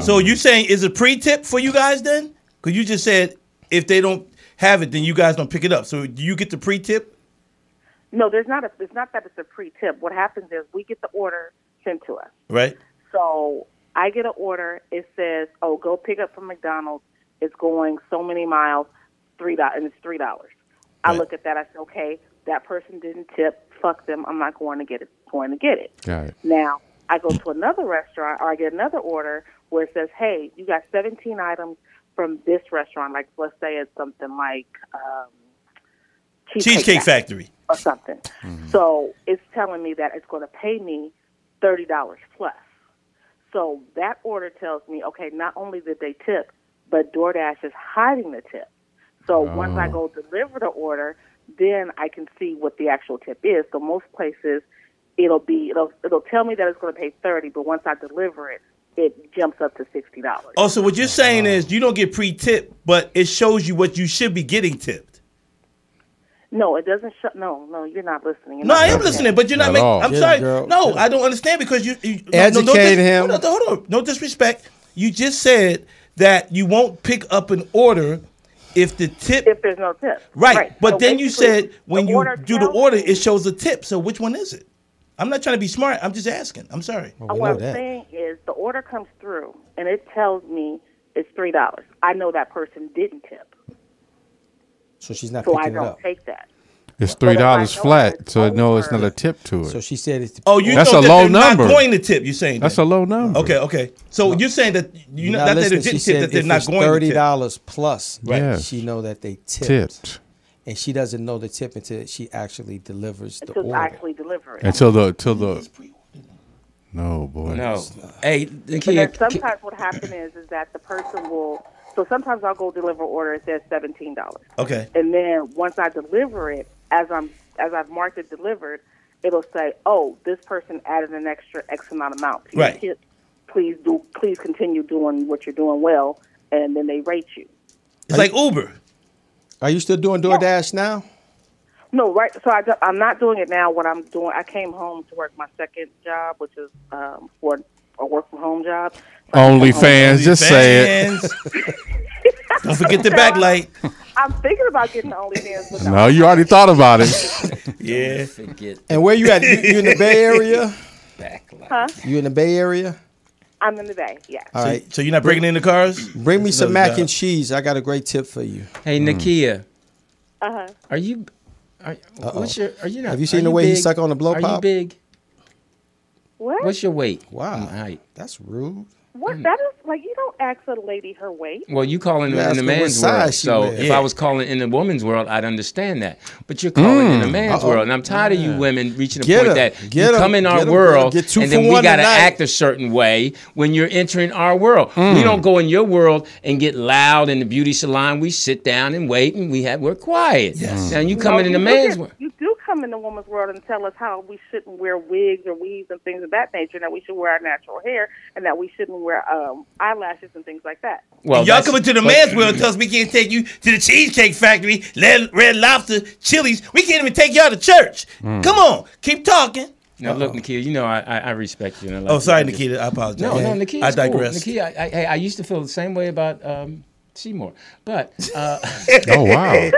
Speaker 7: So you saying is a pre tip for you guys then? Because you just said if they don't have it, then you guys don't pick it up. So do you get the pre tip?
Speaker 8: No, there's not a. It's not that it's a pre-tip. What happens is we get the order sent to us.
Speaker 7: Right.
Speaker 8: So I get an order. It says, "Oh, go pick up from McDonald's. It's going so many miles, three dollars, and it's three dollars." I
Speaker 7: Right.
Speaker 8: look at that. I say, "Okay, that person didn't tip. Fuck them. I'm not going to get it. Going to get it."
Speaker 6: Got it.
Speaker 8: Now I go to another restaurant or I get another order where it says, "Hey, you got 17 items from this restaurant. Like let's say it's something like um,
Speaker 7: Cheesecake Factory.
Speaker 8: or something. So it's telling me that it's going to pay me thirty dollars plus. So that order tells me, okay, not only did they tip, but DoorDash is hiding the tip. So
Speaker 3: Oh.
Speaker 8: once I go deliver the order, then I can see what the actual tip is. So most places, it'll be it'll it'll tell me that it's going to pay thirty, but once I deliver it, it jumps up to sixty dollars.
Speaker 7: Oh, so what you're saying is you don't get pre tip, but it shows you what you should be getting tipped.
Speaker 8: No, it doesn't. Sh- no, no, you're not listening. You're
Speaker 7: No,
Speaker 8: not
Speaker 7: I am listening, but you're not,
Speaker 6: Not
Speaker 7: making.
Speaker 6: all.
Speaker 7: I'm
Speaker 3: Yeah,
Speaker 7: sorry.
Speaker 3: girl.
Speaker 7: No, I don't understand because you, you no, no,
Speaker 3: Educate
Speaker 7: dis-
Speaker 3: him.
Speaker 7: No, no, hold on. No disrespect. You just said that you won't pick up an order if the tip.
Speaker 8: If there's no tip,
Speaker 7: right. But
Speaker 8: So
Speaker 7: then you
Speaker 8: basically,
Speaker 7: said when
Speaker 8: the
Speaker 7: you
Speaker 8: order
Speaker 7: do the
Speaker 8: tells
Speaker 7: order,
Speaker 8: me-
Speaker 7: it shows a tip. So which one is it? I'm not trying to be smart. I'm just asking. I'm sorry.
Speaker 3: We
Speaker 8: what
Speaker 3: know
Speaker 8: I'm
Speaker 3: that.
Speaker 8: Oh, saying is the order comes through and it tells me it's three dollars. I know that person didn't tip,
Speaker 3: So she's not
Speaker 8: so I
Speaker 3: picking it
Speaker 8: don't
Speaker 3: up.
Speaker 8: take that.
Speaker 6: It's three
Speaker 8: if I
Speaker 6: dollars
Speaker 8: know
Speaker 6: flat,
Speaker 8: it's
Speaker 6: so no, it's
Speaker 8: over-
Speaker 6: not a tip to it.
Speaker 3: So she said it's
Speaker 7: Oh, you
Speaker 6: That's
Speaker 7: know
Speaker 6: a
Speaker 7: that
Speaker 6: low
Speaker 7: they're
Speaker 6: number.
Speaker 7: Not going to tip. You're saying
Speaker 6: That's
Speaker 7: that.
Speaker 6: a low number.
Speaker 7: Okay, okay. So you're saying that you know
Speaker 3: Now
Speaker 7: not that they
Speaker 3: listen,
Speaker 7: didn't
Speaker 3: she
Speaker 7: tip,
Speaker 3: said
Speaker 7: that they're
Speaker 3: if
Speaker 7: not
Speaker 3: it's
Speaker 7: going
Speaker 3: Thirty
Speaker 7: to tip.
Speaker 3: dollars plus.
Speaker 7: Right.
Speaker 6: Yes.
Speaker 3: She know that they tipped,
Speaker 6: Tipped
Speaker 3: and she doesn't know the tip until she actually delivers the
Speaker 8: Until
Speaker 3: order.
Speaker 8: I actually deliver it.
Speaker 6: until the till the. No boy.
Speaker 5: No. Hey,
Speaker 8: but
Speaker 5: Nakia.
Speaker 8: then sometimes what happens is is that the person will. So sometimes I'll go deliver order. It says seventeen dollars,
Speaker 7: Okay.
Speaker 8: and then once I deliver it, as I'm as I've marked it delivered, it'll say, "Oh, this person added an extra X amount amount to your
Speaker 7: Right.
Speaker 8: tip. Please do. Please continue doing what you're doing well." And then they rate you.
Speaker 7: It's like Uber.
Speaker 3: Are you still doing DoorDash now?
Speaker 8: No, right. So I, do- I'm not doing it now. What I'm doing, I came home to work my second job, which is um, for or work from home job.
Speaker 6: Only fans, just say it.
Speaker 7: Fans. Don't forget the backlight.
Speaker 8: I'm thinking about getting the OnlyFans, but
Speaker 6: No, you already thought about it.
Speaker 7: Yeah.
Speaker 5: Forget
Speaker 3: And where you at? You, you in the Bay Area?
Speaker 5: backlight.
Speaker 3: You in the Bay Area?
Speaker 8: I'm in the Bay. Yeah.
Speaker 6: Uh,
Speaker 3: All right.
Speaker 7: So you're not breaking in the cars?
Speaker 3: Bring me some
Speaker 7: Look,
Speaker 3: mac
Speaker 7: uh,
Speaker 3: and cheese. I got a great tip for you.
Speaker 5: Hey, Nakia,
Speaker 8: Uh
Speaker 7: Uh-huh.
Speaker 8: huh.
Speaker 5: are you? Are, what's your? Are you not?
Speaker 3: Have you seen
Speaker 5: are
Speaker 3: the way he
Speaker 5: big?
Speaker 3: suck on the blow
Speaker 5: Are you
Speaker 3: pop?
Speaker 5: big?
Speaker 8: What?
Speaker 5: What's your weight?
Speaker 3: Wow.
Speaker 5: and height?
Speaker 3: That's rude.
Speaker 6: Mm.
Speaker 8: what? That is like you don't ask a lady her weight.
Speaker 5: Well, you calling
Speaker 3: You
Speaker 5: it in
Speaker 3: asked
Speaker 5: the
Speaker 3: her what
Speaker 5: man's
Speaker 3: size
Speaker 5: world.
Speaker 3: she
Speaker 5: So
Speaker 3: wears.
Speaker 5: if
Speaker 3: Yeah.
Speaker 5: I was calling in the woman's world, I'd understand that. But you're calling in the man's world, and I'm tired of you women reaching a
Speaker 3: Hmm. Get
Speaker 5: point
Speaker 3: 'em.
Speaker 5: that
Speaker 3: Get
Speaker 5: you
Speaker 3: 'em.
Speaker 5: come in our
Speaker 3: Get 'em, girl.
Speaker 5: world,
Speaker 3: Get two
Speaker 5: and
Speaker 3: for
Speaker 5: then we
Speaker 3: one
Speaker 5: gotta
Speaker 3: tonight.
Speaker 5: act a certain way when you're entering our world.
Speaker 3: Hmm.
Speaker 5: We don't go in your world and get loud in the beauty salon. We sit down and wait, and we have we're quiet. Yes. Now you coming in
Speaker 8: No,
Speaker 5: the
Speaker 8: you do
Speaker 5: man's
Speaker 8: get-
Speaker 5: world.
Speaker 8: You do come in the woman's world and tell us how we shouldn't wear wigs or weaves and things of that nature, and that we should wear our natural hair, and that we shouldn't wear um, eyelashes and things like that.
Speaker 5: Well,
Speaker 7: Y'all
Speaker 5: that's-
Speaker 7: coming to the
Speaker 5: but-
Speaker 7: man's world and tell us we can't take you to the Cheesecake Factory, Red, Red Lobster, Chili's. We can't even take y'all to church.
Speaker 5: Hmm.
Speaker 7: Come on, keep talking.
Speaker 5: Now look, Nakia, you know I, I, I respect you. And I love
Speaker 7: Oh,
Speaker 5: you.
Speaker 7: sorry,
Speaker 5: I just-
Speaker 7: Nikita. I apologize.
Speaker 5: No, no, Nikia.
Speaker 7: I digress.
Speaker 5: Cool. Nikia, I, I, hey, I used to feel the same way about um, Seymour, but uh,
Speaker 6: Oh wow.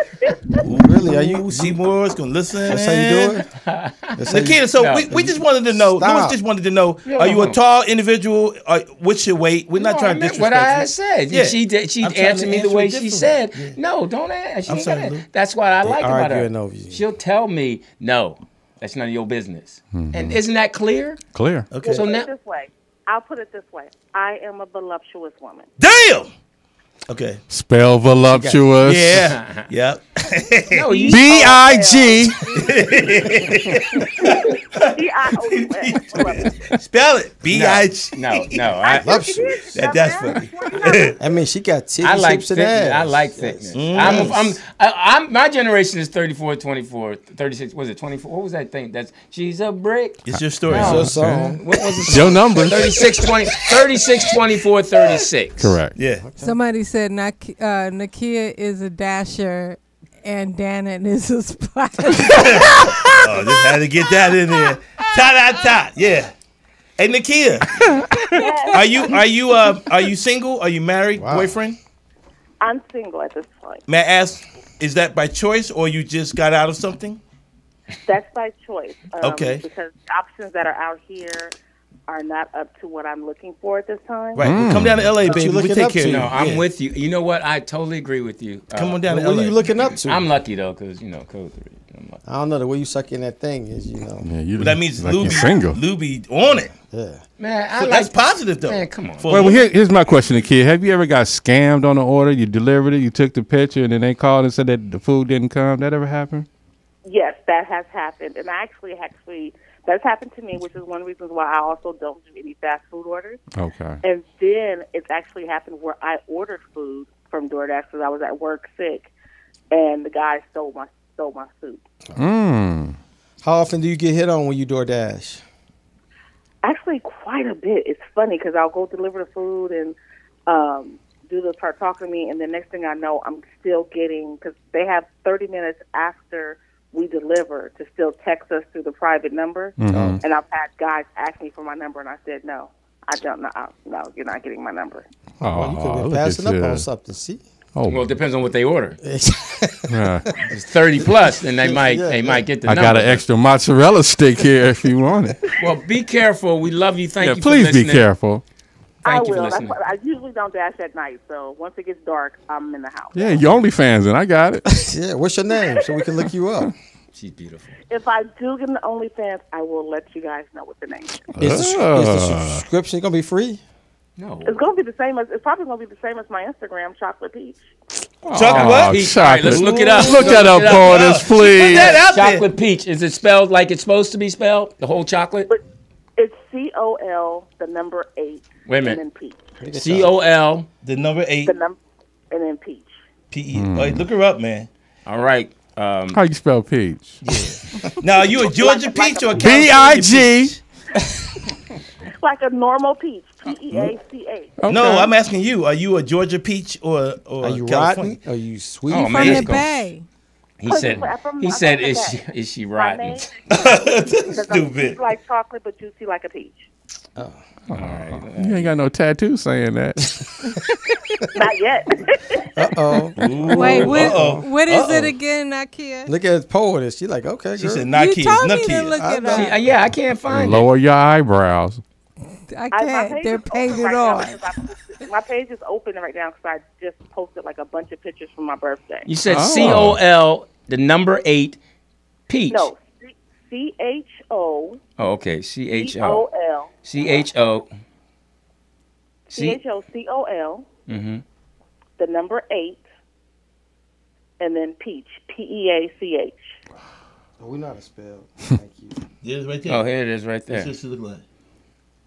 Speaker 3: Really? Are you?
Speaker 7: Ooh, Seymour's gonna listen.
Speaker 3: That's how you do it. That's how you-
Speaker 7: Nikita, so
Speaker 5: No.
Speaker 7: we, we just wanted to know.
Speaker 3: Stop.
Speaker 7: Louis just wanted to know:
Speaker 5: Yeah,
Speaker 7: Are you a
Speaker 5: no.
Speaker 7: tall individual? Are, what's your weight? We're not
Speaker 5: No, I
Speaker 7: trying to
Speaker 5: meant
Speaker 7: disrespect
Speaker 5: What I
Speaker 7: you.
Speaker 5: said.
Speaker 7: Yeah.
Speaker 5: She did, she
Speaker 7: I'm trying
Speaker 5: answered
Speaker 7: to
Speaker 5: me the
Speaker 7: answer
Speaker 5: way
Speaker 7: it
Speaker 5: she said.
Speaker 7: different. Yeah.
Speaker 5: No, don't ask. She
Speaker 7: I'm
Speaker 5: ain't
Speaker 7: sorry,
Speaker 5: gotta-
Speaker 7: Lou.
Speaker 5: that's what I like about
Speaker 3: arguing
Speaker 5: her.
Speaker 3: over you.
Speaker 5: She'll tell me no. That's none of your business. And isn't that clear?
Speaker 6: Mm-hmm. Clear.
Speaker 7: Okay.
Speaker 5: So
Speaker 8: Put
Speaker 5: now,
Speaker 8: it this way. I'll put it this way. I am a voluptuous woman.
Speaker 7: Damn. Okay.
Speaker 6: Spell voluptuous. Oh,
Speaker 7: Yeah. yep.
Speaker 5: no, you,
Speaker 6: B I G.
Speaker 8: D-I-O-U-S, voluptuous.
Speaker 7: Spell it. B I G.
Speaker 5: no, no. I,
Speaker 3: Love
Speaker 8: It
Speaker 3: shoes.
Speaker 8: is
Speaker 7: That- that's
Speaker 8: dumbass.
Speaker 7: funny.
Speaker 8: What the hell?
Speaker 3: I mean, she got titty
Speaker 5: I like
Speaker 3: hips and
Speaker 5: thickness. I
Speaker 3: ass.
Speaker 5: like thickness. I'm, I'm, I, I'm, my generation is 34, 24, 36. Was it 24? What was that thing? That's she's a brick.
Speaker 7: It's your story.
Speaker 3: So
Speaker 5: No.
Speaker 7: So,
Speaker 3: song.
Speaker 5: What was it?
Speaker 6: Your numbers.
Speaker 5: 36, 20, 36, 24, 36.
Speaker 6: Correct.
Speaker 7: yeah.
Speaker 4: Somebody said Nak- uh, Nakia is a dasher and Danon is a splash.
Speaker 7: Oh, just had to get that in there. Ta da ta. Yeah. Hey Nikia, are you are you uh are you single? Are you married? Boyfriend?
Speaker 8: I'm single at this point.
Speaker 7: May I ask, is that by choice or you just got out of something?
Speaker 8: That's by choice. Um,
Speaker 7: Okay.
Speaker 8: Because options that are out here are not up to what I'm looking for at this time.
Speaker 7: Right.
Speaker 6: Mm.
Speaker 7: we Come down to LA, baby.
Speaker 3: you
Speaker 7: We
Speaker 3: looking
Speaker 7: take
Speaker 3: up
Speaker 7: care of
Speaker 3: to?
Speaker 7: you.
Speaker 5: No, I'm
Speaker 7: Yeah.
Speaker 5: with you. You know what? I totally agree with you. Uh,
Speaker 7: Come on down
Speaker 3: What
Speaker 7: to LA.
Speaker 3: are you looking up to?
Speaker 5: I'm lucky though, cause you know code three. I'm lucky.
Speaker 3: I don't know the way you suck in that thing is, you know.
Speaker 6: Yeah, you
Speaker 7: But that means
Speaker 6: like
Speaker 7: Lou
Speaker 6: you're
Speaker 7: be-
Speaker 6: single.
Speaker 7: Lou be on it.
Speaker 3: Yeah.
Speaker 5: Man, I
Speaker 7: So
Speaker 5: like
Speaker 7: that's positive though.
Speaker 5: Man, come on.
Speaker 7: For-
Speaker 6: Well, well here, here's my question, to kid. Have you ever got scammed on an order? You delivered it, you took the picture, and then they called and said that the food didn't come. That ever happened?
Speaker 8: Yes, that has happened, and I actually actually that's happened to me, which is one reason why I also don't do any fast food orders.
Speaker 6: Okay.
Speaker 8: And then it's actually happened where I ordered food from DoorDash because I was at work sick, and the guy stole my stole my food.
Speaker 6: Mm.
Speaker 3: How often do you get hit on when you DoorDash?
Speaker 8: Actually, quite a bit. It's funny because I'll go deliver the food and um, do the part talking to me, and the next thing I know, I'm still getting because they have 30 minutes after we deliver to still text us through the private number. And I've had guys ask me for my number, and I said no. I don't know. I- No, you're not getting my number.
Speaker 6: Oh,
Speaker 3: You could have
Speaker 6: look
Speaker 3: been passing
Speaker 6: at
Speaker 3: up on
Speaker 6: you.
Speaker 3: something. See?
Speaker 6: Oh,
Speaker 5: Well, it depends on what they order. If
Speaker 6: yeah.
Speaker 5: it's thirty plus, then they might
Speaker 3: Yeah,
Speaker 5: they
Speaker 3: yeah.
Speaker 5: might get the
Speaker 6: I got
Speaker 5: number.
Speaker 6: an extra mozzarella stick here if you want it.
Speaker 5: Well, be careful. We love you. Thank
Speaker 6: Yeah,
Speaker 5: you. for
Speaker 6: please be
Speaker 5: listening.
Speaker 6: careful.
Speaker 5: Thank
Speaker 8: I
Speaker 5: you for
Speaker 8: will. That's
Speaker 5: listening.
Speaker 8: why I usually don't dash at night, so once it gets dark, I'm in the house.
Speaker 6: Yeah, you only fans, and I got it.
Speaker 3: Yeah. What's your name so we can look you up?
Speaker 5: She's beautiful.
Speaker 8: If I do get an OnlyFans, I will let you guys know what the name is.
Speaker 3: Is, the, is the subscription going to be free?
Speaker 5: No.
Speaker 8: It's gonna be the same as it's probably gonna be the same as my Instagram, chocolate peach.
Speaker 5: Oh.
Speaker 7: Chocolate
Speaker 6: Aw,
Speaker 7: what?
Speaker 5: Pete, all right, let's look it up.
Speaker 6: Look that up,
Speaker 5: it up.
Speaker 6: Porters, please.
Speaker 7: Put that out there.
Speaker 5: Chocolate peach. Is it spelled like it's supposed to be spelled? The whole chocolate.
Speaker 8: But it's C O L the number eight.
Speaker 5: Wait a
Speaker 8: And then
Speaker 5: minute.
Speaker 8: peach.
Speaker 5: C O L.
Speaker 7: The number eight
Speaker 8: The number and then peach.
Speaker 7: P E. Hey, look her up, man.
Speaker 5: All right. Um,
Speaker 6: How you spell peach?
Speaker 7: Now, are you a Georgia peach or a
Speaker 6: B I G.
Speaker 8: It's like a normal peach.
Speaker 5: Uh,
Speaker 8: P E A C A.
Speaker 4: Oh,
Speaker 7: No, I'm asking you. Are you a Georgia peach or or
Speaker 3: Are you
Speaker 7: California?
Speaker 3: rotten? Are you sweet?
Speaker 5: Oh, man.
Speaker 4: From the
Speaker 5: it's gonna-
Speaker 4: Bay.
Speaker 5: He said.
Speaker 8: I'm from-
Speaker 5: He
Speaker 8: I'm
Speaker 5: said,
Speaker 8: from the
Speaker 5: "Is
Speaker 8: Bay.
Speaker 5: she is she
Speaker 8: My
Speaker 5: rotten?"
Speaker 8: name is- because I'm
Speaker 7: Stupid.
Speaker 8: like chocolate but juicy like a peach.
Speaker 6: You ain't got no tattoo saying that.
Speaker 8: Not yet.
Speaker 3: Oh,
Speaker 4: Wait, what,
Speaker 7: Uh-oh.
Speaker 4: what is it
Speaker 7: Uh-oh.
Speaker 4: again, Ikea?
Speaker 3: look at poetess. She like, okay,
Speaker 7: She
Speaker 3: girl.
Speaker 7: said, "Not
Speaker 4: you
Speaker 7: kids,
Speaker 4: told
Speaker 7: not
Speaker 4: me to
Speaker 7: kids."
Speaker 4: look it
Speaker 5: See, uh,
Speaker 4: up.
Speaker 5: yeah, I can't find it.
Speaker 6: Lower your eyebrows.
Speaker 4: I
Speaker 8: I- my
Speaker 4: can't.
Speaker 8: page
Speaker 4: They're
Speaker 8: is
Speaker 4: painted
Speaker 8: open right now
Speaker 4: on.
Speaker 8: 'cause I posted- My page is open right now because I just posted like a bunch of pictures from my birthday.
Speaker 5: You said
Speaker 6: Oh.
Speaker 5: C O L, the number eight, peach.
Speaker 8: No, C H O
Speaker 5: Oh, okay. C H
Speaker 8: C O
Speaker 5: O
Speaker 8: L
Speaker 5: C H O
Speaker 8: C
Speaker 5: C
Speaker 8: H O C O L.
Speaker 5: Mm-hmm.
Speaker 8: The number eight, and then peach. P E A C H.
Speaker 3: we know how to spell. Thank you.
Speaker 7: Yeah, it's right there.
Speaker 5: Oh, here it is right
Speaker 7: That's
Speaker 5: there.
Speaker 7: what she look like.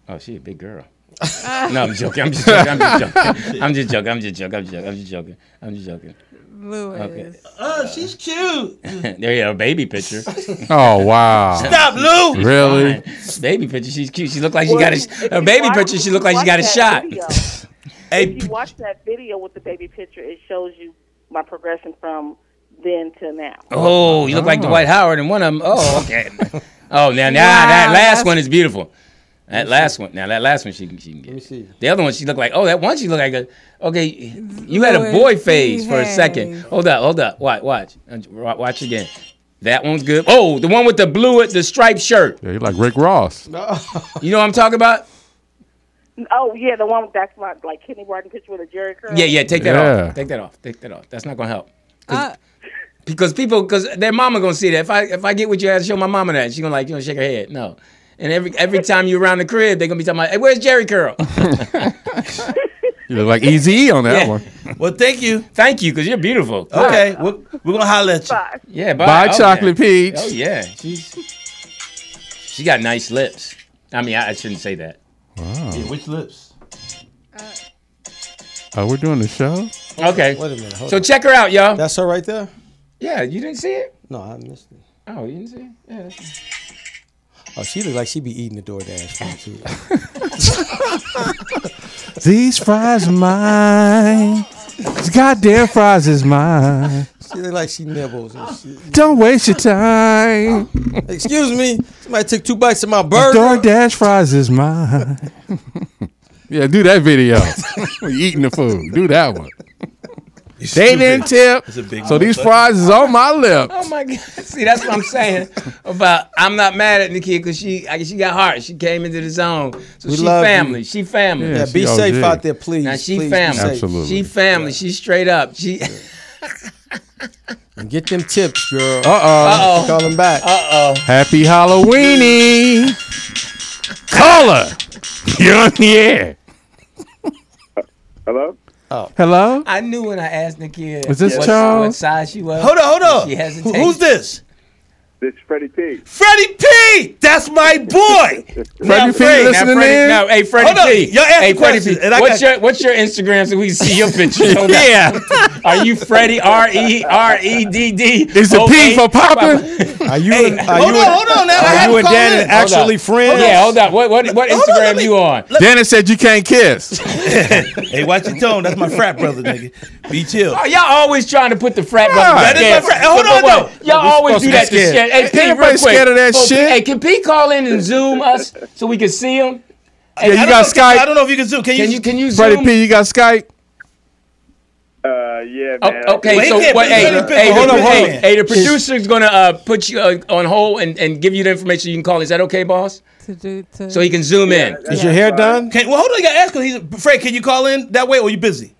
Speaker 5: Oh, she a big girl. no, I'm joking. I'm just joking. I'm just joking. I'm just joking. I'm just joking. I'm just joking. I'm just joking. I'm just joking.
Speaker 4: Lewis.
Speaker 5: Okay.
Speaker 7: Oh, she's cute.
Speaker 5: there you have a baby picture.
Speaker 6: Oh wow.
Speaker 7: Stop, Lou.
Speaker 6: really?
Speaker 5: baby picture. She's cute. She looked like she got a her baby picture. She looked like she got a shot.
Speaker 7: Hey,
Speaker 8: if you watch that video with the baby picture, it shows you my progression from then to now.
Speaker 5: Oh, you look
Speaker 3: Ah.
Speaker 5: like Dwight Howard in one of them. Oh, okay. oh, now, now that
Speaker 4: Wow,
Speaker 5: last
Speaker 4: that's-
Speaker 5: one is beautiful. That last one. Now that last one she can she can
Speaker 3: Let me
Speaker 5: get.
Speaker 3: see.
Speaker 5: The other one she looked like. Oh, that one she looked like a. Okay, you had a
Speaker 4: Lord,
Speaker 5: boy phase for a second.
Speaker 4: behave.
Speaker 5: Hold up, hold up. Watch, watch, Uh, wa- watch again. That one's good. Oh, the one with the blue, the striped shirt.
Speaker 6: Yeah, you like Rick Ross.
Speaker 5: You know what I'm talking about?
Speaker 8: Oh yeah, the one that's my like kindergarten picture with a Jerry curl.
Speaker 5: Yeah, yeah. Take that
Speaker 6: Yeah.
Speaker 5: off. Take that off. Take that off. That's not gonna help.
Speaker 4: Uh,
Speaker 5: because people because their mama gonna see that if I if I get with you I show my mama that she gonna like you know shake her head no and every every time you around the crib they gonna be talking about hey where's Jerry curl
Speaker 6: You look like Easy on that
Speaker 5: Yeah.
Speaker 6: one.
Speaker 7: well, thank you.
Speaker 5: thank you because you're beautiful
Speaker 7: Okay, we're, we're gonna holler at you.
Speaker 8: Five.
Speaker 5: yeah bye,
Speaker 6: Bye,
Speaker 5: Oh,
Speaker 6: chocolate
Speaker 5: yeah.
Speaker 6: peach.
Speaker 5: oh yeah she's she got nice lips I mean I, I shouldn't say that
Speaker 7: Yeah, which lips?
Speaker 6: Oh, we're doing the show.
Speaker 5: okay
Speaker 3: Wait a minute. Hold
Speaker 5: so
Speaker 3: on.
Speaker 5: check her out y'all
Speaker 3: That's her right there.
Speaker 5: yeah you didn't see it
Speaker 3: No, I missed it.
Speaker 5: oh you didn't see it yeah that's-
Speaker 3: Oh, she look like she be eating the DoorDash food too.
Speaker 6: These fries are mine. These goddamn fries is mine.
Speaker 3: she look like she nibbles. And shit.
Speaker 6: Don't waste your time.
Speaker 3: Excuse me. Somebody took two bites of my burger.
Speaker 6: DoorDash fries is mine. yeah, do that video. When you eating the food. Do that one. They didn't tip.
Speaker 7: It's a big
Speaker 6: So these
Speaker 7: motherfucker.
Speaker 6: fries is on my lip.
Speaker 5: oh my god see that's what I'm saying about I'm not mad at Nikia because she I, she got heart she came into the zone so
Speaker 3: We
Speaker 5: she
Speaker 3: love you.
Speaker 5: family she family
Speaker 6: Yeah,
Speaker 3: Yeah, be
Speaker 6: she
Speaker 3: safe
Speaker 6: OG.
Speaker 3: out there, please.
Speaker 5: Now she
Speaker 3: please, be
Speaker 5: family.
Speaker 3: safe.
Speaker 6: Absolutely.
Speaker 5: She family. She straight up. She. Uh
Speaker 3: And get them tips, girl.
Speaker 6: Uh oh.
Speaker 5: oh.
Speaker 3: Call them back.
Speaker 5: Uh oh.
Speaker 6: Happy Halloweeny. Caller. You're on the air.
Speaker 10: Hello?
Speaker 7: Oh.
Speaker 6: Hello?
Speaker 5: I knew when I asked Nikia.
Speaker 6: Is this
Speaker 5: what,
Speaker 6: Charles?
Speaker 5: What size she was?
Speaker 7: Hold on, hold on.
Speaker 5: She
Speaker 7: Who-
Speaker 5: hesitated.
Speaker 7: Who's this?
Speaker 10: This is Freddie P.
Speaker 7: Freddie P. That's my boy.
Speaker 6: Freddie P.
Speaker 5: Now,
Speaker 7: Fred, now
Speaker 6: listening
Speaker 5: Freddie,
Speaker 6: in?
Speaker 5: now, hey, Freddie
Speaker 7: Hold on.
Speaker 5: P.
Speaker 7: Y'all ask
Speaker 5: hey, Freddie
Speaker 7: the question,
Speaker 5: P.
Speaker 7: and I
Speaker 5: What's
Speaker 7: got-
Speaker 5: your What's your Instagram so we can see your picture? Hold on.
Speaker 6: Yeah.
Speaker 5: Are you Freddie R E R E D D?
Speaker 6: Is the P
Speaker 5: Okay.
Speaker 6: for popping?
Speaker 10: Uh,
Speaker 3: Are you?
Speaker 7: Hey,
Speaker 3: are
Speaker 7: hold
Speaker 3: you
Speaker 7: on,
Speaker 3: a-
Speaker 7: hold on. Now I
Speaker 3: Are
Speaker 7: have
Speaker 3: you
Speaker 7: to
Speaker 3: and
Speaker 7: call
Speaker 3: Danny
Speaker 7: in.
Speaker 3: actually friends?
Speaker 5: Yeah, hold on. What what what
Speaker 7: Hold on,
Speaker 5: Instagram
Speaker 7: let me-
Speaker 5: you on?
Speaker 6: Dennis said you can't kiss.
Speaker 7: Hey, watch your tone. That's my frat brother, nigga. Be chill.
Speaker 5: Oh, y'all always trying to put the frat
Speaker 6: Yeah,
Speaker 5: brother
Speaker 6: that
Speaker 5: to
Speaker 6: is
Speaker 5: shame.
Speaker 7: my frat- hold
Speaker 5: But
Speaker 7: on,
Speaker 5: what?
Speaker 7: though.
Speaker 5: Y'all
Speaker 6: We
Speaker 5: always
Speaker 6: supposed
Speaker 5: do
Speaker 6: to
Speaker 5: that
Speaker 6: be
Speaker 5: to shit.
Speaker 6: scared.
Speaker 5: Hey,
Speaker 6: Ain't
Speaker 5: P, real
Speaker 6: nobody
Speaker 5: quick.
Speaker 6: scared of that
Speaker 5: Oh, P-
Speaker 6: shit.
Speaker 5: Hey, can P call in and Zoom us so we can see him? Hey, I
Speaker 6: Yeah, you
Speaker 5: don't
Speaker 6: got
Speaker 5: know-
Speaker 6: Skype.
Speaker 7: I don't know if you can zoom. Can you?
Speaker 5: Can you can you
Speaker 6: Freddie
Speaker 5: Zoom?
Speaker 6: P, you got Skype?
Speaker 10: Uh, yeah,
Speaker 5: Oh,
Speaker 10: man.
Speaker 5: okay,
Speaker 7: Well, he
Speaker 5: so
Speaker 7: can't
Speaker 5: what?
Speaker 7: be
Speaker 5: Hey,
Speaker 7: Freddie P.
Speaker 5: hey,
Speaker 7: Hold
Speaker 5: the,
Speaker 7: on, hold
Speaker 5: hey,
Speaker 7: on.
Speaker 5: hey, the producer's gonna uh, put you uh, on hold and, and give you the information. You can call. Is that okay, boss?
Speaker 4: to do to
Speaker 5: So he can zoom in.
Speaker 3: Is your hair done?
Speaker 7: Can, well, hold on. You got to ask. 'cause He's, Fred, can you call in that way or you busy?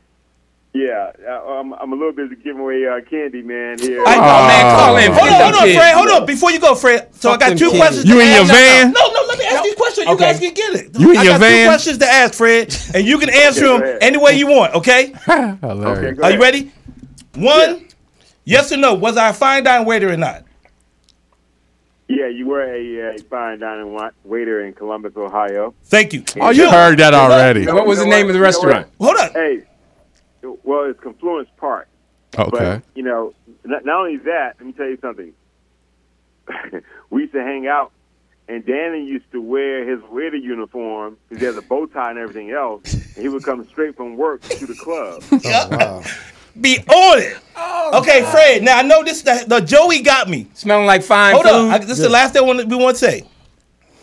Speaker 10: Yeah, I, I'm, I'm a little busy giving away uh, candy, man, here.
Speaker 5: Oh, man, call in.
Speaker 7: Ah. Hold
Speaker 5: Fuck
Speaker 7: on, hold
Speaker 5: them
Speaker 7: on,
Speaker 5: kids.
Speaker 7: Fred. Hold on. Before you go, Fred. So I got
Speaker 3: them
Speaker 7: two
Speaker 3: kids.
Speaker 7: questions.
Speaker 6: You
Speaker 7: to
Speaker 6: in your
Speaker 7: ask. No,
Speaker 6: van?
Speaker 7: No, no. Let me ask these questions. You
Speaker 5: Okay.
Speaker 7: guys can get it.
Speaker 6: You in
Speaker 7: I
Speaker 6: your
Speaker 7: got
Speaker 6: van?
Speaker 7: two questions to ask, Fred, and you can answer
Speaker 10: go
Speaker 7: them
Speaker 10: ahead.
Speaker 7: any way you want. Okay?
Speaker 6: Hilarious.
Speaker 10: Okay,
Speaker 7: Are
Speaker 10: go ahead.
Speaker 7: you ready? One. Yes or no? Was I a fine dining waiter or not?
Speaker 10: Yeah, you were a, a fine dining wa- waiter in Columbus, Ohio.
Speaker 7: Thank you.
Speaker 6: Oh, you heard that already.
Speaker 10: No,
Speaker 5: What was
Speaker 10: you
Speaker 5: the
Speaker 10: know
Speaker 5: name of the
Speaker 10: You know what?
Speaker 5: restaurant?
Speaker 7: Hold on.
Speaker 10: Hey, well, it's Confluence Park. But,
Speaker 6: Okay.
Speaker 10: you know, not, not only that, let me tell you something. we used to hang out, and Danny used to wear his waiter uniform because he has a bow tie and everything else, and he would come straight from work to the club.
Speaker 3: Oh,
Speaker 7: Be on it.
Speaker 10: Oh,
Speaker 7: okay, Fred. Now I know this. The, the Joey got me.
Speaker 5: Smelling like fine
Speaker 7: Hold
Speaker 5: food.
Speaker 7: on. I- this is the last thing I want, we want to say.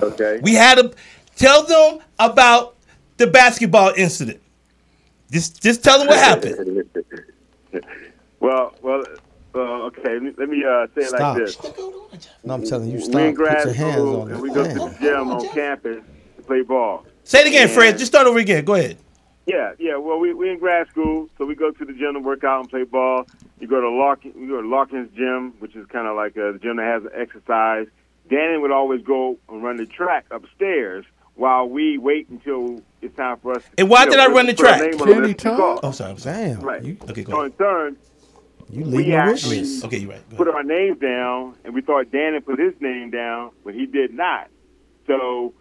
Speaker 10: Okay?
Speaker 7: We had a Tell them about the basketball incident. Just just tell them what happened.
Speaker 10: well, well, uh, okay. Let me, let me uh, say it
Speaker 3: Stop.
Speaker 10: like this.
Speaker 3: No, I'm telling you,
Speaker 10: We
Speaker 3: stop.
Speaker 10: in grad
Speaker 3: Put your hands
Speaker 10: school,
Speaker 3: on
Speaker 10: and
Speaker 3: it.
Speaker 10: we go to the gym on campus to play ball.
Speaker 7: Say it again,
Speaker 10: Yeah.
Speaker 7: Fred. Just start over again. Go ahead.
Speaker 10: Yeah, yeah. Well, we we in grad school, so we go to the gym to work out and play ball. You go to Larkin, we go to Larkin's gym, which is kind of like a gym that has exercise. Dannon would always go and run the track upstairs while we wait until it's time for us. To,
Speaker 7: And why
Speaker 10: you
Speaker 7: did
Speaker 10: know,
Speaker 7: I run the
Speaker 10: put our
Speaker 7: track?
Speaker 10: name on the
Speaker 6: Kenny
Speaker 10: list to
Speaker 6: Tom?
Speaker 10: call.
Speaker 7: Oh, sorry. I'm sorry.
Speaker 3: Damn,
Speaker 10: Right.
Speaker 3: you,
Speaker 7: Okay, go
Speaker 10: So
Speaker 7: ahead.
Speaker 10: in turn,
Speaker 3: you
Speaker 10: we
Speaker 3: leaving your
Speaker 10: actually
Speaker 3: wishes.
Speaker 7: Okay, you're right. Go
Speaker 10: put
Speaker 7: ahead.
Speaker 10: our names down, and we thought Dannon put his name down, but he did not. So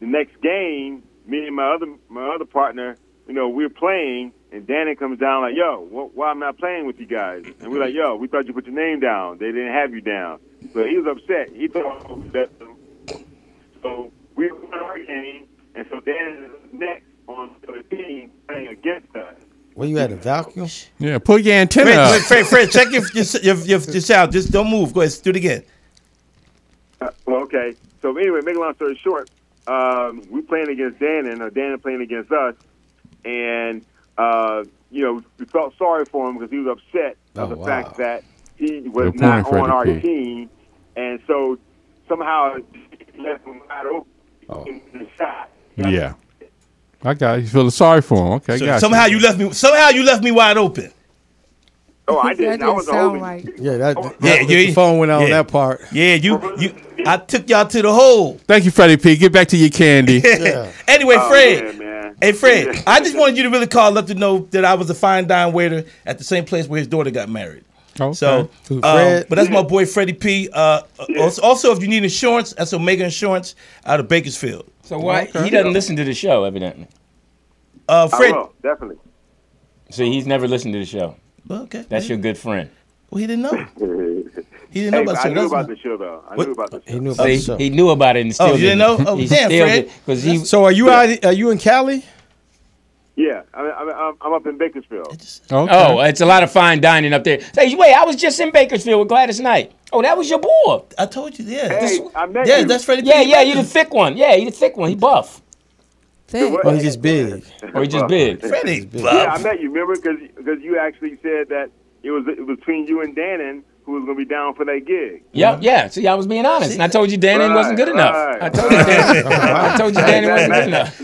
Speaker 10: the next game, me and my other my other partner, you know, we are playing, and Dannon comes down like, "Yo, wh- why I'm not playing with you guys?" And we're like, "Yo, we thought you put your name down. They didn't have you down." So he was upset. He thought we left him. So we won our game, and so Dannon is next on the team playing against us.
Speaker 3: Where you at, a vacuum?
Speaker 6: Yeah, pull your antenna
Speaker 7: Fred,
Speaker 6: up.
Speaker 7: Fred, Fred, Fred, check your, your, your, your, your sound. Just don't move. Go ahead. Do it again.
Speaker 10: Uh, well, okay. So anyway, make a long story short, um, we playing against Dannon, or Dannon playing against us, and uh, you know we felt sorry for him because he was upset
Speaker 3: Oh,
Speaker 10: of the
Speaker 3: wow.
Speaker 10: fact that he was
Speaker 6: Good
Speaker 10: not
Speaker 6: point,
Speaker 10: on our
Speaker 6: Freddie P.
Speaker 10: team, and so somehow he left him wide open
Speaker 3: Oh.
Speaker 10: in the shot.
Speaker 6: Yeah. I got you. Feeling sorry for him. Okay,
Speaker 7: So
Speaker 6: got
Speaker 7: somehow you left me. Somehow you left me wide open.
Speaker 10: Oh, I didn't. I
Speaker 11: didn't
Speaker 10: was
Speaker 11: sound
Speaker 10: open.
Speaker 11: right.
Speaker 3: Yeah, that, that-
Speaker 7: Oh, Yeah,
Speaker 3: that-
Speaker 7: you-
Speaker 3: the phone went out on
Speaker 7: yeah.
Speaker 3: that part.
Speaker 7: Yeah, you. You. I took y'all to the hole.
Speaker 6: Thank you, Freddie P. Get back to your candy.
Speaker 7: Anyway,
Speaker 10: Oh,
Speaker 7: Fred.
Speaker 10: yeah, man.
Speaker 7: Hey Fred,
Speaker 10: Yeah.
Speaker 7: I just wanted you to really call up to know that I was a fine dine waiter at the same place where his daughter got married.
Speaker 6: Okay.
Speaker 7: So,
Speaker 3: Who,
Speaker 7: um,
Speaker 3: Fred?
Speaker 7: but that's my boy Freddie P. Uh, also, also, if you need insurance, that's Omega Insurance out of Bakersfield.
Speaker 5: So why he doesn't listen to the show, evidently.
Speaker 7: Uh,
Speaker 10: I
Speaker 7: Fred,
Speaker 10: will, definitely.
Speaker 5: So he's never listened to the show.
Speaker 7: well, okay,
Speaker 5: That's your good friend.
Speaker 7: Well, he didn't know. He didn't know
Speaker 10: Hey,
Speaker 7: about
Speaker 10: I
Speaker 7: Sarah.
Speaker 10: knew
Speaker 7: That's
Speaker 10: about
Speaker 7: my-
Speaker 10: the show though. I
Speaker 7: What-
Speaker 10: knew about the
Speaker 3: He
Speaker 10: show.
Speaker 3: knew about
Speaker 5: See,
Speaker 3: the show.
Speaker 5: he knew about it and still
Speaker 7: you didn't know? Oh,
Speaker 5: he
Speaker 7: damn,
Speaker 5: still
Speaker 7: Fred.
Speaker 5: because he
Speaker 3: so are you out? Are you in Cali?
Speaker 10: Yeah, I mean, um, I'm, I'm- I'm up in Bakersfield.
Speaker 6: Okay.
Speaker 5: Oh, it's a lot of fine dining up there. Say, wait, I was just in Bakersfield with Gladys Knight. Oh, that was your boy.
Speaker 7: I told you, yeah.
Speaker 10: Hey,
Speaker 7: that's-
Speaker 10: I met
Speaker 7: yeah,
Speaker 10: you.
Speaker 7: that's Freddie
Speaker 5: Yeah,
Speaker 7: P.
Speaker 5: yeah, you the thick one. Yeah, you the thick one. He buff.
Speaker 4: Thick.
Speaker 3: Oh, he's just big.
Speaker 5: Or he just big.
Speaker 7: Freddie.
Speaker 10: Yeah, I
Speaker 7: Buff.
Speaker 10: met you. Remember, because you actually said that it was, it was between you and Dannon who was going to be down for that gig.
Speaker 5: Yep, yeah. See, I was being honest. And I told you Danny wasn't good
Speaker 10: Right,
Speaker 5: enough.
Speaker 10: right.
Speaker 5: I told you Danny, I told you Danny wasn't good enough.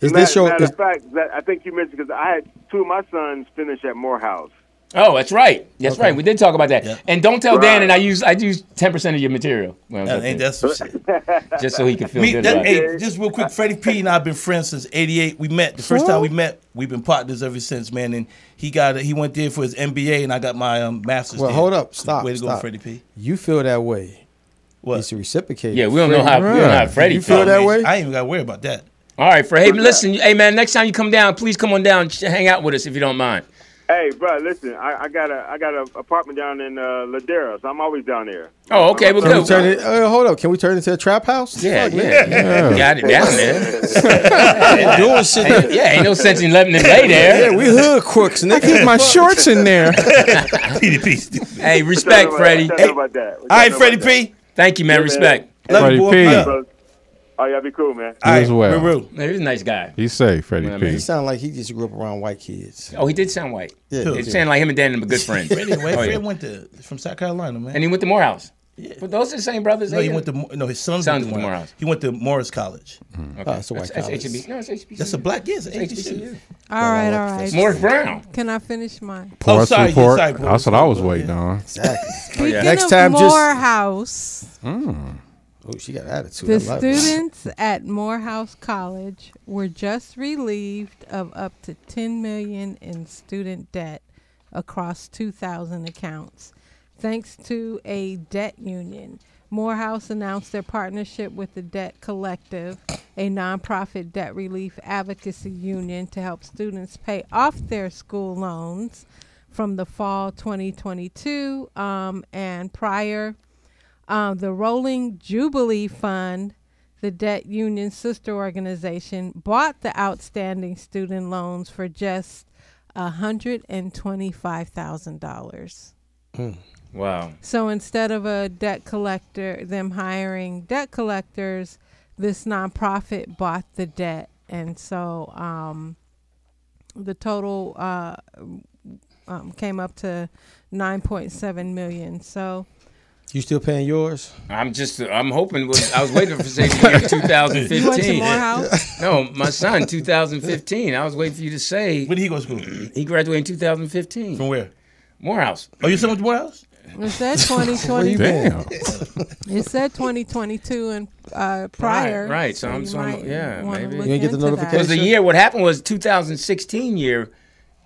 Speaker 3: Is
Speaker 10: matter,
Speaker 3: this your?
Speaker 10: matter
Speaker 3: Is,
Speaker 10: of fact, that I think you mentioned because I had two of my sons finish at Morehouse.
Speaker 5: Oh, that's right. That's right. We did talk about that.
Speaker 7: Yep.
Speaker 5: And don't tell
Speaker 10: Right.
Speaker 5: Danny I use I use ten percent of your material when I was
Speaker 7: That
Speaker 5: up
Speaker 7: ain't
Speaker 5: there,
Speaker 7: that some shit.
Speaker 5: just so he could feel
Speaker 7: Me,
Speaker 5: good
Speaker 7: that-
Speaker 5: about it.
Speaker 7: hey, just real quick, Freddie P and I have been friends since '88. We met the first time we met. We've been partners ever since, man. And he got he went there for his MBA, and I got my um, master's.
Speaker 3: well,
Speaker 7: there.
Speaker 3: hold up, stop.
Speaker 7: Way to go,
Speaker 3: stop.
Speaker 7: Freddie P.
Speaker 3: You feel that way? You
Speaker 7: What?
Speaker 3: should reciprocate.
Speaker 5: Yeah, we don't know how we don't know how Freddie
Speaker 3: You feel
Speaker 5: felt.
Speaker 3: that way?
Speaker 7: I ain't even got to worry about that.
Speaker 5: All right, Fred. Hey, listen, hey man, next time you come down, please come on down, and sh- hang out with us if you don't mind.
Speaker 10: Hey, bro, listen, I, I got a I got an apartment down in uh, Ladera, so I'm always down there.
Speaker 5: Oh, okay, well,
Speaker 3: Can we
Speaker 5: good.
Speaker 3: turn it? Uh, hold up. Can we turn it into a trap house?
Speaker 5: yeah,
Speaker 3: Fuck, man.
Speaker 5: yeah, yeah, Got it down there.
Speaker 3: Ain't doing shit.
Speaker 5: Yeah, ain't no sense in letting it lay there.
Speaker 3: Yeah, we hood crooks, nigga.
Speaker 6: Keep my shorts in there.
Speaker 7: Freddie P. stupid.
Speaker 5: Hey, respect, Freddie.
Speaker 10: Tell
Speaker 5: Hey,
Speaker 10: them about that.
Speaker 7: All right, Freddie P.
Speaker 5: thank you, man. Respect.
Speaker 7: Love you,
Speaker 6: Freddie
Speaker 7: boy.
Speaker 6: P.
Speaker 7: Yeah.
Speaker 10: All right, y'all be cool, man.
Speaker 7: All right,
Speaker 6: as well.
Speaker 7: Ruru.
Speaker 5: Man, he's a nice guy.
Speaker 6: He's safe, Freddie
Speaker 5: I
Speaker 6: P.
Speaker 3: He sound like he just grew up around white kids.
Speaker 5: Oh, he did sound white.
Speaker 3: Yeah, he
Speaker 5: It
Speaker 3: did.
Speaker 5: sounded like him and Danny were good friends.
Speaker 7: Freddie, where
Speaker 5: Oh, yeah.
Speaker 7: Fred went to from South Carolina, man.
Speaker 5: And he went to Morehouse. But those are the same brothers.
Speaker 7: no,
Speaker 5: ain't
Speaker 7: he
Speaker 5: it?
Speaker 7: went to Mo- no, his son's
Speaker 5: Sounds
Speaker 7: went to
Speaker 5: like
Speaker 7: Morehouse.
Speaker 5: Morehouse. Mm-hmm.
Speaker 7: He went to Morris College.
Speaker 3: Oh, it's a white
Speaker 5: That's
Speaker 3: college.
Speaker 5: HBCU. No, it's E HBCU.
Speaker 7: That's a black yes, it's HBCU.
Speaker 5: HBCU.
Speaker 4: All right, all right.
Speaker 5: Morris Brown.
Speaker 4: Can I finish mine?
Speaker 7: Oh,
Speaker 6: Parts
Speaker 7: sorry, yeah,
Speaker 6: report.
Speaker 7: sorry, boy.
Speaker 6: That's what I was waiting on.
Speaker 4: Speaking
Speaker 3: Next
Speaker 4: of
Speaker 3: time, just-
Speaker 4: Morehouse.
Speaker 3: Oh, she got attitude.
Speaker 4: The
Speaker 3: I love it.
Speaker 4: students at Morehouse College were just relieved of up to 10 million in student debt across 2000 accounts thanks to a debt union. Morehouse announced their partnership with the Debt Collective, a nonprofit debt relief advocacy union to help students pay off their school loans from the fall 2022 um, and prior um, the Rolling Jubilee Fund, the debt union sister organization, bought the outstanding student loans for just $125,000.
Speaker 5: Wow.
Speaker 4: So instead of a debt collector, them hiring debt collectors, this nonprofit bought the debt, and so um, the total uh, um, came up to nine point seven million. So
Speaker 3: You still paying yours?
Speaker 5: I'm just, I'm hoping, was, I was waiting for say the year 2015.
Speaker 4: You went to Morehouse?
Speaker 5: No, my son, 2015. I was waiting for you to say.
Speaker 7: When did he go to school?
Speaker 5: He graduated in 2015.
Speaker 7: From where?
Speaker 5: Morehouse.
Speaker 7: Oh, you still went to Morehouse?
Speaker 4: it said twenty
Speaker 3: Where you
Speaker 4: twenty.
Speaker 3: been?
Speaker 4: It said twenty twenty two and uh, prior.
Speaker 5: Right, right. So I'm-
Speaker 4: you
Speaker 5: so I'm-
Speaker 4: might
Speaker 5: yeah,
Speaker 4: wanna
Speaker 5: maybe.
Speaker 4: look
Speaker 5: You
Speaker 3: didn't get the
Speaker 4: into that.
Speaker 3: notification?
Speaker 5: Because the year, what happened was 2016 year,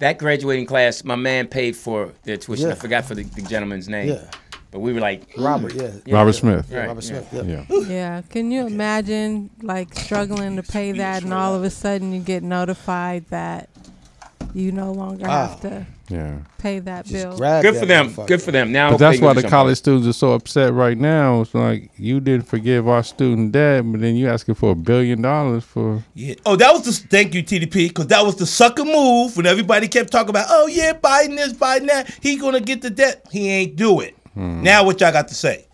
Speaker 5: that graduating class, my man paid for their tuition. I
Speaker 3: Yeah.
Speaker 5: forgot for the, the gentleman's name.
Speaker 3: Yeah.
Speaker 5: But we were like,
Speaker 3: Robert, yeah.
Speaker 6: Robert Smith.
Speaker 5: Right.
Speaker 3: Robert Smith, yeah.
Speaker 6: Yeah.
Speaker 4: Yeah, can you imagine like struggling to pay that, and all of a sudden you get notified that you no longer have to
Speaker 6: Ah. Yeah.
Speaker 4: pay that bill?
Speaker 3: Grab
Speaker 5: good
Speaker 3: that
Speaker 5: for them.
Speaker 3: motherfucker.
Speaker 5: Good for them. Now,
Speaker 6: But that's
Speaker 5: they go
Speaker 6: why
Speaker 5: do
Speaker 6: the
Speaker 5: something.
Speaker 6: college students are so upset right now. It's like you didn't forgive our student debt, but then you asking for a billion dollars for
Speaker 7: Yeah. Oh, that was the thank you, TDP, because that was the sucker move when everybody kept talking about, oh yeah, Biden this, Biden that. He gonna get the debt. He ain't do it. Now what y'all got to say?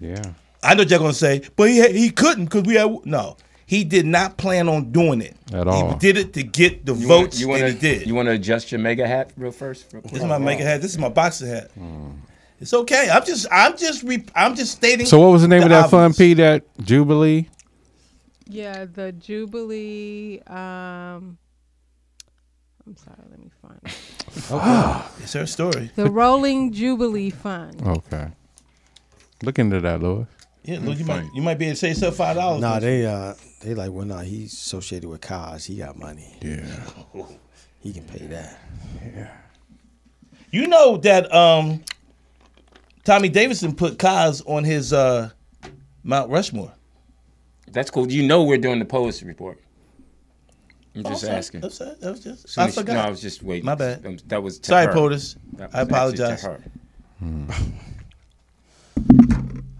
Speaker 6: yeah.
Speaker 7: I know y'all gonna say, but he he couldn't because we had no. He did not plan on doing it
Speaker 6: At all.
Speaker 7: He did it to get the
Speaker 5: You wanna-
Speaker 7: votes,
Speaker 5: you wanna,
Speaker 7: and he did.
Speaker 5: You want to adjust your mega hat real first? Real
Speaker 7: this
Speaker 5: quick?
Speaker 7: is my maker hat. This is my boxer hat. It's okay. I'm just I'm just re- I'm just stating.
Speaker 6: So what was the name of that fund,
Speaker 7: obvious.
Speaker 6: P? That Jubilee.
Speaker 4: Yeah, the Jubilee. Um, I'm sorry, let me find it.
Speaker 7: It's her story.
Speaker 4: the Rolling Jubilee Fund.
Speaker 6: Okay. Look into that, Louis.
Speaker 7: Yeah, Lou, you might you might be able to save yourself five dollars.
Speaker 3: Nah, they uh, they like, well, nah, he's associated with cause. He got money.
Speaker 6: Yeah.
Speaker 3: He can pay that.
Speaker 7: You know that um, Tommy Davidson put Kaz on his uh, Mount Rushmore.
Speaker 5: That's cool. You know we're doing the Polis report. I'm just
Speaker 7: Oh, I'm sorry.
Speaker 5: asking.
Speaker 7: I'm sorry. That was just.
Speaker 5: So
Speaker 7: I
Speaker 5: we-
Speaker 7: forgot.
Speaker 5: No, I was just waiting.
Speaker 7: My bad.
Speaker 5: Um, That was to
Speaker 7: sorry,
Speaker 5: her.
Speaker 7: POTUS.
Speaker 5: That was
Speaker 7: I
Speaker 5: actually to
Speaker 7: apologize.
Speaker 5: her.
Speaker 6: Hmm.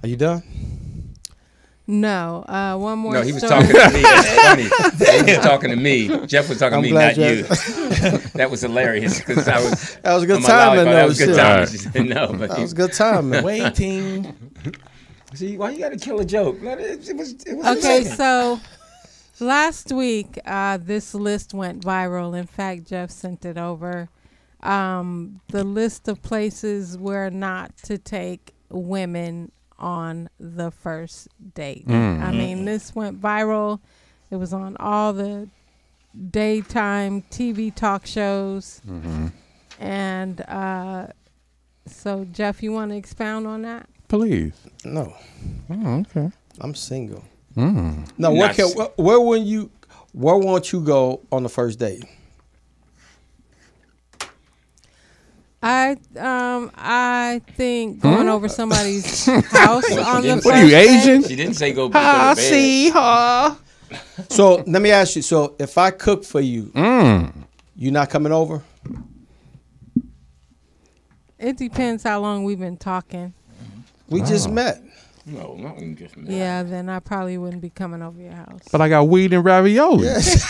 Speaker 3: Are you done?
Speaker 4: No, uh, one more.
Speaker 5: No, he was
Speaker 4: story.
Speaker 5: talking to me. That's funny. He was talking to me. Jeff was talking
Speaker 3: I'm
Speaker 5: to me, not
Speaker 3: glad you
Speaker 5: you. that was hilarious because I was.
Speaker 3: That was a good
Speaker 5: on my lollipop.
Speaker 3: timing,
Speaker 5: That
Speaker 3: though,
Speaker 5: was good
Speaker 3: shit.
Speaker 5: time.
Speaker 6: Alright.
Speaker 5: no, but
Speaker 3: That was a good time, man.
Speaker 7: Waiting.
Speaker 5: see, why you got to kill a joke? Let It, it was. It was
Speaker 4: Okay,
Speaker 5: amazing.
Speaker 4: so last week uh, this list went viral. In fact, Jeff sent it over. Um, the list of places where not to take women on the first date. I mean, this went viral. It was on all the daytime TV talk shows. And uh, so, Jeff, you want to expound on that?
Speaker 6: Please.
Speaker 3: No,
Speaker 6: Oh, okay.
Speaker 3: I'm single.
Speaker 6: Mm.
Speaker 3: No, where
Speaker 5: Nice.
Speaker 3: Hmm. can where, where will you where won't you go on the first date?
Speaker 4: I um I think going over somebody's house on the
Speaker 5: What
Speaker 4: first
Speaker 5: are
Speaker 6: What are you
Speaker 4: day-
Speaker 6: Asian?
Speaker 5: she didn't say go. go
Speaker 3: Ah,
Speaker 5: I see.
Speaker 3: So let me ask you. So if I cook for you,
Speaker 6: Hmm.
Speaker 3: you not coming over?
Speaker 4: It depends how long we've been talking.
Speaker 3: We just met.
Speaker 5: No, not even just me.
Speaker 4: Yeah, then I probably wouldn't be coming over your house.
Speaker 6: But I got weed and ravioli. so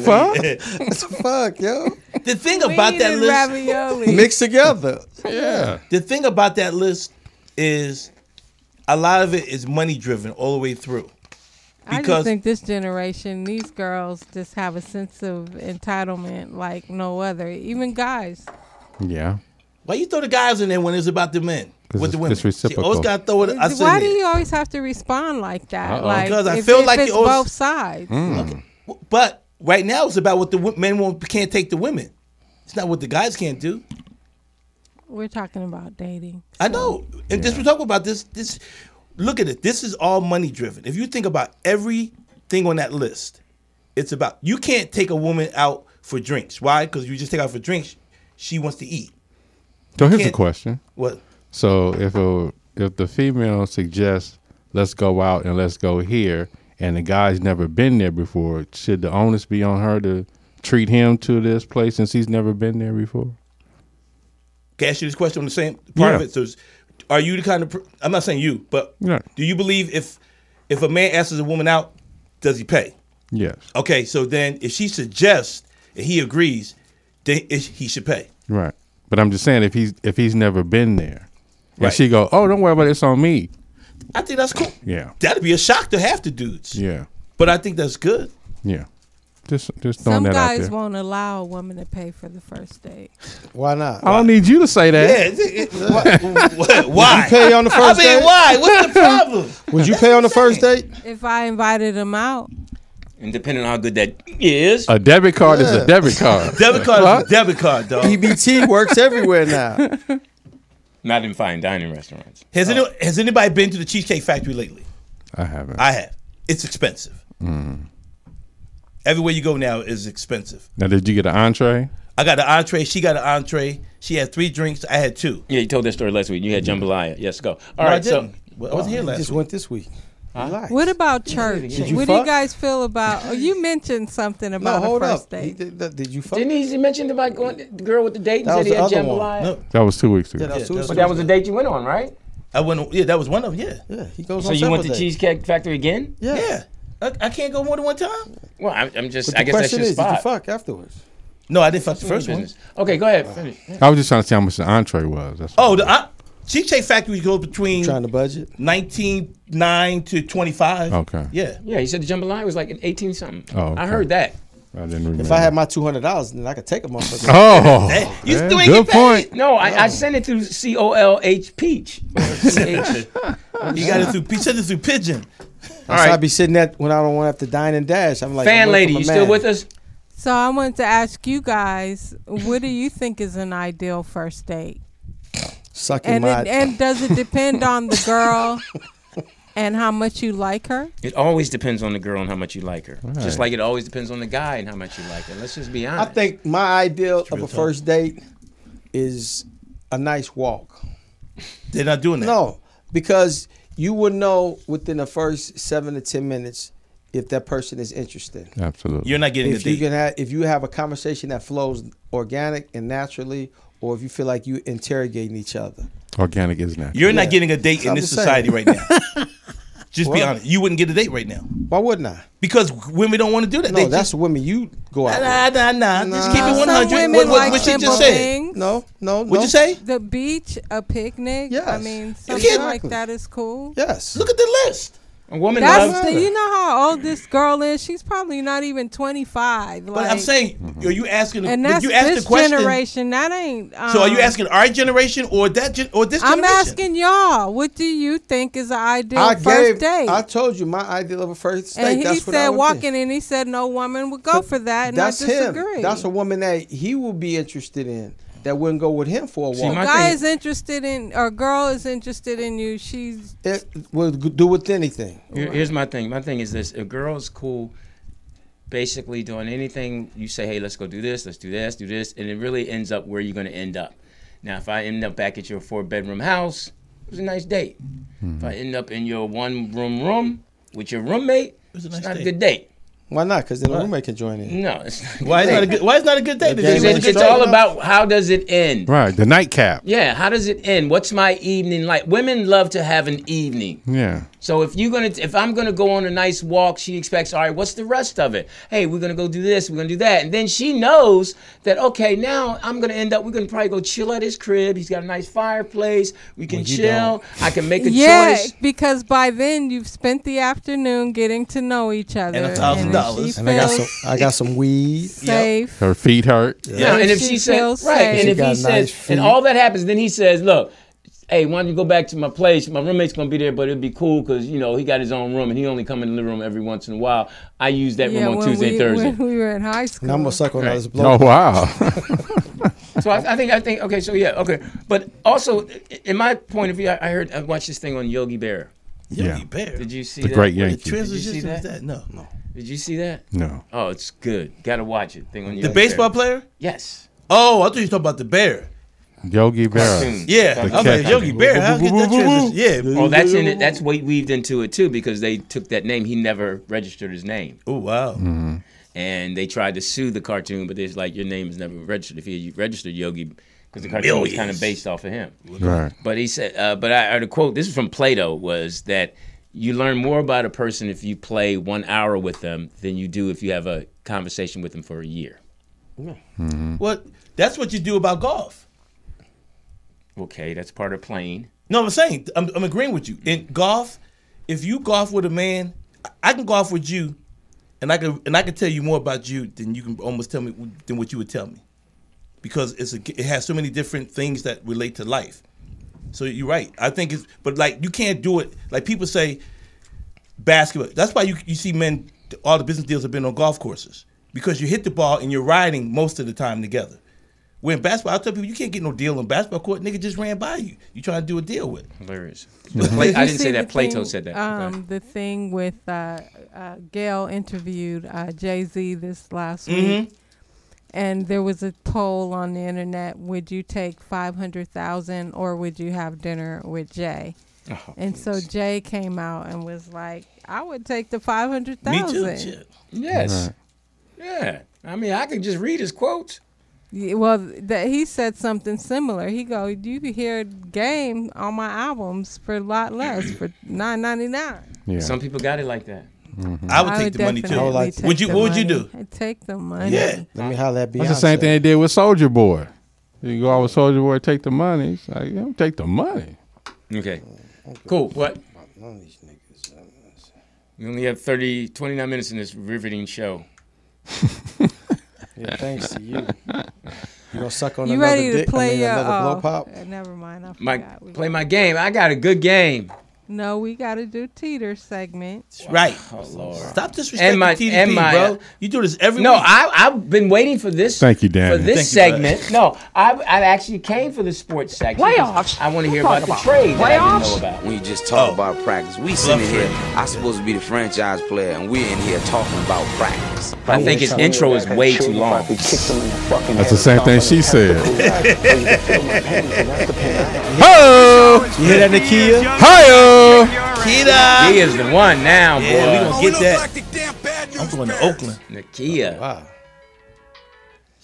Speaker 6: fuck.
Speaker 3: Fuck yo,
Speaker 7: The thing about
Speaker 4: Weed
Speaker 7: that
Speaker 4: and
Speaker 7: list.
Speaker 4: ravioli.
Speaker 3: mixed together.
Speaker 7: The thing about that list is, a lot of it is money driven all the way through.
Speaker 4: I
Speaker 7: because-
Speaker 4: just think this generation, these girls just have a sense of entitlement like no other. Even guys.
Speaker 6: Yeah.
Speaker 7: Why you throw the guys in there when it's about the men?
Speaker 6: 'Cause
Speaker 7: With the
Speaker 6: it's-
Speaker 7: women,
Speaker 6: it's reciprocal.
Speaker 7: She always got to throw it. I said
Speaker 4: Why
Speaker 7: it.
Speaker 4: do you always have to respond like that?
Speaker 6: Uh-oh.
Speaker 4: Like
Speaker 7: Because I
Speaker 4: if,
Speaker 7: feel
Speaker 4: if
Speaker 7: like
Speaker 4: it's
Speaker 7: you always-
Speaker 4: both sides.
Speaker 6: Hmm.
Speaker 7: Hmm. But right now, it's about what the wo- men won't, can't take the women. It's not what the guys can't do.
Speaker 4: We're talking about dating.
Speaker 7: I know. And this we're talking about this. This look at it. This is all money driven. If you think about everything on that list, it's about you can't take a woman out for drinks. Why? Because you just take her out for drinks, she wants to eat.
Speaker 6: So here's a
Speaker 7: can't-
Speaker 6: question.
Speaker 7: What?
Speaker 6: So if a if the female suggests let's go out and let's go here, and the guy's never been there before, should the onus be on her to treat him to this place since he's never been there before?
Speaker 7: Can I ask you this question on the same part of
Speaker 6: Yeah.
Speaker 7: it? So, it's- are you the kind of? per- I'm not saying you, but
Speaker 6: Yeah.
Speaker 7: do you believe if if a man asks a woman out, does he pay?
Speaker 6: Yes.
Speaker 7: Okay, so then if she suggests and he agrees, then it, he should pay.
Speaker 6: Right. But I'm just saying if he's if he's never been there, and
Speaker 7: Right.
Speaker 6: she go, oh, don't worry about it, it's on me.
Speaker 7: I think that's cool.
Speaker 6: Yeah.
Speaker 7: That'd be a shock to half the dudes.
Speaker 6: Yeah.
Speaker 7: But I think that's good.
Speaker 6: Yeah. Just just throwing
Speaker 4: Some
Speaker 6: that out
Speaker 4: guys
Speaker 6: there.
Speaker 4: won't allow a woman to pay for the first date.
Speaker 3: Why not?
Speaker 6: I don't need you to say that.
Speaker 7: Yeah. it- it- why?
Speaker 3: Would you pay on the
Speaker 7: I
Speaker 3: first
Speaker 7: mean,
Speaker 3: date?
Speaker 7: why? What's the problem?
Speaker 3: Would you pay on the first date?
Speaker 4: If I invited him out,
Speaker 5: And depending on how good that is,
Speaker 6: A debit card is a debit card.
Speaker 7: Debit card is a debit card, dog.
Speaker 3: EBT E works everywhere now. Oh.
Speaker 5: not in fine dining restaurants.
Speaker 7: Has, any, has anybody been to the Cheesecake Factory lately?
Speaker 6: I haven't.
Speaker 7: I have. It's expensive.
Speaker 6: Mm.
Speaker 7: Everywhere you go now is expensive.
Speaker 6: now, did you get an entree?
Speaker 7: I got an entree. She got an entree. She had three drinks. I had two.
Speaker 5: Yeah, you told that story last week. You had jambalaya. Yes, go. All
Speaker 7: All right,
Speaker 5: right, so
Speaker 7: so well, I wasn't here
Speaker 3: He
Speaker 7: last
Speaker 3: just
Speaker 7: week.
Speaker 3: went this week. Relax.
Speaker 4: what about church?
Speaker 3: you
Speaker 4: what do you
Speaker 3: fuck?
Speaker 4: guys feel about? Oh, you mentioned something
Speaker 3: No,
Speaker 4: about
Speaker 3: hold
Speaker 4: a first
Speaker 3: up. He
Speaker 4: date.
Speaker 3: Did, that- did you fuck?
Speaker 5: didn't he he mentioned about going the girl with the date and
Speaker 3: That
Speaker 5: said
Speaker 3: was
Speaker 5: he
Speaker 3: the
Speaker 5: had
Speaker 3: other one.
Speaker 5: jambalaya?
Speaker 7: No,
Speaker 6: That was two weeks ago.
Speaker 3: Yeah, that was
Speaker 7: Yeah,
Speaker 3: Tuesday.
Speaker 5: But that was the date you went on, right?
Speaker 7: I went. Yeah, that was one of them. Yeah,
Speaker 3: Yeah, he goes
Speaker 5: So
Speaker 3: on
Speaker 5: you went to
Speaker 3: Saturday.
Speaker 5: Cheesecake Factory again?
Speaker 3: Yeah.
Speaker 7: yeah. I, I can't go more than one time.
Speaker 5: Well, I'm, I'm just.
Speaker 3: But
Speaker 5: I
Speaker 3: the
Speaker 5: guess that's
Speaker 3: question
Speaker 5: your
Speaker 3: is, did you
Speaker 5: spot.
Speaker 3: fuck afterwards?
Speaker 7: No, I didn't fuck the first one.
Speaker 5: Business. Okay, go ahead. Finish.
Speaker 6: I was just trying to see how much the entree was. That's
Speaker 7: Oh, the I, Cheesecake Factory goes between
Speaker 3: Trying to budget?
Speaker 7: nineteen nine to twenty five.
Speaker 6: Okay.
Speaker 7: Yeah.
Speaker 5: Yeah, he said the jambalaya was like an 18 something.
Speaker 6: Oh, okay.
Speaker 5: I heard that.
Speaker 6: I didn't remember.
Speaker 3: If I had my two hundred dollars, then I could take a motherfucker.
Speaker 6: oh,
Speaker 7: Hey, you
Speaker 6: yeah,
Speaker 7: still ain't
Speaker 6: good
Speaker 7: get paid.
Speaker 6: point.
Speaker 5: No, I, I
Speaker 7: Oh.
Speaker 5: sent it through C O L H Peach. Or CH.
Speaker 7: You got it through. You said it through pigeon.
Speaker 3: That's how I be sitting at when I don't want to have to dine and dash. I'm like,
Speaker 5: Fan
Speaker 3: I'm
Speaker 5: lady, you still with us?
Speaker 4: So I wanted to ask you guys, what do you think is an ideal first date?
Speaker 3: Sucking
Speaker 4: And
Speaker 3: my.
Speaker 4: it, and does it depend on the girl and how much you like her?
Speaker 5: It always depends on the girl and how much you like her. Just
Speaker 6: Right.
Speaker 5: like it always depends on the guy and how much you like her. Let's just be
Speaker 3: I
Speaker 5: honest.
Speaker 3: think my ideal of
Speaker 7: real
Speaker 3: a
Speaker 7: talk.
Speaker 3: first date is a nice walk.
Speaker 7: They're not doing that.
Speaker 3: No, because you will know within the first seven to ten minutes if that person is interested.
Speaker 6: Absolutely.
Speaker 7: you're not getting
Speaker 3: if
Speaker 7: the
Speaker 3: you
Speaker 7: date.
Speaker 3: can have if you have a conversation that flows organic and naturally or if you feel like you interrogating each other
Speaker 6: Organic is not.
Speaker 7: You're not
Speaker 3: Yeah.
Speaker 7: getting a date in
Speaker 3: I'm
Speaker 7: this
Speaker 3: just saying.
Speaker 7: society right now. Just be
Speaker 3: Well-
Speaker 7: honest. You wouldn't get a date right now
Speaker 3: why wouldn't i
Speaker 7: because women don't want to do that.
Speaker 3: no
Speaker 7: they
Speaker 3: that's
Speaker 7: just,
Speaker 3: women you go out with.
Speaker 7: nah, nah, nah, Just keep it
Speaker 4: Now,
Speaker 7: one
Speaker 4: some
Speaker 7: hundred.
Speaker 4: women
Speaker 7: What, what,
Speaker 4: like
Speaker 7: what she
Speaker 4: simple
Speaker 7: just said.
Speaker 4: things.
Speaker 3: no no no
Speaker 7: What'd you say?
Speaker 4: The beach, a picnic. I
Speaker 3: Yes.
Speaker 4: mean, something
Speaker 3: Exactly.
Speaker 4: like that is cool.
Speaker 3: yes
Speaker 7: Look at the list.
Speaker 5: a woman
Speaker 4: That's
Speaker 5: loves.
Speaker 4: the, you know how old this girl is. She's probably not even twenty five.
Speaker 7: But I'm saying, are you asking?
Speaker 4: and
Speaker 7: but
Speaker 4: that's
Speaker 7: you asked
Speaker 4: this
Speaker 7: the question.
Speaker 4: generation. That ain't. Um,
Speaker 7: So are you asking our generation or that gen- or this
Speaker 4: I'm
Speaker 7: generation?
Speaker 4: asking y'all. What do you think is the ideal
Speaker 3: i
Speaker 4: first
Speaker 3: gave
Speaker 4: date?
Speaker 3: i told you my ideal of a first date
Speaker 4: and he
Speaker 3: that's what I
Speaker 4: said
Speaker 3: would be.
Speaker 4: walking, and he said no woman would go for that, and
Speaker 3: that's
Speaker 4: I
Speaker 3: him
Speaker 4: disagree.
Speaker 3: that's a woman that he would be interested in that wouldn't go with him for a
Speaker 5: See,
Speaker 3: walk
Speaker 5: my- I
Speaker 4: guy
Speaker 5: think-
Speaker 4: is interested in or girl is interested in you. She's
Speaker 3: it would do with anything
Speaker 5: Here- here's my thing. My thing is this: a girl's cool, basically doing anything you say. Hey, let's go do this. Let's do this. Do this, and it really ends up where you're going to end up. Now, if I end up back at your four bedroom house, it was a nice date. If I end up in your one room room with your roommate,
Speaker 7: was a
Speaker 5: it's
Speaker 7: nice
Speaker 5: not a
Speaker 7: date.
Speaker 5: good date.
Speaker 3: why not because then the roommate can join in
Speaker 5: No, it's not. a
Speaker 7: Why is
Speaker 5: good
Speaker 7: not a
Speaker 5: date.
Speaker 7: good? Why is not a good date?
Speaker 3: The
Speaker 7: It's
Speaker 3: game
Speaker 7: a
Speaker 5: It's,
Speaker 3: is
Speaker 7: good
Speaker 5: it's
Speaker 7: date.
Speaker 5: all about how does it end.
Speaker 6: Right. The nightcap.
Speaker 5: Yeah, how does it end? What's my evening like? Women love to have an evening.
Speaker 6: Yeah.
Speaker 5: So if you're gonna, if I'm gonna go on a nice walk, she expects, all right, what's the rest of it? Hey, we're gonna go do this, we're gonna do that, and then she knows that okay, now I'm gonna end up. We're gonna probably go chill at his crib. He's got a nice fireplace. We can chill. I can make a
Speaker 4: yeah,
Speaker 5: choice.
Speaker 4: because by then you've spent the afternoon getting to know each other,
Speaker 7: And a thousand
Speaker 4: if
Speaker 7: dollars.
Speaker 4: She
Speaker 3: and i got
Speaker 4: feels
Speaker 3: some i got some weed
Speaker 4: safe.
Speaker 6: Her feet hurt.
Speaker 5: Yeah,
Speaker 4: And
Speaker 5: and if
Speaker 4: she
Speaker 5: she, says
Speaker 4: feels
Speaker 5: right,
Speaker 4: safe.
Speaker 5: and
Speaker 3: She
Speaker 5: if he
Speaker 3: got
Speaker 5: says,
Speaker 3: nice
Speaker 5: and
Speaker 3: feet.
Speaker 5: all that happens, then he says, "Look, hey, why don't you go back to my place? My roommate's gonna be there, but it'll be cool because you know he got his own room and he only come in the living room every once in a while. I use that
Speaker 4: Yeah,
Speaker 5: room on
Speaker 4: when
Speaker 5: Tuesday,
Speaker 4: we,
Speaker 5: and Thursday.
Speaker 4: when we were in high school.
Speaker 3: And i'm gonna suck on this blow
Speaker 6: Oh wow.
Speaker 5: So I, I think I think okay. So yeah, okay. But also, i- in my point of view, I, I heard I watched this thing on Yogi Bear.
Speaker 6: yeah.
Speaker 7: Yogi Bear.
Speaker 5: Did you see
Speaker 6: The
Speaker 5: that?
Speaker 6: great
Speaker 7: The
Speaker 6: Yankee.
Speaker 7: transition
Speaker 5: see
Speaker 7: is
Speaker 5: that?
Speaker 7: that? No, no.
Speaker 5: Did you see that?
Speaker 6: No.
Speaker 5: Oh, it's good. Got to watch it. Thing on Yogi
Speaker 7: The baseball
Speaker 5: Bear.
Speaker 7: player?
Speaker 5: Yes.
Speaker 7: Oh, I thought you were talking about the bear.
Speaker 6: Yogi Berra.
Speaker 5: Cartoon.
Speaker 7: Yeah,
Speaker 6: The
Speaker 7: I'm like
Speaker 6: cat.
Speaker 7: Yogi Bear. How get that transition? Yeah.
Speaker 5: Oh, that's in it. That's what weaved into it too because they took that name. He never registered his name,
Speaker 7: Oh wow.
Speaker 6: Mm-hmm.
Speaker 5: and they tried to sue the cartoon, but it's like your name is never registered. If you registered Yogi, because the cartoon was kind
Speaker 7: Millions.
Speaker 5: of based off of him.
Speaker 6: Right.
Speaker 5: But he said, uh, but I heard a quote. This is from Plato. Was that you learn more about a person if you play one hour with them than you do if you have a conversation with them for a year.
Speaker 3: Mm-hmm.
Speaker 5: Mm-hmm.
Speaker 7: Well, that's what you do about golf.
Speaker 5: Okay, that's part of playing. Mm-hmm.
Speaker 7: No, I'm saying I'm, I'm agreeing with you. In golf, if you golf with a man, I- I can golf with you, and I can and I can tell you more about you than you can almost tell me than what you would tell me, because it's a, it has so many different things that relate to life. So you're right. I think it's but like you can't do it. Like people say, basketball. That's why you you see men. All the business deals have been on golf courses because you hit the ball and you're riding most of the time together. Where in basketball, I tell people you can't get no deal on basketball court. Nigga just ran by you. You trying to do a deal with?
Speaker 5: Hilarious. Play- I didn't say that. Plato said that.
Speaker 4: Um, the thing with uh, uh, Gail interviewed uh, Jay Z this last
Speaker 5: Mm-hmm.
Speaker 4: week, and there was a poll on the internet: Would you take five hundred thousand, or would you have dinner with Jay?
Speaker 5: Oh,
Speaker 4: and so Jay came out and was like, "I would take the five hundred
Speaker 7: Me too.
Speaker 4: thousand.
Speaker 7: shit.
Speaker 5: Yes. Yeah. I mean, I could just read his quotes.
Speaker 4: Well, that he said something similar. He go, "You could hear Game on my albums for a lot less, for nine ninety nine.
Speaker 6: Yeah.
Speaker 5: Some people got it like that.
Speaker 3: Mm-hmm.
Speaker 7: I would take the money too.
Speaker 4: definitely
Speaker 3: I would like
Speaker 4: take
Speaker 7: Would you-
Speaker 4: the
Speaker 7: what would you
Speaker 4: money.
Speaker 7: do?
Speaker 4: I'd take the money.
Speaker 7: Yeah.
Speaker 3: Let me holler at Beyonce.
Speaker 6: That's the same thing they did with Soldier Boy. You go out with Soldier Boy, take the money. It's like, yeah, take the money.
Speaker 5: Okay. Cool. What?
Speaker 3: None of these niggas. uh,
Speaker 5: We only have 30, 29 minutes in this riveting show.
Speaker 3: Yeah, thanks to you. You gonna suck on
Speaker 4: You
Speaker 3: another
Speaker 4: ready to
Speaker 3: dick? I
Speaker 4: play
Speaker 3: mean,
Speaker 4: your
Speaker 3: another
Speaker 4: oh,
Speaker 3: blow pop?
Speaker 4: uh, Never mind. I forgot.
Speaker 5: My
Speaker 4: we
Speaker 5: play
Speaker 4: got-
Speaker 5: my game. I got a good game.
Speaker 4: No, we got to do teeter segment.
Speaker 7: Right.
Speaker 5: Oh Lord.
Speaker 7: Stop disrespecting
Speaker 5: And my-
Speaker 7: TDP,
Speaker 5: and my-
Speaker 7: bro. You do this every
Speaker 5: No,
Speaker 7: week.
Speaker 5: I I've been waiting for this.
Speaker 6: Thank you,
Speaker 5: For
Speaker 6: Darren.
Speaker 5: this
Speaker 7: Thank you, bud.
Speaker 5: segment. No, I I actually came for the sports section.
Speaker 9: Playoffs?
Speaker 5: I want to hear about
Speaker 9: What
Speaker 5: the
Speaker 9: you talking
Speaker 5: trade that I
Speaker 9: Playoffs?
Speaker 5: didn't know about.
Speaker 11: When you just talk
Speaker 7: Oh.
Speaker 11: about practice, we sitting
Speaker 7: Love
Speaker 11: here.
Speaker 7: trade.
Speaker 11: I'm supposed to be the franchise player, and we're in here talking about practice.
Speaker 5: I think his intro is way too long.
Speaker 6: That's the same thing she said. Ho!
Speaker 7: You hear that, Nakia?
Speaker 6: Hi-yo!
Speaker 7: Kita.
Speaker 5: He is the one now,
Speaker 7: Yeah,
Speaker 5: boy.
Speaker 7: we gonna get that. I'm going to Oakland.
Speaker 5: Nakia.
Speaker 3: Wow.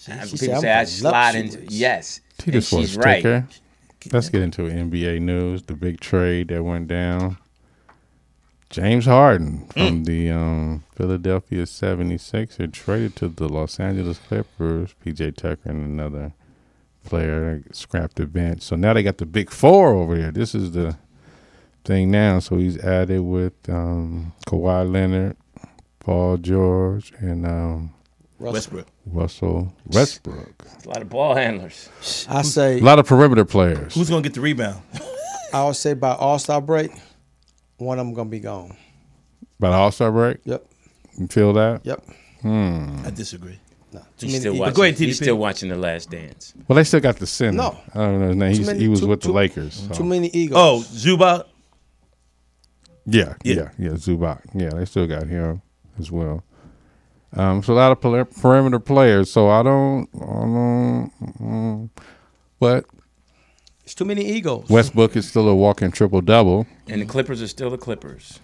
Speaker 5: People
Speaker 3: she said,
Speaker 5: say
Speaker 3: "I'm
Speaker 5: I slide into
Speaker 3: voluptuous."
Speaker 5: yes, and
Speaker 6: Tita's
Speaker 5: she's
Speaker 6: supposed to
Speaker 5: right.
Speaker 6: take care. Let's get into NBA news. The big trade that went down. James Harden
Speaker 5: Mm.
Speaker 6: from the um, Philadelphia 76er traded to the Los Angeles Clippers. PJ Tucker and another player scrapped the bench. So now they got the big four over there. This is the thing now. So he's added with um, Kawhi Leonard, Paul George, and um,
Speaker 7: Westbrook.
Speaker 6: Russell Westbrook.
Speaker 5: A lot of ball handlers.
Speaker 3: I
Speaker 6: A
Speaker 3: say,
Speaker 6: lot of perimeter players.
Speaker 7: Who's going to get the rebound?
Speaker 3: I would say by All Star break, one of them gonna be gone.
Speaker 6: By the All Star break,
Speaker 3: Yep,
Speaker 6: you feel that? Hmm.
Speaker 3: yep.
Speaker 7: I disagree.
Speaker 3: Too
Speaker 5: He's
Speaker 3: many
Speaker 5: still
Speaker 3: egos.
Speaker 5: watching.
Speaker 7: Go ahead,
Speaker 5: he's
Speaker 7: TDP.
Speaker 5: still watching the Last Dance.
Speaker 6: Well, they still got the center.
Speaker 3: No.
Speaker 6: I don't know his name. He's,
Speaker 3: many-
Speaker 6: he was
Speaker 3: too-
Speaker 6: with the
Speaker 3: too-
Speaker 6: Lakers. so-
Speaker 3: Too many egos.
Speaker 7: Oh, Zuba.
Speaker 6: Yeah,
Speaker 7: Yeah.
Speaker 6: yeah, yeah, Zubac. Yeah, they still got him as well. Um, so a lot of pla- perimeter players. So I don't, I don't. mm, but
Speaker 3: it's too many egos.
Speaker 6: Westbrook is still a walking triple double,
Speaker 5: And the Clippers are still the Clippers.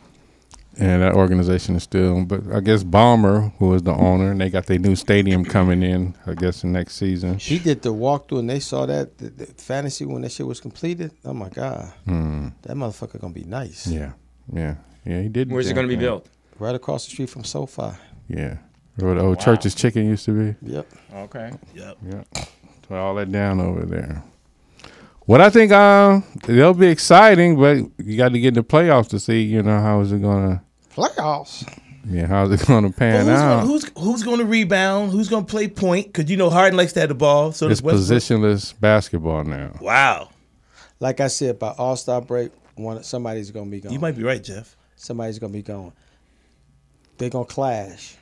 Speaker 6: and that organization is still. But I guess Bomber, who is the owner, and they got their new stadium coming in. I guess the next season.
Speaker 3: He did the walkthrough and they saw that the, the fantasy when that shit was completed. Oh my god, that motherfucker gonna be nice.
Speaker 6: Hmm. Yeah, yeah, yeah. He did.
Speaker 5: Where's it going to be
Speaker 6: yeah.
Speaker 5: built?
Speaker 3: Right across the street from SoFi.
Speaker 6: Yeah, where the old church's chicken used to be.
Speaker 3: Yep.
Speaker 5: Okay.
Speaker 7: Yep.
Speaker 6: Put all that down over there. What I think um they'll be exciting, but you got to get in the playoffs to see, you know, how is it gonna
Speaker 3: Playoffs.
Speaker 6: yeah, how's it gonna
Speaker 7: But
Speaker 6: pan
Speaker 7: who's,
Speaker 6: out.
Speaker 7: gonna, who's who's going to rebound? Who's going to play point? Because you know Harden likes to have the ball. So
Speaker 6: it's
Speaker 7: does Westbrook.
Speaker 6: positionless basketball now.
Speaker 7: Wow,
Speaker 3: Like I said, by All Star break, one somebody's gonna be gone.
Speaker 7: you might be right, Jeff.
Speaker 3: somebody's gonna be gone. They're gonna clash.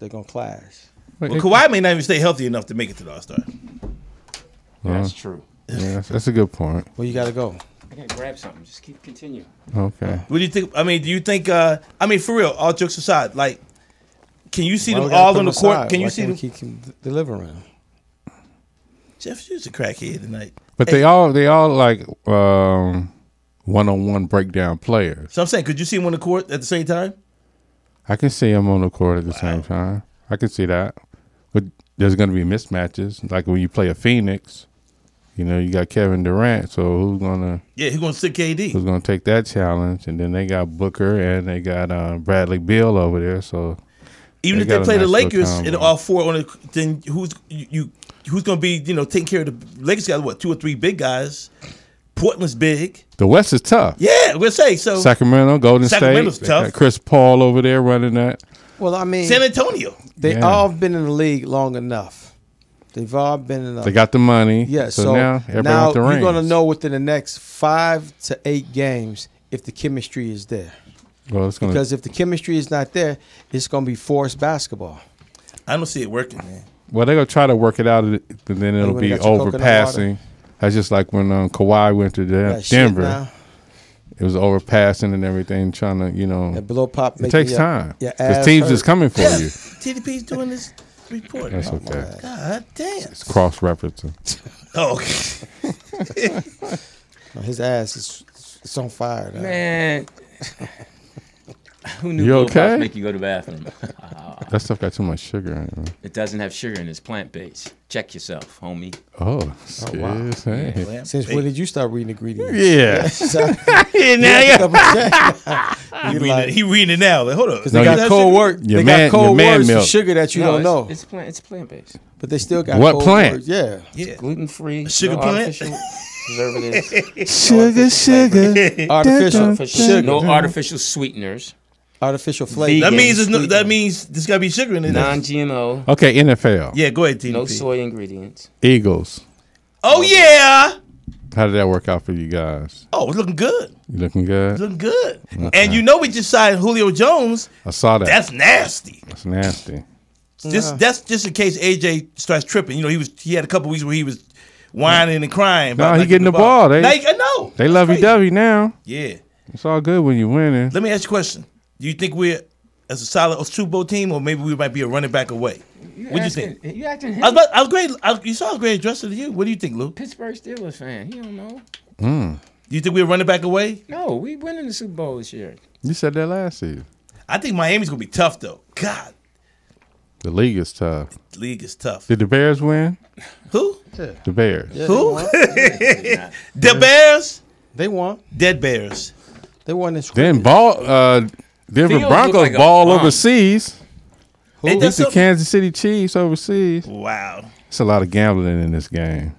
Speaker 3: They're gonna clash.
Speaker 6: But
Speaker 7: Well,
Speaker 6: it-
Speaker 7: Kawhi may not even stay healthy enough to make it to the All Star.
Speaker 5: That's true.
Speaker 6: yeah, that's, that's a good point.
Speaker 3: Where you gotta go?
Speaker 5: I gotta grab something. Just keep continue.
Speaker 6: Okay.
Speaker 7: What do you think? I mean, do you think? Uh, I mean, for real, all jokes aside, like, can you see
Speaker 3: Why we
Speaker 7: them
Speaker 3: gotta
Speaker 7: all
Speaker 3: put
Speaker 7: on the
Speaker 3: them
Speaker 7: court?
Speaker 3: aside?
Speaker 7: Can you
Speaker 3: Why
Speaker 7: see
Speaker 3: can't
Speaker 7: them?
Speaker 3: we keep, keep delivering them?
Speaker 7: Jeff, you're a crackhead tonight.
Speaker 6: But they all they all like um one on one breakdown players.
Speaker 7: So I'm saying, could you see him on the court at the same time?
Speaker 6: I can see them on the court at the same time. I can see that. But there's going to be mismatches. Like when you play a Phoenix, you know, you got Kevin Durant. So who's going to
Speaker 7: Yeah, he's going to sit
Speaker 6: who's
Speaker 7: KD.
Speaker 6: going to take that challenge? And then they got Booker and they got uh, Bradley Beal over there. So
Speaker 7: Even
Speaker 6: They
Speaker 7: if they
Speaker 6: got a
Speaker 7: play the
Speaker 6: nice little
Speaker 7: Lakers and
Speaker 6: combo.
Speaker 7: all four on the, then who's you? you who's going to be you know taking care of the Lakers? Got what two or three big guys. Portland's big.
Speaker 6: The West is tough.
Speaker 7: Yeah, we'll say so.
Speaker 6: Sacramento, Golden
Speaker 7: Sacramento's
Speaker 6: State.
Speaker 7: tough.
Speaker 6: They got Chris Paul over there running that.
Speaker 3: Well, I mean,
Speaker 7: San Antonio.
Speaker 3: They
Speaker 6: Yeah.
Speaker 3: all been in the league long enough. They've all been in. The,
Speaker 6: They got the money.
Speaker 3: Yeah.
Speaker 6: So
Speaker 3: So,
Speaker 6: now
Speaker 3: now,
Speaker 6: everybody want the
Speaker 3: you're going to
Speaker 6: rings.
Speaker 3: know within the next five to eight games if the chemistry is there.
Speaker 6: Well, it's gonna-
Speaker 3: because if the chemistry is not there, it's going to be forced basketball.
Speaker 7: I don't see it working, man.
Speaker 6: Well, they're gonna try to work it out, and then it'll
Speaker 3: would've
Speaker 6: be
Speaker 3: got your coconut
Speaker 6: overpassing. That's just like when um, Kawhi went to Den-
Speaker 3: That shit
Speaker 6: Denver.
Speaker 3: now.
Speaker 6: It was overpassing and everything, trying to you know.
Speaker 3: That blow pop
Speaker 6: It
Speaker 3: make
Speaker 6: takes
Speaker 3: your-
Speaker 6: time
Speaker 3: your
Speaker 6: because
Speaker 3: ass
Speaker 6: teams
Speaker 3: hurt.
Speaker 6: is coming for
Speaker 7: Yeah,
Speaker 6: you.
Speaker 7: TDP's doing this report.
Speaker 6: That's
Speaker 7: Oh,
Speaker 6: okay.
Speaker 7: my God damn.
Speaker 6: It's cross referencing.
Speaker 7: Oh, okay.
Speaker 3: His ass is it's on fire. Now.
Speaker 5: Man. Who knew
Speaker 6: You
Speaker 5: blow pops
Speaker 6: okay?
Speaker 5: make you go to the bathroom? Oh,
Speaker 6: That stuff got too much sugar in it. man.
Speaker 5: it doesn't have sugar in it. It's plant based. Check yourself, homie.
Speaker 6: Oh, yes, hey.
Speaker 3: Since when did you start reading ingredients?
Speaker 6: Yeah.
Speaker 7: now,
Speaker 3: yeah.
Speaker 7: He reading, it, he reading it now. Like, hold up.
Speaker 3: Because they got cold work.
Speaker 6: Your
Speaker 3: They
Speaker 6: man-
Speaker 3: got
Speaker 6: your
Speaker 3: cold
Speaker 6: man
Speaker 3: words for
Speaker 6: milk.
Speaker 3: sugar that you
Speaker 5: No,
Speaker 3: don't
Speaker 5: it's-
Speaker 3: know.
Speaker 5: It's plant. It's plant based.
Speaker 3: But they still got
Speaker 6: What
Speaker 3: cold
Speaker 6: plant?
Speaker 3: words. Oh. Yeah.
Speaker 7: Yeah.
Speaker 5: Gluten free.
Speaker 7: Sugar
Speaker 5: no
Speaker 7: plant?
Speaker 5: Artificial preservatives.
Speaker 6: sugar, sugar.
Speaker 3: Artificial.
Speaker 5: artificial
Speaker 3: Sugar.
Speaker 5: No artificial sweeteners.
Speaker 3: Artificial flavor.
Speaker 7: That
Speaker 5: Vegan.
Speaker 7: means there's no, that means there's gotta be sugar in it.
Speaker 5: Non-GMO.
Speaker 6: Okay, NFL.
Speaker 7: yeah, go ahead, TDP.
Speaker 5: No soy ingredients.
Speaker 6: Eagles.
Speaker 7: Oh yeah.
Speaker 6: How did that work out for you guys?
Speaker 7: Oh, it's looking good.
Speaker 6: You looking good?
Speaker 7: Looking good. And you know we just signed Julio Jones.
Speaker 6: I saw that.
Speaker 7: That's nasty.
Speaker 6: That's nasty.
Speaker 7: Just that's just in case AJ starts tripping. You know, he was he had a couple weeks where he was whining and crying. about
Speaker 6: No, he
Speaker 7: not
Speaker 6: getting the ball. They-
Speaker 7: Now you- I know.
Speaker 6: They
Speaker 7: That's
Speaker 6: lovey
Speaker 7: crazy.
Speaker 6: dovey now.
Speaker 7: Yeah.
Speaker 6: It's all good when you're winning.
Speaker 7: Let me ask you a question. Do you think we're as a solid Super Bowl team, or maybe we might be a running back away? What do you think?
Speaker 5: You acting
Speaker 7: I was, about, I was great. I was- you saw I was great addressing to you. What do you think, Lou? Do
Speaker 5: Pittsburgh Steelers fan. You don't know.
Speaker 6: Hmm.
Speaker 7: you think we're running back away?
Speaker 5: No, we winning the Super Bowl this year.
Speaker 6: You said that last season.
Speaker 7: I think Miami's gonna be tough though. God,
Speaker 6: The league is tough.
Speaker 7: the league is tough.
Speaker 6: Did the Bears win?
Speaker 7: Who?
Speaker 6: The Bears.
Speaker 7: Who? the Bears?
Speaker 3: They won.
Speaker 7: Dead Bears.
Speaker 3: They won this.
Speaker 6: Then ball uh Denver
Speaker 5: Fields look
Speaker 6: Broncos
Speaker 5: like a
Speaker 6: ball
Speaker 5: bum.
Speaker 6: overseas.
Speaker 7: Ain't that
Speaker 6: Beat the
Speaker 7: something?
Speaker 6: Kansas City Chiefs overseas.
Speaker 7: Wow.
Speaker 6: It's a lot of gambling in this game.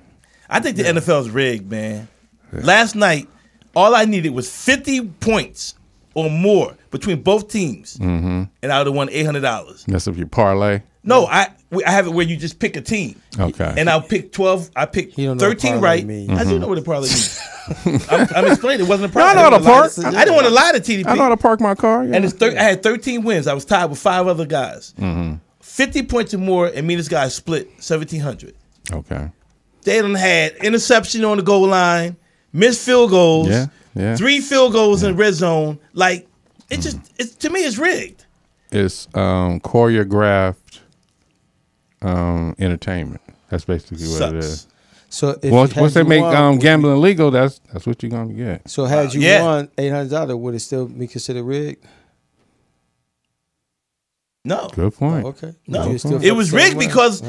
Speaker 7: I think the NFL's rigged, man. Last night, all I needed was 50 points or more between both teams, and I would have won $800.
Speaker 6: Mm-hmm. Mess up your parlay.
Speaker 7: No, I we- I have it where you just pick a team.
Speaker 6: Okay. Mm-hmm.
Speaker 7: And I'll pick 12. I picked
Speaker 3: He don't know what
Speaker 7: 13
Speaker 3: parlay
Speaker 7: right.
Speaker 3: means.
Speaker 7: I do know what a parlay means. I'm, I'm explaining. It wasn't a parlay.
Speaker 6: I know how to
Speaker 7: didn't wanna
Speaker 6: park.
Speaker 7: lie to- I didn't want to lie to TDP.
Speaker 6: I know how to park my car. yeah.
Speaker 7: and it's thir- I had 13 wins. I was tied with five other guys.
Speaker 6: Mm-hmm.
Speaker 7: 50 points or more, and me and this guy split 1,700.
Speaker 6: okay.
Speaker 7: They done had interception on the goal line, missed field goals,
Speaker 6: Yeah, yeah.
Speaker 7: three field goals in the red zone. Like, it just,
Speaker 6: Mm-hmm.
Speaker 7: it's, to me, it's rigged.
Speaker 6: It's um choreographed um entertainment. That's basically what it
Speaker 7: Sucks.
Speaker 6: is.
Speaker 3: So if
Speaker 6: Once,
Speaker 3: had
Speaker 6: once they
Speaker 3: you
Speaker 6: make
Speaker 3: won,
Speaker 6: um, gambling legal, that's that's what you're gonna get.
Speaker 3: so had you
Speaker 7: Yeah.
Speaker 3: won eight hundred dollars, would it still be considered rigged?
Speaker 7: No.
Speaker 6: Good point.
Speaker 3: Oh, Okay.
Speaker 7: No.
Speaker 3: You would still
Speaker 7: It was
Speaker 3: feel the
Speaker 7: rigged
Speaker 3: same way. Oh,
Speaker 7: because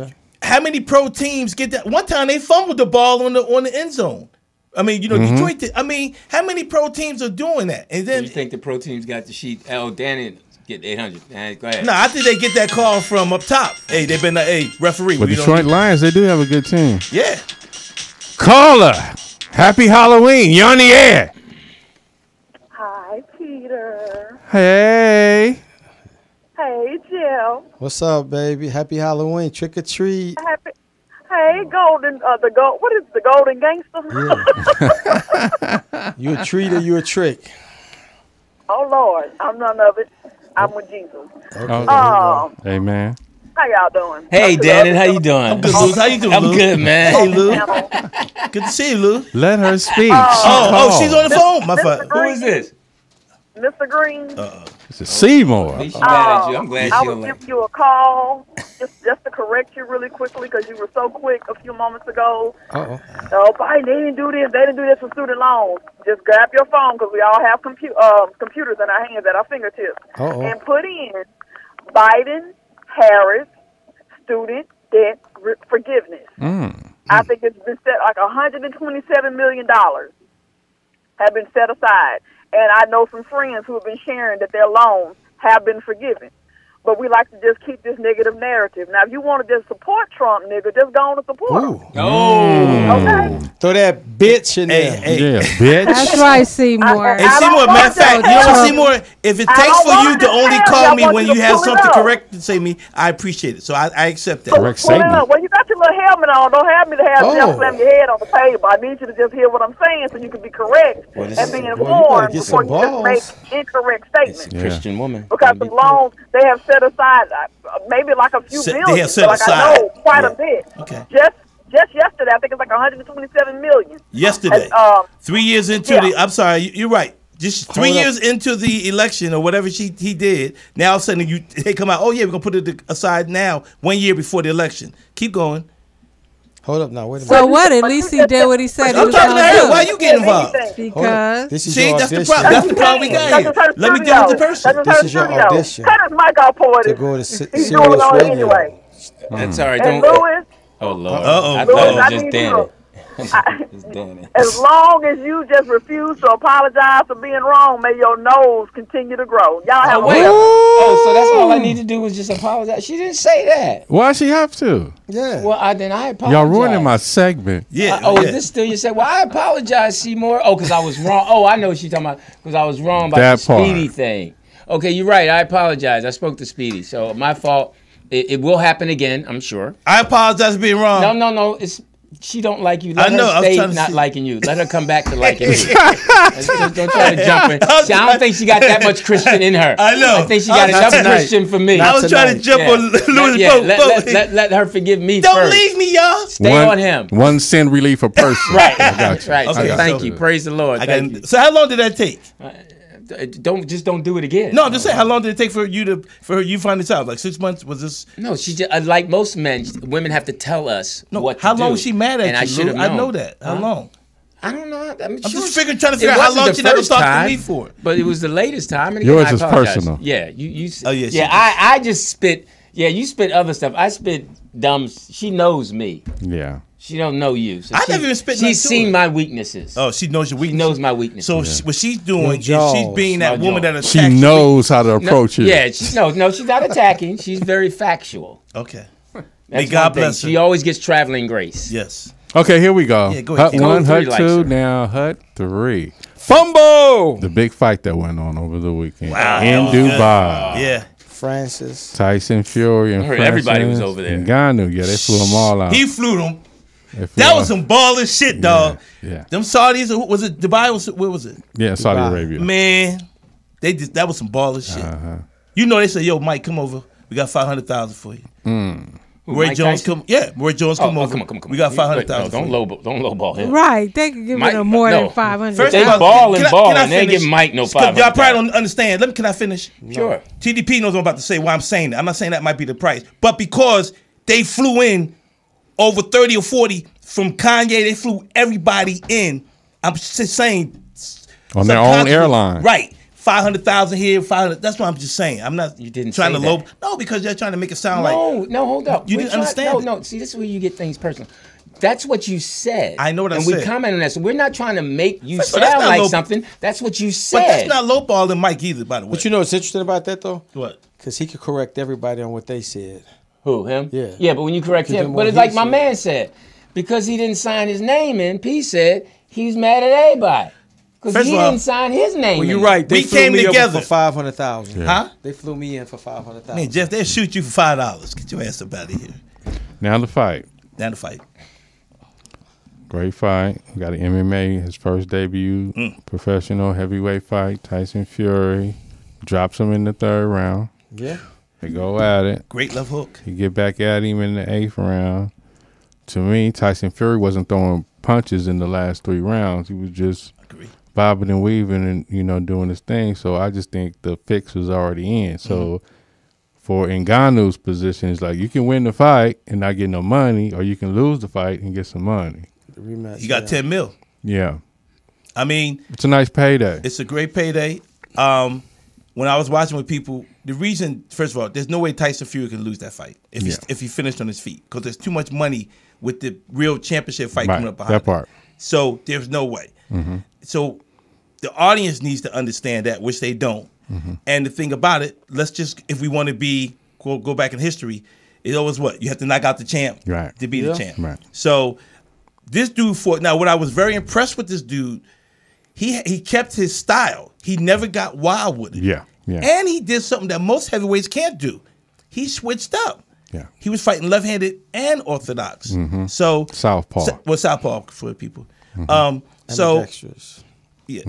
Speaker 3: Okay.
Speaker 7: how many pro teams get that? One time they fumbled the ball on the on the end zone. I mean, you know,
Speaker 6: Mm-hmm.
Speaker 7: Detroit. Did, I mean, how many pro teams are doing that? And
Speaker 5: Do
Speaker 7: then,
Speaker 5: you think the pro team's got the sheet? Oh, Danny get 800. Eh, Go ahead.
Speaker 7: no, I think they get that call from up top. Hey, they've been like, hey, referee.
Speaker 6: But
Speaker 7: we
Speaker 6: Detroit
Speaker 7: don't,
Speaker 6: Lions, they do have a good team.
Speaker 7: yeah.
Speaker 6: Caller, happy Halloween. You're on the air.
Speaker 9: Hi, Peter.
Speaker 6: Hey.
Speaker 9: Hey, Jill.
Speaker 3: What's up, baby? Happy Halloween. Trick or treat.
Speaker 9: Happy. Hey, Golden. Uh, the gold. What is the Golden Gangster?
Speaker 3: You a treat or you a trick?
Speaker 9: oh Lord, I'm none of it. I'm with Jesus. Um,
Speaker 6: Oh, hey man.
Speaker 9: How y'all doing?
Speaker 5: Hey, Danny, how you doing? I'm
Speaker 7: Good, Lou. How you doing,
Speaker 5: I'm
Speaker 7: Lou?
Speaker 5: good,
Speaker 7: Hey,
Speaker 5: man.
Speaker 7: Lou. Good to see you, Lou.
Speaker 6: Let her speak.
Speaker 7: Oh, oh, she's on the phone. My
Speaker 9: Mr.
Speaker 7: fault.
Speaker 5: Who
Speaker 9: Green.
Speaker 5: is this?
Speaker 9: Mr. Green.
Speaker 6: It's a Seymour.
Speaker 5: At least she mad at you.
Speaker 9: Um,
Speaker 5: I'm
Speaker 7: Oh.
Speaker 5: glad
Speaker 9: I
Speaker 5: she
Speaker 9: would
Speaker 5: like.
Speaker 9: give you a call just just to correct you really quickly because you were so quick a few moments ago.
Speaker 3: Uh-oh.
Speaker 9: Oh, Biden, they didn't do this. They didn't do this for student loans. Just grab your phone because we all have compu- um, computers in our hands at our fingertips
Speaker 3: Uh-oh.
Speaker 9: and put in Biden Harris student debt re- forgiveness.
Speaker 6: Mm.
Speaker 9: I think it's been set like 127 million dollars have been set aside, and I know some friends who have been sharing that their loans have been forgiven. But we like to just keep this negative narrative. Now, if you want to just support Trump, nigga, just go on and support him.
Speaker 3: Oh. Throw that bitch in there.
Speaker 6: Yeah, bitch.
Speaker 4: That's right, Seymour.
Speaker 7: And Seymour, matter of fact, you know what, Seymour? If it
Speaker 9: I
Speaker 7: takes
Speaker 9: don't
Speaker 7: for you
Speaker 9: want
Speaker 7: to
Speaker 9: to
Speaker 7: only
Speaker 9: tell you, I
Speaker 7: call me
Speaker 9: want
Speaker 7: when
Speaker 9: you
Speaker 7: you
Speaker 9: to
Speaker 7: have
Speaker 9: pull it
Speaker 7: something
Speaker 9: up.
Speaker 7: correct to say me, I appreciate it. So I, I accept that.
Speaker 6: Correct
Speaker 9: Well,
Speaker 6: statement.
Speaker 9: now, well, you got your little helmet on. Don't have me to have you
Speaker 3: Oh.
Speaker 9: just slam your head on the table. I need you to just hear what I'm saying so you can be correct
Speaker 5: Well, this
Speaker 9: and
Speaker 5: is- well,
Speaker 9: be
Speaker 3: you
Speaker 9: informed
Speaker 3: gotta get
Speaker 9: before
Speaker 3: some
Speaker 9: you
Speaker 3: balls.
Speaker 9: just make incorrect statements.
Speaker 5: It's a Christian woman.
Speaker 9: Because the loans they have set aside uh, maybe like a few
Speaker 7: Set- they
Speaker 9: billion.
Speaker 7: have set
Speaker 9: but like
Speaker 7: aside.
Speaker 9: I know quite
Speaker 7: Yeah.
Speaker 9: a bit.
Speaker 7: Okay.
Speaker 9: Just just yesterday, I think it's like 127 million.
Speaker 7: Yesterday,
Speaker 9: And, um,
Speaker 7: three years into
Speaker 9: yeah.
Speaker 7: the, I'm sorry, you, you're right. Just three
Speaker 3: Hold up.
Speaker 7: years into the election or whatever she he did, now all of a sudden you they come out. Oh yeah, we're gonna put it aside now. One year before the election. Keep going.
Speaker 3: Hold up now. Wait a minute.
Speaker 4: So what? At least he did what he said he
Speaker 7: I'm
Speaker 4: was
Speaker 7: talking to her. Why
Speaker 4: going to
Speaker 7: you getting involved?
Speaker 9: Anything.
Speaker 4: do.
Speaker 3: Hold up.
Speaker 4: Because
Speaker 3: This is
Speaker 7: See,
Speaker 3: your
Speaker 7: that's the
Speaker 3: audition.
Speaker 7: problem. That's the problem we got here.
Speaker 9: That's just her
Speaker 7: Let me deal with the
Speaker 9: studio.
Speaker 7: person.
Speaker 9: That's just her
Speaker 3: This is your
Speaker 9: studio.
Speaker 3: audition.
Speaker 9: Cut his mic off for
Speaker 3: To
Speaker 9: it.
Speaker 3: go to se-
Speaker 9: He's doing
Speaker 3: serious
Speaker 9: it on
Speaker 3: radio.
Speaker 9: anyway.
Speaker 5: That's all right.
Speaker 9: And
Speaker 5: Don't.
Speaker 9: Lewis,
Speaker 5: Oh lord.
Speaker 7: Uh-oh.
Speaker 5: I
Speaker 7: Lewis,
Speaker 5: thought it
Speaker 9: I
Speaker 5: was just
Speaker 9: need
Speaker 5: Danny.
Speaker 9: you. I-
Speaker 5: Just Danny.
Speaker 9: As long as you just refuse to apologize for being wrong, may your nose continue to grow. Y'all have
Speaker 5: Oh,
Speaker 9: a
Speaker 5: wait. Oh, so that's all I need to do was just apologize. She didn't say that.
Speaker 6: Why she have to?
Speaker 3: Yeah.
Speaker 5: Well, I then I apologize.
Speaker 6: Y'all ruining my segment.
Speaker 7: Yeah.
Speaker 5: oh,
Speaker 7: yeah.
Speaker 5: is this still you said? Well, I apologize, Seymour. Oh, because I was wrong. Oh, I know what she's talking about because I was wrong about
Speaker 6: That
Speaker 5: the Speedy
Speaker 6: part.
Speaker 5: thing. Okay, you're right. I apologize. I spoke to Speedy, so my fault. It, it will happen again, I'm sure.
Speaker 7: I apologize for being wrong.
Speaker 5: No, no, no. It's she don't like you. Let
Speaker 7: I know,
Speaker 5: her
Speaker 7: I was
Speaker 5: stay
Speaker 7: trying to
Speaker 5: not
Speaker 7: see-
Speaker 5: liking you. Let her come back to liking you. Just- just don't try to jump in. See, I don't think she got that much Christian in her.
Speaker 7: I know.
Speaker 5: I think she got
Speaker 7: Not
Speaker 5: enough
Speaker 7: tonight.
Speaker 5: Christian for me.
Speaker 7: I was trying
Speaker 3: tonight.
Speaker 7: to jump
Speaker 5: Yeah.
Speaker 7: on Louis'
Speaker 5: yeah,
Speaker 7: boat.
Speaker 5: let,
Speaker 7: boat.
Speaker 5: let, let, let her forgive me
Speaker 7: Don't
Speaker 5: first.
Speaker 7: leave me, y'all.
Speaker 5: Stay on him.
Speaker 6: One sin relief a person.
Speaker 5: Right.
Speaker 6: I got you.
Speaker 5: Right. So
Speaker 6: I got
Speaker 5: thank you. Praise the Lord.
Speaker 7: I
Speaker 5: Thank
Speaker 7: got, so how long did that take?
Speaker 5: you. D- Uh, Don't just don't do it again.
Speaker 7: No, I'm just saying. How long did it take for you to for you find this out? Like six months? Was this?
Speaker 5: No, she just uh, like most men. Women have to tell us
Speaker 7: No.
Speaker 5: what.
Speaker 7: how
Speaker 5: to
Speaker 7: long
Speaker 5: do.
Speaker 7: was she mad at
Speaker 5: and
Speaker 7: you?
Speaker 5: I should have
Speaker 7: Lou? I know that. How
Speaker 5: Huh?
Speaker 7: long?
Speaker 5: I don't know. I'm,
Speaker 7: I'm
Speaker 5: sure
Speaker 7: just
Speaker 5: she-
Speaker 7: figuring, trying to
Speaker 5: it
Speaker 7: figure out how
Speaker 5: wasn't
Speaker 7: long
Speaker 5: the
Speaker 7: she never
Speaker 5: first
Speaker 7: talked
Speaker 5: time,
Speaker 7: to me for.
Speaker 5: But it was the latest time. And again,
Speaker 6: Yours
Speaker 5: I
Speaker 6: is
Speaker 5: apologize.
Speaker 6: personal.
Speaker 5: Yeah, you you. s-
Speaker 7: Oh, yes,
Speaker 5: Yeah,
Speaker 7: yes,
Speaker 5: I I just spit. Yeah, you spit other stuff. I spit dumb. s- She knows me.
Speaker 6: Yeah.
Speaker 5: She don't know you. So
Speaker 7: I
Speaker 5: she,
Speaker 7: never even spit nothing
Speaker 5: She's
Speaker 7: to
Speaker 5: seen
Speaker 7: her.
Speaker 5: my weaknesses.
Speaker 7: Oh, she knows your
Speaker 5: she
Speaker 7: weakness.
Speaker 5: knows my weaknesses.
Speaker 7: So she, what she's doing is
Speaker 3: jaws.
Speaker 7: she's being that
Speaker 5: My
Speaker 7: woman
Speaker 5: jaw.
Speaker 7: that attacks.
Speaker 6: She
Speaker 7: you.
Speaker 6: knows how to
Speaker 5: No,
Speaker 6: approach you.
Speaker 5: Yeah, she, no, no, she's not attacking. She's very factual.
Speaker 7: Okay.
Speaker 5: That's
Speaker 7: May God
Speaker 5: one thing.
Speaker 7: bless her.
Speaker 5: She always gets traveling grace.
Speaker 7: Yes.
Speaker 6: Okay, here we go.
Speaker 7: Yeah, go ahead,
Speaker 6: Hut
Speaker 7: Keith.
Speaker 6: one,
Speaker 5: Code three
Speaker 6: hut
Speaker 5: likes
Speaker 6: two,
Speaker 5: her.
Speaker 6: now hut three.
Speaker 3: Fumble.
Speaker 6: The big fight that went on over the weekend
Speaker 7: Wow,
Speaker 6: in
Speaker 7: that was
Speaker 6: Dubai.
Speaker 7: good. Yeah.
Speaker 3: Francis.
Speaker 6: Tyson Fury and
Speaker 5: I heard everybody was
Speaker 6: Francis
Speaker 5: over there.
Speaker 6: Ngannou, yeah, they flew them all out.
Speaker 7: He flew them.
Speaker 6: They flew
Speaker 7: That was
Speaker 6: out.
Speaker 7: some ballin' shit, dog.
Speaker 6: yeah.
Speaker 7: Them Saudis, or who- was it Dubai? Was it, where was it?
Speaker 6: yeah, Saudi
Speaker 3: Dubai.
Speaker 6: Arabia.
Speaker 7: Mm. Man, they just that was some ballin' shit.
Speaker 6: Uh-huh.
Speaker 7: You know they said, "Yo, Mike, come over. We got five hundred thousand for you." Hmm. Roy
Speaker 5: Mike
Speaker 7: Jones,
Speaker 5: Tyson?
Speaker 7: come. Yeah, Roy Jones,
Speaker 5: Oh,
Speaker 7: come
Speaker 5: oh,
Speaker 7: over.
Speaker 5: come on, come on, come on.
Speaker 7: We got
Speaker 5: You-
Speaker 7: five hundred thousand.
Speaker 5: No, don't low, don't lowball him.
Speaker 4: Right. They could give
Speaker 5: Mike-
Speaker 4: him more
Speaker 5: no.
Speaker 4: than 500.
Speaker 7: First
Speaker 5: They
Speaker 7: of all,
Speaker 5: ball
Speaker 7: can
Speaker 5: and
Speaker 7: I-
Speaker 5: ball,
Speaker 7: can I
Speaker 5: and they
Speaker 7: finish?
Speaker 5: give Mike no
Speaker 7: It's 'cause Y'all probably
Speaker 5: 500,000.
Speaker 7: don't understand. Let me. Can I finish?
Speaker 5: Sure.
Speaker 7: TDP knows what I'm about to say. Why I'm saying that. I'm not saying that might be the price, but because they flew in over thirty or forty from Kanye, they flew everybody in. I'm just saying.
Speaker 6: On their own
Speaker 7: subconsciously-
Speaker 6: airline.
Speaker 7: right? Five hundred thousand here, five hundred. That's what I'm just saying. I'm not.
Speaker 5: You didn't
Speaker 7: trying
Speaker 5: say
Speaker 7: to
Speaker 5: that.
Speaker 7: low. No, because they're trying to make it sound like
Speaker 5: No, no, hold up.
Speaker 7: You
Speaker 5: We're
Speaker 7: didn't
Speaker 5: trying-
Speaker 7: understand
Speaker 5: No,
Speaker 7: it.
Speaker 5: no. See, this is where you get things personal. That's what you said.
Speaker 7: I know what I
Speaker 5: and And
Speaker 7: said.
Speaker 5: we comment on that. So we're not trying to make you
Speaker 7: First of all, that's
Speaker 5: sound
Speaker 7: not
Speaker 5: like
Speaker 7: low-
Speaker 5: something. That's what you said.
Speaker 7: But that's not lowballing Mike either, by the way.
Speaker 3: But you know what's interesting about that though?
Speaker 7: what?
Speaker 3: Because he could correct everybody on what they said.
Speaker 5: Who him?
Speaker 3: Yeah.
Speaker 5: Yeah, but when you correct
Speaker 3: Because
Speaker 5: him,
Speaker 3: then
Speaker 5: but
Speaker 3: what
Speaker 5: it's
Speaker 3: he
Speaker 5: like my
Speaker 3: said-
Speaker 5: man said, because he didn't sign his name in, P said he was mad at everybody because
Speaker 7: First
Speaker 5: he
Speaker 7: of all-
Speaker 5: didn't sign his name.
Speaker 3: Well, you're
Speaker 5: in.
Speaker 3: right. They
Speaker 7: We
Speaker 3: flew
Speaker 7: came
Speaker 3: me over
Speaker 7: together.
Speaker 3: for five hundred thousand.
Speaker 7: Huh?
Speaker 3: They flew me in for five hundred
Speaker 7: Man,
Speaker 3: thousand.
Speaker 7: Jeff, they'll shoot you for five dollars. Get your ass up out of here.
Speaker 6: Now the fight.
Speaker 7: Now the fight.
Speaker 6: Great fight. We got an MMA, his first debut
Speaker 7: Mm.
Speaker 6: professional heavyweight fight. Tyson Fury drops him in the third round.
Speaker 3: Yeah.
Speaker 6: They go at it.
Speaker 7: Great left hook.
Speaker 6: He get back at him in the eighth round. To me, Tyson Fury wasn't throwing punches in the last three rounds. He was just
Speaker 7: Agree.
Speaker 6: bobbing and weaving and you know doing his thing. So I just think the fix was already in. So
Speaker 7: Mm-hmm.
Speaker 6: for Ngannou's position, it's like you can win the fight and not get no money, or you can lose the fight and get some money.
Speaker 3: The rematch.
Speaker 7: You got
Speaker 3: yeah.
Speaker 7: ten mil.
Speaker 6: Yeah,
Speaker 7: I mean,
Speaker 6: it's a nice payday.
Speaker 7: it's a great payday. Um, when I was watching with people, the reason, first of all, there's no way Tyson Fury can lose that fight if he's,
Speaker 6: Yeah.
Speaker 7: if he finished on his feet because there's too much money with the real championship fight coming
Speaker 6: right,
Speaker 7: up behind
Speaker 6: that
Speaker 7: it.
Speaker 6: part. Mm-hmm.
Speaker 7: So there's no way. So the audience needs to understand that, which they don't. And the thing about it, let's just if we want to be go, go back in history, it always what you have to knock out the champ
Speaker 6: Right.
Speaker 7: to be
Speaker 6: Yeah.
Speaker 7: the champ.
Speaker 6: Right.
Speaker 7: So this dude fought. Now, what I was very impressed with this dude, he he kept his style. He never got wild with it.
Speaker 6: Yeah. Yeah.
Speaker 7: And he did something that most heavyweights can't do. He switched up.
Speaker 6: Yeah.
Speaker 7: He was fighting left-handed and orthodox.
Speaker 6: Mhm.
Speaker 7: So
Speaker 6: Southpaw.
Speaker 7: So, well, southpaw for people.
Speaker 6: Mm-hmm.
Speaker 7: Um, so
Speaker 3: Ambidextrous.
Speaker 7: yeah.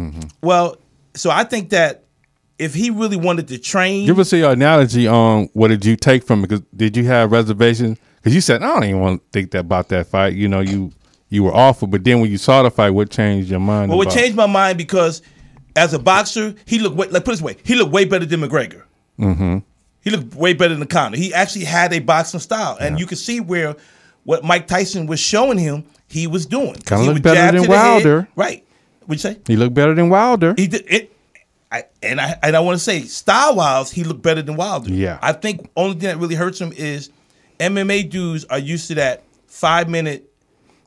Speaker 7: Well, so I think that if he really wanted to train,
Speaker 6: Give us your analogy on what did you take from it? 'Cause did you have reservations? Because you said I don't even want to think that about that fight. You know, you you were awful, but then when you saw the fight, what changed your mind?
Speaker 7: well, it
Speaker 6: about-
Speaker 7: changed my mind because as a boxer, he looked way, like put it this way, he looked way better than McGregor.
Speaker 6: Mhm.
Speaker 7: He looked way better than Conor. He actually had a boxing style, and you could see where what Mike Tyson was showing him, he was doing. 'Cause
Speaker 6: Kinda
Speaker 7: he
Speaker 6: looked
Speaker 7: would
Speaker 6: better
Speaker 7: jab
Speaker 6: than
Speaker 7: to the head.
Speaker 6: Wilder.
Speaker 7: right? Would you say?
Speaker 6: He looked better than Wilder.
Speaker 7: He did it. I, and I and I want to say style wise, he looked better than Wilder.
Speaker 6: Yeah.
Speaker 7: I think only thing that really hurts him is MMA dudes are used to that five minute,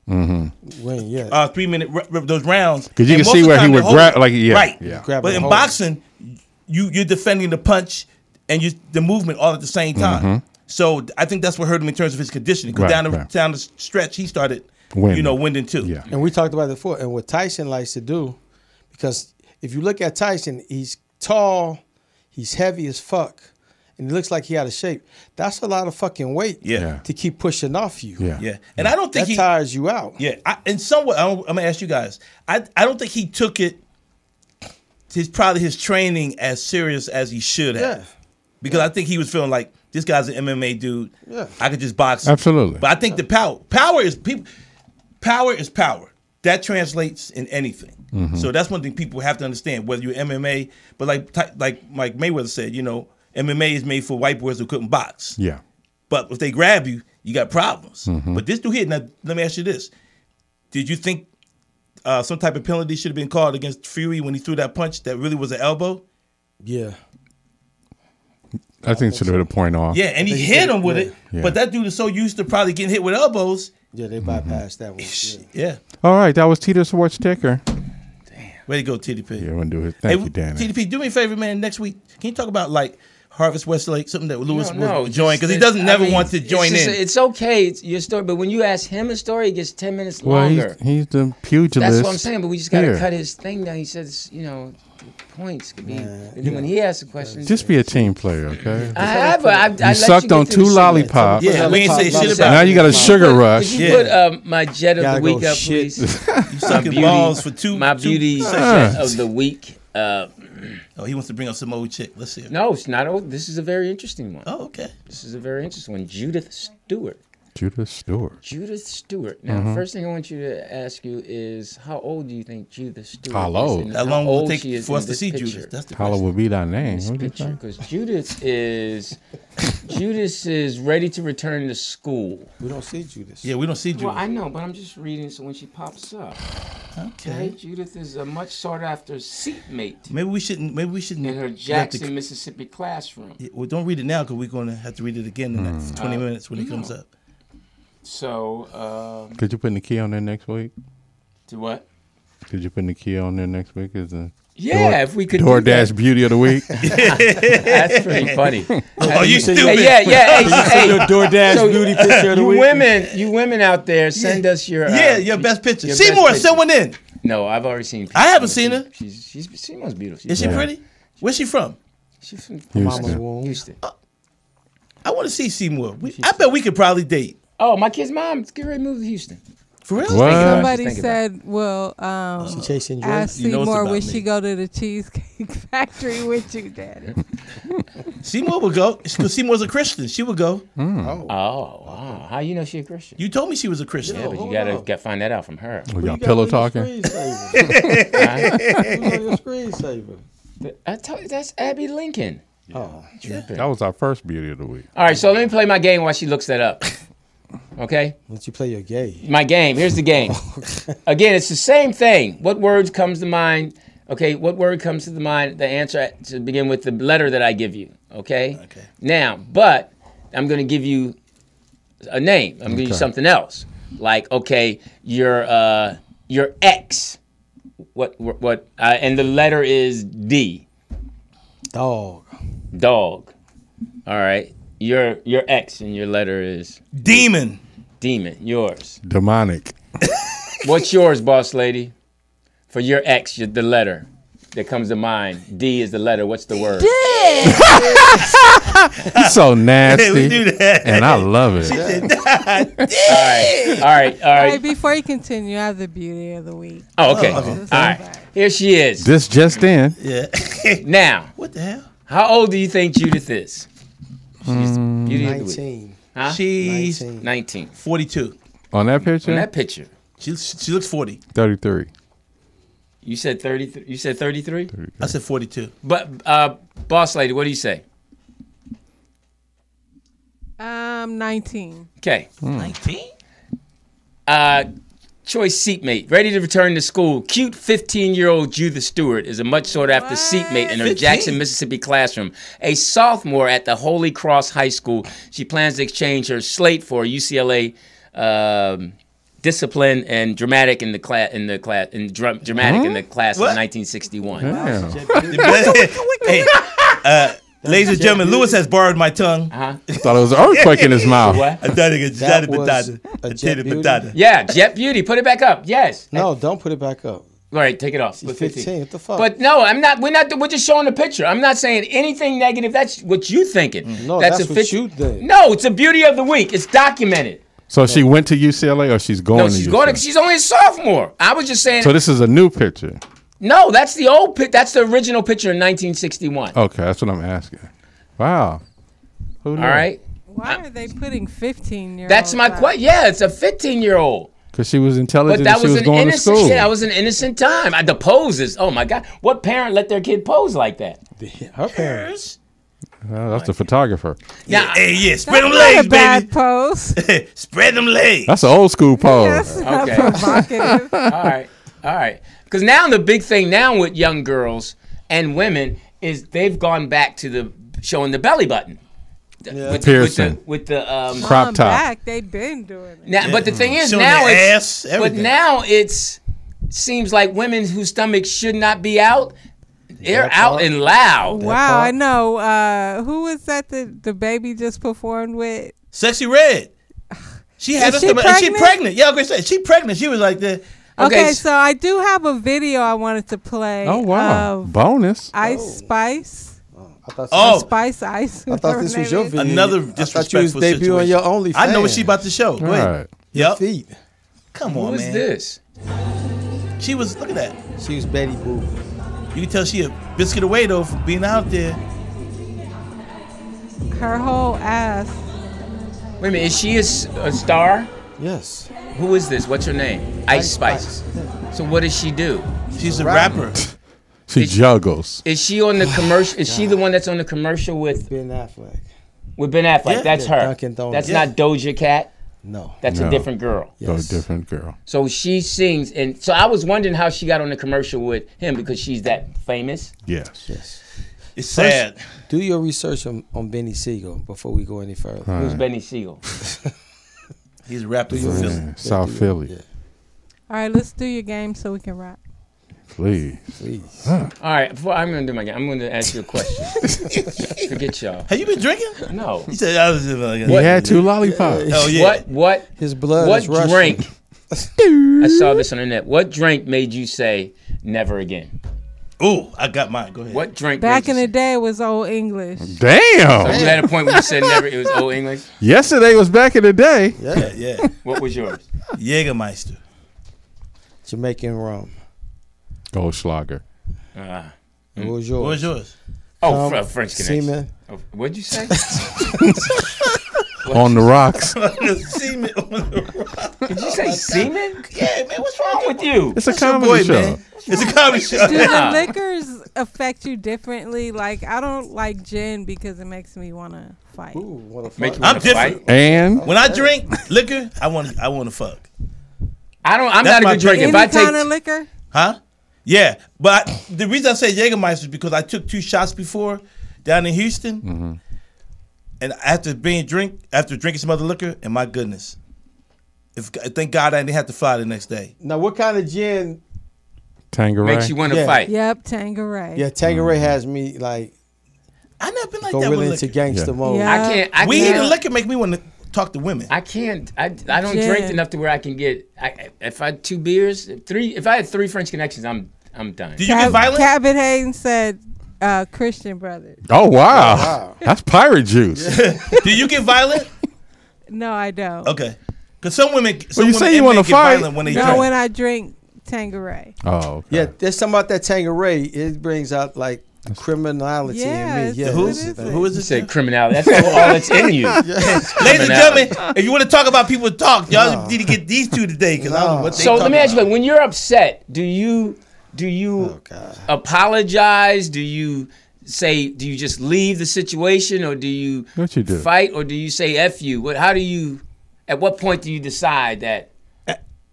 Speaker 6: Mm-hmm.
Speaker 3: Win, yeah.
Speaker 7: uh, three minute r- r- those rounds.
Speaker 6: 'Cause you
Speaker 7: And
Speaker 6: can
Speaker 7: most
Speaker 6: see
Speaker 7: of the
Speaker 6: where he
Speaker 7: time
Speaker 6: would
Speaker 7: they're
Speaker 6: grab-
Speaker 7: holding.
Speaker 6: like, yeah,
Speaker 7: right.
Speaker 6: yeah.
Speaker 3: Grab
Speaker 7: But
Speaker 3: and
Speaker 7: in
Speaker 3: hold.
Speaker 7: boxing, you you're defending the punch and you the movement all at the same time.
Speaker 6: Mhm.
Speaker 7: So I think that's what hurt him in terms of his conditioning. 'Cause
Speaker 6: Right,
Speaker 7: down the
Speaker 6: right.
Speaker 7: down the stretch, he started, you
Speaker 6: Winning.
Speaker 7: know, winding too.
Speaker 6: Yeah.
Speaker 3: And we talked about it before. And what Tyson likes to do, because if you look at Tyson, he's tall, he's heavy as fuck, and he looks like he out of shape. That's a lot of fucking weight
Speaker 7: Yeah.
Speaker 3: to keep pushing off you.
Speaker 6: Yeah.
Speaker 7: Yeah, and I don't think
Speaker 3: that
Speaker 7: he
Speaker 3: tires you out.
Speaker 7: Yeah, I, in some way, I don't, I'm gonna ask you guys. I I don't think he took it. His probably his training as serious as he should have,
Speaker 3: Yeah.
Speaker 7: because I think he was feeling like this guy's an MMA dude.
Speaker 3: Yeah.
Speaker 7: I could just box. him."
Speaker 6: Absolutely.
Speaker 7: But I think the power power is people power is power. That translates in anything.
Speaker 6: Mhm.
Speaker 7: So that's one thing people have to understand. Whether you're MMA, but like Ty- like Mike Mayweather said, you know, MMA is made for white boys who couldn't box.
Speaker 6: yeah.
Speaker 7: But if they grab you, you got problems.
Speaker 6: Mhm.
Speaker 7: But this dude here, now let me ask you this. Did you think uh, some type of penalty should have been called against Fury when he threw that punch that really was an elbow?
Speaker 3: Yeah.
Speaker 6: I think it should have been a point off.
Speaker 7: Yeah, and he
Speaker 3: They
Speaker 7: hit
Speaker 3: did,
Speaker 7: him with
Speaker 3: yeah.
Speaker 7: it.
Speaker 6: Yeah.
Speaker 7: But that dude is so used to probably getting hit with elbows.
Speaker 3: Yeah, they bypassed
Speaker 5: Mm-hmm.
Speaker 3: that one. Yeah.
Speaker 7: Yeah.
Speaker 6: All right, that was Tito Schwartz Ticker.
Speaker 7: Way to go, TDP.
Speaker 6: Yeah, I'm gonna do it. Thank
Speaker 7: Hey,
Speaker 6: you, Danny.
Speaker 7: TDP, do me a favor, man. Next week, can you talk about like Harvest Westlake, something that Lewis
Speaker 5: No,
Speaker 7: will join
Speaker 5: just-
Speaker 7: because he doesn't
Speaker 5: I
Speaker 7: never
Speaker 5: mean,
Speaker 7: want to join
Speaker 5: it's just-
Speaker 7: in.
Speaker 5: It's okay, it's your story, but when you ask him a story, it gets ten minutes
Speaker 6: well,
Speaker 5: longer.
Speaker 6: he's, he's the pugilist.
Speaker 5: That's what I'm saying. But we just got to
Speaker 6: here.
Speaker 5: cut his thing down. He says, you know, points could be.
Speaker 3: Man,
Speaker 5: and then when he asks a question,
Speaker 6: Just be a team player, okay?
Speaker 5: I have. I, I
Speaker 6: You
Speaker 5: let
Speaker 6: sucked
Speaker 5: get
Speaker 6: on
Speaker 5: through
Speaker 6: two
Speaker 5: the segment.
Speaker 6: lollipops.
Speaker 7: Yeah, we ain't say shit about
Speaker 6: Now you got a sugar
Speaker 5: Could-
Speaker 6: rush.
Speaker 5: Could you
Speaker 7: Yeah.
Speaker 5: put um, my jet of
Speaker 3: Gotta
Speaker 5: the week
Speaker 3: go
Speaker 5: up,
Speaker 3: shit.
Speaker 5: please?
Speaker 7: You
Speaker 5: My
Speaker 7: sucking
Speaker 5: beauty-
Speaker 7: balls for two.
Speaker 5: My
Speaker 7: two
Speaker 5: beauty
Speaker 7: sessions.
Speaker 5: of the week. Uh,
Speaker 7: Oh, he wants to bring up some old chick. Let's see. it.
Speaker 5: no, it's not. Oh, this is a very interesting one.
Speaker 7: Oh, okay.
Speaker 5: This is a very interesting one. Judith Stewart.
Speaker 6: Judas Stewart.
Speaker 5: Judith Stewart. Now,
Speaker 7: Mm-hmm.
Speaker 6: Mhm.
Speaker 5: first thing I want you to ask you is, how old do you think Judith Stewart
Speaker 6: How
Speaker 5: is?
Speaker 6: old?
Speaker 5: and
Speaker 7: How long will it take for
Speaker 5: in
Speaker 7: us to
Speaker 5: this
Speaker 7: see
Speaker 5: picture?
Speaker 7: Judas? That's the
Speaker 6: Holla
Speaker 7: question.
Speaker 6: will be thy name.
Speaker 5: this
Speaker 6: What do you
Speaker 5: picture
Speaker 6: think?
Speaker 5: because Judas is Judas is ready to return to school.
Speaker 3: We don't see Judas.
Speaker 7: Yeah, we don't see Judas.
Speaker 5: Well, I know, but I'm just reading. So when she pops up, okay,
Speaker 7: okay.
Speaker 5: Judith is a much sought after seatmate
Speaker 7: Maybe we shouldn't. Maybe we shouldn't.
Speaker 5: in her
Speaker 7: let the-
Speaker 5: Jackson, Mississippi classroom.
Speaker 7: Yeah, well, don't read it now because we're going to have to read it again in that 20
Speaker 5: Uh,
Speaker 7: minutes when it
Speaker 5: no.
Speaker 7: comes up.
Speaker 5: So, um,
Speaker 6: Could you put the key on there next week?
Speaker 5: to what?
Speaker 6: Could you put the key on there next week? Is the
Speaker 5: Yeah,
Speaker 6: Door-
Speaker 5: if we could. do
Speaker 6: DoorDash Beauty of the Week?
Speaker 5: that. that's pretty funny.
Speaker 7: Oh, you stupid.
Speaker 5: Hey, yeah, yeah. Hey, hey.
Speaker 3: DoorDash
Speaker 5: So,
Speaker 3: beauty picture of the
Speaker 5: you
Speaker 3: week.
Speaker 5: women, you women out there, send us your uh,
Speaker 7: yeah, your best picture.
Speaker 5: your best
Speaker 7: Seymour,
Speaker 5: picture.
Speaker 7: send one in.
Speaker 5: No, I've already seen.
Speaker 7: I haven't seen
Speaker 5: She's-
Speaker 7: her.
Speaker 5: She's she's Seymour's beautiful. She's
Speaker 7: Is she
Speaker 6: Yeah.
Speaker 7: pretty? Where's she from? Uh,
Speaker 5: She's from
Speaker 3: Mama's
Speaker 6: Houston.
Speaker 3: womb.
Speaker 5: Houston.
Speaker 7: I want to see Seymour. We, I bet we could probably date.
Speaker 5: Oh, my kid's mom is getting ready to move to Houston.
Speaker 7: For real?
Speaker 6: What?
Speaker 5: about it.
Speaker 4: Somebody
Speaker 5: Just think
Speaker 4: said, "Well, um,
Speaker 3: Chasing Jordan.
Speaker 4: ask
Speaker 7: You know it's
Speaker 4: Seymour
Speaker 7: about
Speaker 4: would
Speaker 7: me.
Speaker 4: she go to the cheesecake factory with you, Daddy?"
Speaker 7: Seymour would go because Seymour's a Christian. She would go.
Speaker 6: Hmm.
Speaker 5: Oh, wow. How you know she a Christian?
Speaker 7: You told me she was a Christian.
Speaker 5: yeah, but you gotta got find that out from her.
Speaker 6: We got pillow talking.
Speaker 3: Who's on your screensaver?
Speaker 5: I told you, that's Abby Lincoln.
Speaker 3: Oh,
Speaker 5: Dripping.
Speaker 6: That was our first Beauty of the Week.
Speaker 5: All right, so let me play my game while she looks that up. Okay,
Speaker 3: let you play your gay.
Speaker 5: my game. Here's the game. Again, it's the same thing. What words comes to mind? Okay, what word comes to the mind? The answer to begin with the letter that I give you. Okay.
Speaker 7: Okay.
Speaker 5: Now, but I'm going to give you a name. I'm going to give you something else. Like, okay, your uh, your ex. What what? what uh, and the letter is D.
Speaker 3: Dog.
Speaker 5: Dog. All right. Your your X and your letter is
Speaker 7: demon.
Speaker 5: Demon. Yours.
Speaker 6: Demonic.
Speaker 5: What's yours, boss lady? For your X, your, the letter that comes to mind. D is the letter. What's the word?
Speaker 6: He's so nasty.
Speaker 5: we do that.
Speaker 6: And I love it.
Speaker 5: All right. All right. All
Speaker 4: All
Speaker 5: right.
Speaker 4: right, before you continue, I have the beauty of the week.
Speaker 5: Oh, okay. All right. Here she is.
Speaker 6: This just in.
Speaker 7: Yeah.
Speaker 5: now,
Speaker 7: What the hell?
Speaker 5: how old do you think Judith is?
Speaker 6: Mm,
Speaker 5: Beauty of the week.
Speaker 3: 19.
Speaker 5: Huh?
Speaker 7: She's
Speaker 5: 19.
Speaker 7: 42.
Speaker 6: on that
Speaker 5: In
Speaker 6: picture,
Speaker 5: that picture,
Speaker 7: She, she looks 40.
Speaker 6: 33.
Speaker 5: you said 33. You said 33.
Speaker 7: I said 42.
Speaker 5: But uh, boss lady, what do you say?
Speaker 4: Um, 19.
Speaker 5: Okay.
Speaker 6: Hmm.
Speaker 7: 19?
Speaker 5: Uh, choice seatmate, ready to return to school. Cute 15 year old Judith Stewart is a much sought after seatmate in her
Speaker 7: 15?
Speaker 5: Jackson, Mississippi classroom. A sophomore at the Holy Cross High School, she plans to exchange her slate for UCLA. Um, Discipline and dramatic in the class in the class in drum dramatic in the class of
Speaker 7: What?
Speaker 5: 1961.
Speaker 6: Damn.
Speaker 7: hey, uh, ladies and gentlemen, Lewis has borrowed my tongue.
Speaker 5: Uh-huh.
Speaker 6: Thought it was an earthquake in his mouth.
Speaker 5: What?
Speaker 7: I thought it was
Speaker 3: That
Speaker 7: Jada
Speaker 3: was
Speaker 7: Batata.
Speaker 3: a Jet
Speaker 7: Jada
Speaker 3: Beauty?
Speaker 7: Batata.
Speaker 5: Yeah, Jet Beauty, put it back up. Yes.
Speaker 3: No, don't put it back up.
Speaker 5: All right, take it off. Put
Speaker 3: 15. What the fuck?
Speaker 5: But no, I'm not. We're not. We're just showing the picture. I'm not saying anything negative. That's what you thinking.
Speaker 3: Mm, No, that's
Speaker 5: a
Speaker 3: what
Speaker 5: fif-
Speaker 3: you think.
Speaker 5: No, it's a beauty of the week. It's documented.
Speaker 6: So she went to UCLA or she's going
Speaker 5: No,
Speaker 6: to
Speaker 5: she's
Speaker 6: UCLA?
Speaker 5: going. To, she's only a sophomore. I was just saying.
Speaker 6: so this is a new picture.
Speaker 5: no, that's the old. pic. That's the original picture in 1961.
Speaker 6: Okay, that's what I'm asking. Wow. Who
Speaker 5: All right.
Speaker 4: Why are they putting 15 year
Speaker 5: That's my question. Yeah, it's a 15 year old.
Speaker 6: Because she was
Speaker 5: But
Speaker 6: intelligent
Speaker 5: that
Speaker 6: and she
Speaker 5: was,
Speaker 6: was,
Speaker 5: an
Speaker 6: going to
Speaker 5: innocent.
Speaker 6: school.
Speaker 5: Yeah, that was an innocent time. I, the poses. Oh my God! What parent let their kid pose like that?
Speaker 3: Her parents.
Speaker 6: Uh, that's the photographer.
Speaker 5: Yeah.
Speaker 7: Hey, yeah,
Speaker 4: That's
Speaker 7: spread them
Speaker 4: not
Speaker 7: legs,
Speaker 4: a bad
Speaker 7: baby.
Speaker 4: pose.
Speaker 7: spread them legs.
Speaker 6: That's an old school
Speaker 4: That's
Speaker 6: pose.
Speaker 4: not
Speaker 5: Okay.
Speaker 4: provocative.
Speaker 5: All right, all right. Because now the big thing now with young girls and women is they've gone back to the showing the belly button. Yeah. With,
Speaker 6: Piercing.
Speaker 5: The, with the um.
Speaker 6: Crop
Speaker 4: Come
Speaker 6: top.
Speaker 4: back, they've been doing it.
Speaker 5: Now, but the thing is
Speaker 7: Showing
Speaker 5: now
Speaker 7: their
Speaker 5: it's
Speaker 7: ass,
Speaker 5: but
Speaker 7: everything.
Speaker 5: now it's seems like women whose stomachs should not be out. They're
Speaker 3: That
Speaker 5: out
Speaker 3: part.
Speaker 5: and loud.
Speaker 4: Wow,
Speaker 3: part.
Speaker 4: I know. Uh, who was that the, the baby just performed with?
Speaker 7: Sexy Red. She had
Speaker 4: Is
Speaker 7: her
Speaker 4: she
Speaker 7: stomach. and She
Speaker 4: pregnant?
Speaker 7: pregnant. Yeah, I was gonna say she pregnant. She was like the
Speaker 4: Okay,
Speaker 5: Okay, s-
Speaker 4: so I do have a video I wanted to play.
Speaker 6: Oh, wow.
Speaker 4: Of
Speaker 6: Bonus.
Speaker 4: Ice Spice.
Speaker 3: I thought,
Speaker 7: Oh.
Speaker 4: Spice Ice.
Speaker 3: I thought this was your video.
Speaker 7: another
Speaker 3: I thought you was
Speaker 7: disrespectful
Speaker 3: debuting
Speaker 7: situation.
Speaker 3: your OnlyFans.
Speaker 7: I know what she about to show. Go
Speaker 6: All
Speaker 7: ahead.
Speaker 6: right.
Speaker 7: Yep.
Speaker 3: feet.
Speaker 7: Come
Speaker 5: Who
Speaker 7: on,
Speaker 5: is
Speaker 7: man.
Speaker 5: this?
Speaker 7: She was. Look at that.
Speaker 3: She was Betty Boo.
Speaker 7: You can tell she a biscuit away though from being out there.
Speaker 4: Her whole ass.
Speaker 5: Wait a minute. Is she a, s- a star?
Speaker 3: Yes.
Speaker 5: Who is this? What's her name? Ice, Spice. So what does she do?
Speaker 7: She's a rapper.
Speaker 6: She juggles.
Speaker 5: Is she on the commercial? Is she the one that's on the commercial with
Speaker 3: Ben Affleck.
Speaker 5: With Ben Affleck,
Speaker 7: Yeah.
Speaker 5: that's
Speaker 3: Yeah,
Speaker 5: her.
Speaker 3: Dunkin'
Speaker 5: That's
Speaker 3: Donuts. Yeah.
Speaker 5: not Doja Cat.
Speaker 3: No.
Speaker 5: That's a
Speaker 6: No.
Speaker 5: different girl.
Speaker 3: Yes.
Speaker 6: So different girl.
Speaker 5: So she sings, and so I was wondering how she got on the commercial with him because she's that famous.
Speaker 6: Yes.
Speaker 7: It's sad.
Speaker 3: Do your research on, on Benny Siegel before we go any further.
Speaker 5: Who's Benny Siegel?
Speaker 7: He's a rapper. You feel
Speaker 6: Yeah, South Philly.
Speaker 4: All right, let's do your game so we can wrap.
Speaker 6: Please.
Speaker 3: Please.
Speaker 5: All right, before I'm gonna do my game, I'm gonna ask you a question. Forget y'all.
Speaker 7: Have you been drinking?
Speaker 5: No.
Speaker 7: He said, I was just like, uh,
Speaker 6: He had two lollipops.
Speaker 7: Oh yeah.
Speaker 5: What? What?
Speaker 3: His blood
Speaker 5: what
Speaker 3: is rushing.
Speaker 5: drink? I saw this on the net. What drink made you say never again?
Speaker 7: Ooh, I got mine. Go ahead.
Speaker 5: What drink?
Speaker 4: Back
Speaker 5: made
Speaker 4: in
Speaker 5: you
Speaker 4: the day, it was old English.
Speaker 6: Damn.
Speaker 5: Say, you had a point where you said never. It was old English.
Speaker 6: Yesterday was back in the day.
Speaker 7: Yeah, yeah.
Speaker 5: What was yours?
Speaker 7: Jägermeister.
Speaker 3: Jamaican rum.
Speaker 6: Goldschlager.
Speaker 3: What was
Speaker 7: What was
Speaker 3: yours?
Speaker 7: yours?
Speaker 5: Hmm. Oh,
Speaker 3: Um,
Speaker 5: Fr- French connection.
Speaker 3: Seaman.
Speaker 5: Oh, what'd you say?
Speaker 6: On the rocks.
Speaker 7: Semen on the rock.
Speaker 5: Did you say semen?
Speaker 7: Yeah, man. What's wrong
Speaker 5: What's wrong with you?
Speaker 6: It's a
Speaker 7: your
Speaker 6: comedy
Speaker 7: boy,
Speaker 6: show.
Speaker 7: man? It's a comedy show.
Speaker 4: Do the
Speaker 5: Yeah.
Speaker 4: liquors affect you differently? Like, I don't like gin because it makes me want to fight.
Speaker 3: Ooh, what a
Speaker 5: Make you
Speaker 3: fuck.
Speaker 7: I'm
Speaker 5: wanna
Speaker 7: different.
Speaker 5: fight?
Speaker 6: And
Speaker 7: When I drink liquor, I want to. I want to fuck.
Speaker 5: I don't. I'm
Speaker 7: That's
Speaker 5: not
Speaker 7: my
Speaker 5: a good drinker.
Speaker 4: Any
Speaker 5: If I take,
Speaker 4: kind of liquor?
Speaker 7: Huh? Yeah, but I, the reason I say Jägermeister is because I took two shots before down in Houston,
Speaker 5: Mm-hmm.
Speaker 7: and after being drink after drinking some other liquor, and my goodness, if thank God I didn't have to fly the next day.
Speaker 3: Now, what kind of gin?
Speaker 6: Tangeray.
Speaker 5: makes you want to
Speaker 3: Yeah.
Speaker 5: fight.
Speaker 4: Yep, Tangeray.
Speaker 5: Mm-hmm.
Speaker 3: Yeah, Tangeray has me like
Speaker 7: I never been like
Speaker 3: Go
Speaker 7: that
Speaker 3: really
Speaker 7: with
Speaker 3: into
Speaker 7: liquor.
Speaker 3: gangster mode.
Speaker 5: I can't. I
Speaker 7: Weed
Speaker 5: can't,
Speaker 7: and liquor make me want to talk to women.
Speaker 5: I can't. I, I don't
Speaker 4: Yeah.
Speaker 5: drink enough to where I can get. I, if I had two beers, three. If I had three French connections, I'm I'm done.
Speaker 7: Do you get violent?
Speaker 4: Cabot Hayden said, uh, "Christian brothers."
Speaker 6: Oh wow, that's pirate juice.
Speaker 7: Do you get violent?
Speaker 4: No, I don't.
Speaker 7: Okay. Because some women, some
Speaker 6: Well, you
Speaker 7: women
Speaker 6: say you
Speaker 7: inmates
Speaker 6: wanna
Speaker 7: get
Speaker 6: fight.
Speaker 7: violent when they
Speaker 4: No,
Speaker 7: drink.
Speaker 4: when I drink Tangeray.
Speaker 6: Oh okay.
Speaker 3: Yeah, there's something about that Tangeray. It brings out like the criminality
Speaker 4: Yeah,
Speaker 3: in me.
Speaker 4: it's-
Speaker 3: Yeah,
Speaker 4: Who?
Speaker 3: it's-
Speaker 4: What is it?
Speaker 7: Who is
Speaker 5: You
Speaker 7: this?
Speaker 5: said criminality. That's all, all that's in you.
Speaker 7: Ladies and gentlemen, if you want to talk about people talk, y'all need to get these two today because I don't know what they
Speaker 5: So let
Speaker 7: talking
Speaker 5: me ask you:
Speaker 7: about.
Speaker 5: like, When you're upset, do you do you
Speaker 3: God.
Speaker 5: apologize? Do you say? Do you just leave the situation, or do you
Speaker 6: What you do?
Speaker 5: fight, or do you say "f you"? What? How do you? At what point do you decide that?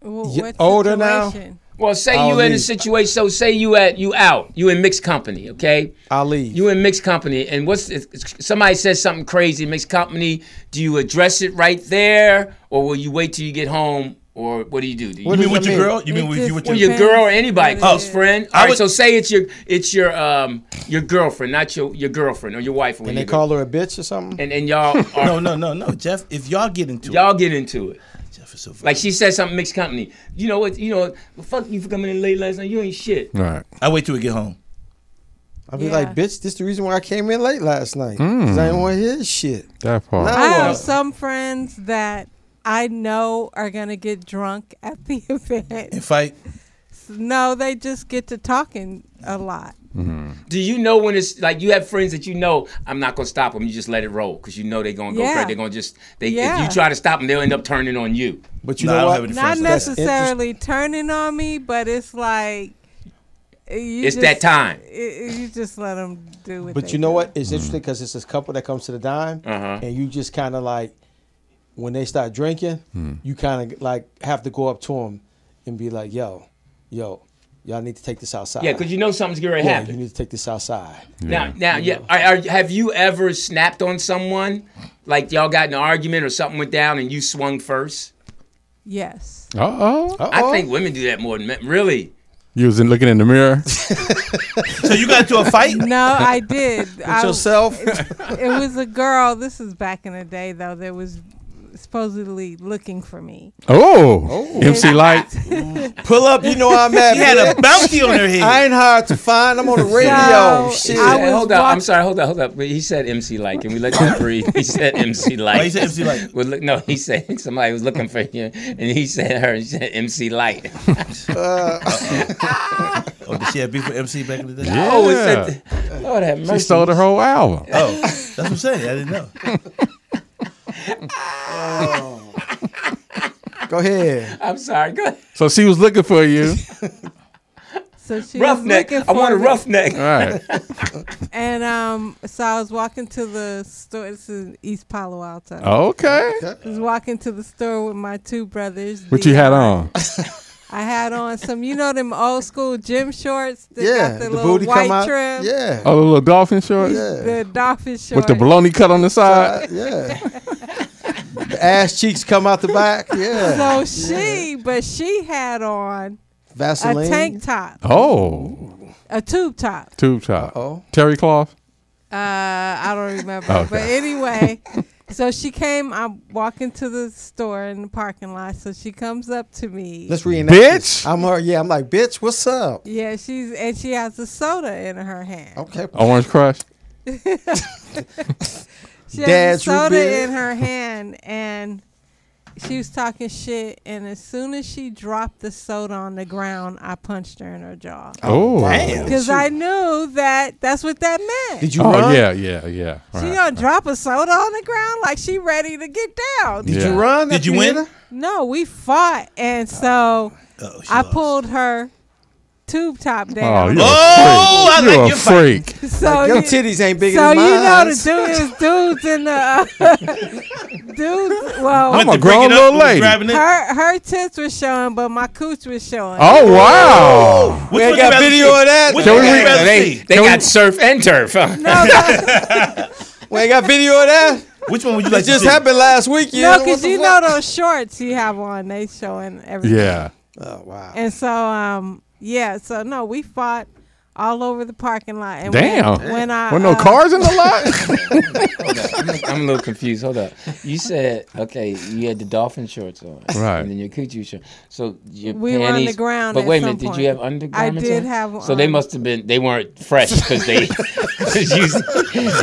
Speaker 4: Well,
Speaker 3: Yeah,
Speaker 4: what
Speaker 3: older now?
Speaker 4: situation?
Speaker 5: Well, say
Speaker 3: I'll
Speaker 5: you in a
Speaker 3: leave.
Speaker 5: situation. So say you at you out. You in mixed company. Okay.
Speaker 3: I'll leave.
Speaker 5: You in mixed company, and what's if somebody says something crazy in mixed company? Do you address it right there, or will you wait till you get home, or what do you do? Do you
Speaker 7: You mean
Speaker 3: does
Speaker 7: with
Speaker 3: that
Speaker 7: your
Speaker 3: mean?
Speaker 7: girl? You mean
Speaker 4: It
Speaker 7: with you
Speaker 4: just
Speaker 7: with
Speaker 5: Well,
Speaker 7: your
Speaker 5: your
Speaker 4: Depends
Speaker 5: girl or anybody,
Speaker 4: what it
Speaker 5: close
Speaker 4: is.
Speaker 5: friend.
Speaker 7: I
Speaker 5: All right,
Speaker 7: would-
Speaker 5: so say it's your it's your um your girlfriend, not your your girlfriend or your wife. When
Speaker 3: And they call her a bitch or something.
Speaker 5: and and y'all are,
Speaker 7: No, no, no, no, Jeff. If y'all get into
Speaker 5: y'all get into it.
Speaker 7: it, Jeff is so
Speaker 5: Like she said something mixed company. You know what? You know what? Fuck you for coming in late last night. You ain't shit.
Speaker 6: All right.
Speaker 7: I wait till we get home.
Speaker 3: I'll be
Speaker 4: Yeah.
Speaker 3: like, bitch, this the reason why I came in late last night. Cause I
Speaker 7: Hmm.
Speaker 3: didn't want to hear this shit.
Speaker 6: That part.
Speaker 3: Nah.
Speaker 4: I
Speaker 3: Well-
Speaker 4: have some friends that I know are gonna get drunk at the event.
Speaker 7: And fight.
Speaker 4: No, they just get to talking a lot.
Speaker 7: Mm-hmm.
Speaker 5: Do you know when it's like you have friends that you know? I'm not gonna stop them. You just let it roll because you know they're gonna go
Speaker 4: Yeah.
Speaker 5: crazy. They're gonna just they
Speaker 4: Yeah.
Speaker 5: if you try to stop them, they'll end up turning on you.
Speaker 3: But you
Speaker 7: Nah, I
Speaker 3: know
Speaker 7: don't
Speaker 3: what?
Speaker 7: have any
Speaker 4: Not
Speaker 7: friends like that.
Speaker 4: necessarily turning on me, but it's like you
Speaker 5: It's
Speaker 4: just-
Speaker 5: that time.
Speaker 4: i- i- you just let them do what.
Speaker 3: But
Speaker 4: they
Speaker 3: you know
Speaker 4: do.
Speaker 3: what? It's
Speaker 7: Mm.
Speaker 3: interesting because it's this couple that comes to the dime,
Speaker 7: Uh-huh.
Speaker 3: and you just kind of like, when they start drinking,
Speaker 7: Hmm.
Speaker 3: you kind of like have to go up to them and be like, "Yo, yo, y'all need to take this outside."
Speaker 5: Yeah, because you know something's gonna
Speaker 3: Yeah,
Speaker 5: happen.
Speaker 3: you need to take this outside.
Speaker 5: Now, now, yeah. Are, are, have you ever snapped on someone? Like y'all got in an argument or something went down and you swung first?
Speaker 4: Yes.
Speaker 6: Uh oh.
Speaker 5: I think women do that more than men. Really?
Speaker 6: You was in looking in the mirror.
Speaker 7: So you got into a fight?
Speaker 4: No, I did. With I,
Speaker 3: Yourself.
Speaker 4: it was a girl. This is back in the day, though. That was supposedly looking for me.
Speaker 6: Oh. MC Light.
Speaker 3: Pull up. You know I'm at.
Speaker 7: She had
Speaker 3: man.
Speaker 7: a bounty on her
Speaker 3: I
Speaker 7: head.
Speaker 3: ain't hard to find. I'm on the radio.
Speaker 4: So,
Speaker 3: Shit.
Speaker 4: I
Speaker 5: Hey,
Speaker 4: was
Speaker 5: hold up. I'm
Speaker 4: walk-
Speaker 5: sorry. Hold up. Hold up. He said MC Light. Can we let that breathe? He said MC Light.
Speaker 7: Oh, he said MC Light.
Speaker 5: Well, look- no, he said somebody was looking for you, and he said her. He said MC Light.
Speaker 7: Oh, did she have beef with MC back in the day?
Speaker 6: Yeah.
Speaker 5: Oh, it's that, Lord have mercy.
Speaker 6: She stole the whole album.
Speaker 7: Oh, that's what I'm saying. I didn't know.
Speaker 3: Go ahead.
Speaker 5: I'm sorry. Go ahead.
Speaker 6: So she was looking for you.
Speaker 4: So she was
Speaker 5: Roughneck.
Speaker 4: looking
Speaker 5: I want a
Speaker 4: for me.
Speaker 6: All
Speaker 5: roughneck.
Speaker 6: right.
Speaker 4: And um, so I was walking to the store. It's in East Palo Alto.
Speaker 6: Okay.
Speaker 4: I was walking to the store with my two brothers.
Speaker 6: What
Speaker 4: The-
Speaker 6: you had on?
Speaker 4: I had on some, you know, them old school gym shorts. That
Speaker 3: Yeah,
Speaker 4: got the,
Speaker 3: the,
Speaker 4: little
Speaker 3: booty
Speaker 4: white
Speaker 3: come out.
Speaker 4: trim.
Speaker 3: Yeah.
Speaker 6: Oh, the little dolphin shorts
Speaker 3: Yeah. uh,
Speaker 4: The dolphin shorts.
Speaker 6: with the baloney cut on the side.
Speaker 3: Yeah. the ass cheeks come out the back. Yeah.
Speaker 5: Oh,
Speaker 4: So she, but she had on a
Speaker 3: Vaseline.
Speaker 4: tank top,
Speaker 6: Oh,
Speaker 4: a tube top.
Speaker 6: tube top.
Speaker 3: Uh-oh.
Speaker 6: Terry cloth.
Speaker 4: Uh, I don't remember.
Speaker 6: Oh, Okay.
Speaker 4: But anyway, so she came. I'm walking to the store in the parking lot. So she comes up to me.
Speaker 3: Let's reenact. this.
Speaker 6: Bitch.
Speaker 3: I'm her. Yeah. I'm like, bitch. What's up?
Speaker 4: yeah, she's and she has a soda in her hand.
Speaker 3: Okay.
Speaker 6: Orange Crush.
Speaker 4: She
Speaker 3: Dad's
Speaker 4: has a
Speaker 3: root beer.
Speaker 4: soda in her hand, and she was talking shit. And as soon as she dropped the soda on the ground, I punched her in her jaw
Speaker 6: Oh.
Speaker 7: Damn.
Speaker 4: because I knew that that's what that meant.
Speaker 3: Did you
Speaker 6: Oh
Speaker 3: run?
Speaker 6: yeah, yeah, yeah. All
Speaker 4: she
Speaker 6: right.
Speaker 4: gonna drop a soda on the ground like she ready to get down.
Speaker 3: Did
Speaker 6: Yeah.
Speaker 3: you run?
Speaker 7: Did
Speaker 3: after
Speaker 7: you win?
Speaker 3: hit her?
Speaker 4: No, we fought, and so
Speaker 7: Oh, she
Speaker 4: I
Speaker 7: lost.
Speaker 4: pulled her tube top
Speaker 6: Oh,
Speaker 4: down.
Speaker 6: you're
Speaker 7: Oh, I
Speaker 6: a freak. You're
Speaker 7: like
Speaker 6: a
Speaker 7: your fight.
Speaker 6: freak.
Speaker 4: So
Speaker 3: Your
Speaker 4: you-
Speaker 3: titties ain't bigger
Speaker 4: so
Speaker 3: than
Speaker 4: you
Speaker 3: mine.
Speaker 4: know the dude is dudes in the uh, dudes. Well,
Speaker 6: I'm a
Speaker 7: To break it
Speaker 6: grown
Speaker 7: up,
Speaker 6: little
Speaker 7: we was
Speaker 6: lady.
Speaker 7: grabbing it.
Speaker 4: her her tits were showing, but my cooch was showing.
Speaker 6: Oh wow.
Speaker 7: Which
Speaker 3: ain't
Speaker 7: one you
Speaker 3: got
Speaker 7: rather
Speaker 3: video
Speaker 7: see?
Speaker 3: of that.
Speaker 7: Which
Speaker 3: Can
Speaker 7: one
Speaker 6: we
Speaker 7: you
Speaker 6: read-
Speaker 7: rather
Speaker 5: They,
Speaker 7: see?
Speaker 5: they got surf and turf. huh?
Speaker 4: No, no,
Speaker 3: We ain't got video of that.
Speaker 7: Which one would you
Speaker 3: It
Speaker 7: like to
Speaker 3: just
Speaker 7: see?
Speaker 3: happened last week. You
Speaker 4: no,
Speaker 3: know,
Speaker 4: because
Speaker 3: what
Speaker 4: you
Speaker 3: the
Speaker 4: know
Speaker 3: fuck?
Speaker 4: those shorts you have on, they showing everything.
Speaker 6: Yeah.
Speaker 3: Oh wow.
Speaker 4: And so, um, yeah. So no, we fought all over the parking lot. And
Speaker 6: Damn.
Speaker 4: When, when I
Speaker 6: Were no
Speaker 4: uh,
Speaker 6: cars in the lot?
Speaker 5: Hold up. I'm, I'm a little confused. Hold up. You said okay. You had the dolphin shorts on,
Speaker 6: Right.
Speaker 5: And then your coochie shorts. So your
Speaker 4: We were on the
Speaker 5: panties.
Speaker 4: ground
Speaker 5: But
Speaker 4: at
Speaker 5: wait
Speaker 4: some
Speaker 5: a minute. Did
Speaker 4: point.
Speaker 5: you have undergarments?
Speaker 4: I did
Speaker 5: on?
Speaker 4: have
Speaker 5: So they
Speaker 4: on-
Speaker 5: must have been. They weren't fresh because they. Cause usually,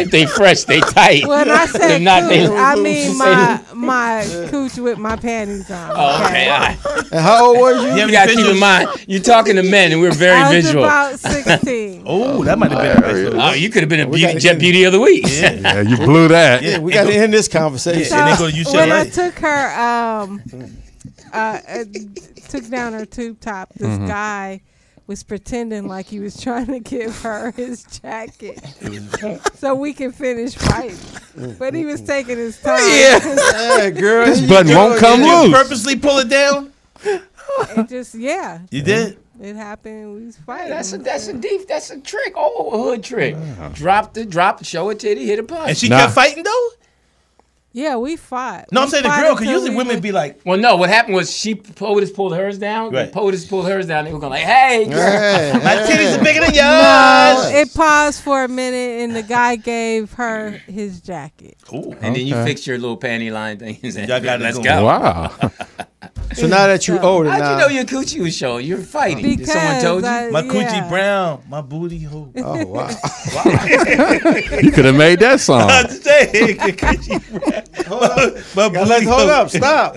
Speaker 5: if they fresh, they tight.
Speaker 4: When I said
Speaker 5: if not, they.
Speaker 4: cooch, I mean
Speaker 5: Say-
Speaker 4: my my cooch with my panties on.
Speaker 5: Oh, okay. all right.
Speaker 3: And how old were you?
Speaker 5: You gotta keep in mind, you're talking to men, and we're very
Speaker 4: I was
Speaker 5: visual.
Speaker 4: about sixteen.
Speaker 7: Oh, that might have been a nice
Speaker 5: oh,
Speaker 7: little.
Speaker 5: you could have been a beauty, jet beauty of the week.
Speaker 6: yeah, you blew that.
Speaker 3: We got to end this conversation.
Speaker 7: Yeah. And they go to
Speaker 4: when I
Speaker 7: UCLA.
Speaker 4: took her, um, uh, uh, took down her tube top, this guy was pretending like he was trying to give her his jacket so we could finish fighting, but he was taking his
Speaker 7: Oh,
Speaker 4: time.
Speaker 3: Yeah, girl.
Speaker 6: This button won't come
Speaker 7: You
Speaker 6: loose.
Speaker 7: purposely pull it down.
Speaker 4: It just yeah,
Speaker 7: You did.
Speaker 4: it happened. We was
Speaker 5: Hey,
Speaker 4: fighting.
Speaker 5: That's a that's a deep that's a trick. Oh, a hood trick. Drop the drop, show a titty, hit a punch.
Speaker 7: And she
Speaker 6: Nah.
Speaker 7: kept fighting though.
Speaker 4: yeah, we fought.
Speaker 7: No,
Speaker 4: We
Speaker 7: I'm saying the
Speaker 4: fought
Speaker 7: girl, because
Speaker 4: until
Speaker 7: usually
Speaker 4: we
Speaker 7: women
Speaker 4: went-
Speaker 7: be like,
Speaker 5: well, no, what happened was she POTUS pulled hers down.
Speaker 7: Right.
Speaker 5: POTUS pulled hers down. They were going like, "Hey, girl."
Speaker 7: my titties are bigger than
Speaker 4: No,
Speaker 7: yours.
Speaker 4: it paused for a minute, and the guy gave her his jacket.
Speaker 7: Ooh.
Speaker 5: and then you
Speaker 6: Okay.
Speaker 5: fix your little panty line thing. and say,
Speaker 7: Y'all got it
Speaker 5: Let's
Speaker 7: going.
Speaker 5: go.
Speaker 6: Wow.
Speaker 3: So now that you older
Speaker 5: How'd
Speaker 3: now.
Speaker 5: you know your coochie was showing? You're fighting. Did
Speaker 4: Because
Speaker 5: someone told you?
Speaker 4: I-
Speaker 7: My coochie
Speaker 4: yeah.
Speaker 7: brown, my booty hole.
Speaker 3: oh wow.
Speaker 6: You could have made that song.
Speaker 7: I'm just saying, coochie brown.
Speaker 3: Hold up.
Speaker 7: My
Speaker 3: Now,
Speaker 7: booty
Speaker 3: let's- hold
Speaker 7: hole.
Speaker 3: up. Stop.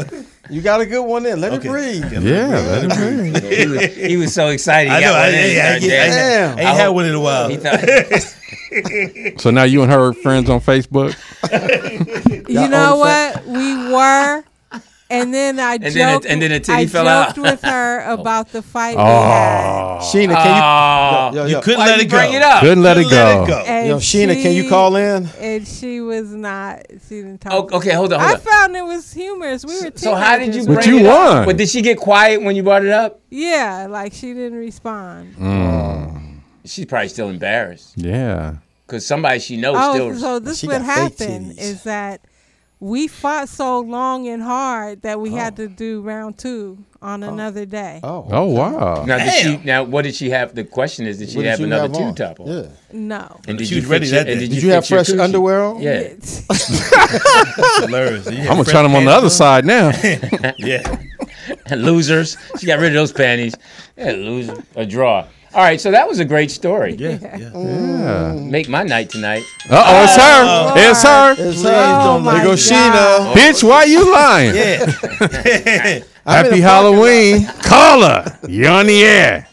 Speaker 3: You got a good one there. Let it breathe.
Speaker 6: Yeah, let it breathe.
Speaker 5: he, was, he was so excited. He
Speaker 7: I know.
Speaker 5: got
Speaker 7: I, I,
Speaker 5: one in
Speaker 7: I, I,
Speaker 5: there. Damn.
Speaker 7: I, ain't
Speaker 3: Damn.
Speaker 7: had one in a while.
Speaker 5: He thought-
Speaker 6: So now you and her are friends on Facebook.
Speaker 4: You know what? We were. And then I
Speaker 5: then
Speaker 4: joked,
Speaker 5: it- and then the titty
Speaker 4: I
Speaker 5: fell
Speaker 4: joked
Speaker 5: out.
Speaker 4: with her about the fight we had.
Speaker 6: Oh,
Speaker 3: Sheena, can
Speaker 5: Oh,
Speaker 3: you? Yo, yo,
Speaker 7: you couldn't
Speaker 5: why
Speaker 7: let
Speaker 5: you
Speaker 7: it go.
Speaker 5: bring it up?
Speaker 6: couldn't let it
Speaker 7: Couldn't
Speaker 6: go.
Speaker 4: And
Speaker 3: yo, Sheena, can you call in?
Speaker 4: And she was not. She didn't talk.
Speaker 5: Oh, okay, hold on. Hold
Speaker 4: I
Speaker 5: on.
Speaker 4: found it was humorous. We were
Speaker 5: So how did you?
Speaker 4: teenagers.
Speaker 6: But
Speaker 5: bring
Speaker 6: you
Speaker 5: it up?
Speaker 6: won.
Speaker 5: But did she get quiet when you brought it up?
Speaker 4: Yeah, like she didn't respond.
Speaker 7: Mm.
Speaker 5: She's probably still embarrassed.
Speaker 6: Yeah.
Speaker 5: Because somebody she knows
Speaker 4: Oh,
Speaker 5: still.
Speaker 4: so this
Speaker 3: She
Speaker 4: what
Speaker 3: got fake
Speaker 4: happened
Speaker 3: titties.
Speaker 4: is that we fought so long and hard that we had to do round two on another day.
Speaker 3: Oh.
Speaker 6: Oh wow.
Speaker 5: now, did she,
Speaker 7: Damn.
Speaker 5: now, what did she have? The question is, did she
Speaker 3: What did
Speaker 5: have
Speaker 3: you
Speaker 5: another
Speaker 3: have on?
Speaker 5: two top on?
Speaker 3: Yeah.
Speaker 4: No.
Speaker 5: And did
Speaker 7: She
Speaker 5: you
Speaker 7: was ready
Speaker 5: fix
Speaker 7: that
Speaker 5: your- and
Speaker 7: day.
Speaker 5: Did
Speaker 3: Did you have
Speaker 5: fix your
Speaker 3: fresh
Speaker 5: coochie?
Speaker 3: underwear on?
Speaker 5: Yeah.
Speaker 7: Hilarious. You had
Speaker 6: I'm gonna
Speaker 7: fresh
Speaker 6: try them on the
Speaker 7: pants
Speaker 6: other side now.
Speaker 7: Yeah.
Speaker 5: Losers. She got rid of those panties. Yeah, loser. A draw. All right, so that was a great story.
Speaker 7: Yeah. yeah.
Speaker 6: Yeah.
Speaker 5: Make my night tonight.
Speaker 6: Uh oh, it's her. It's her.
Speaker 3: It's
Speaker 7: Please
Speaker 3: her.
Speaker 7: don't
Speaker 4: my
Speaker 3: Here goes Sheena.
Speaker 6: Bitch, why you lying?
Speaker 3: I'm in the
Speaker 6: Happy
Speaker 3: parking
Speaker 6: Halloween. Call her. You're on the air.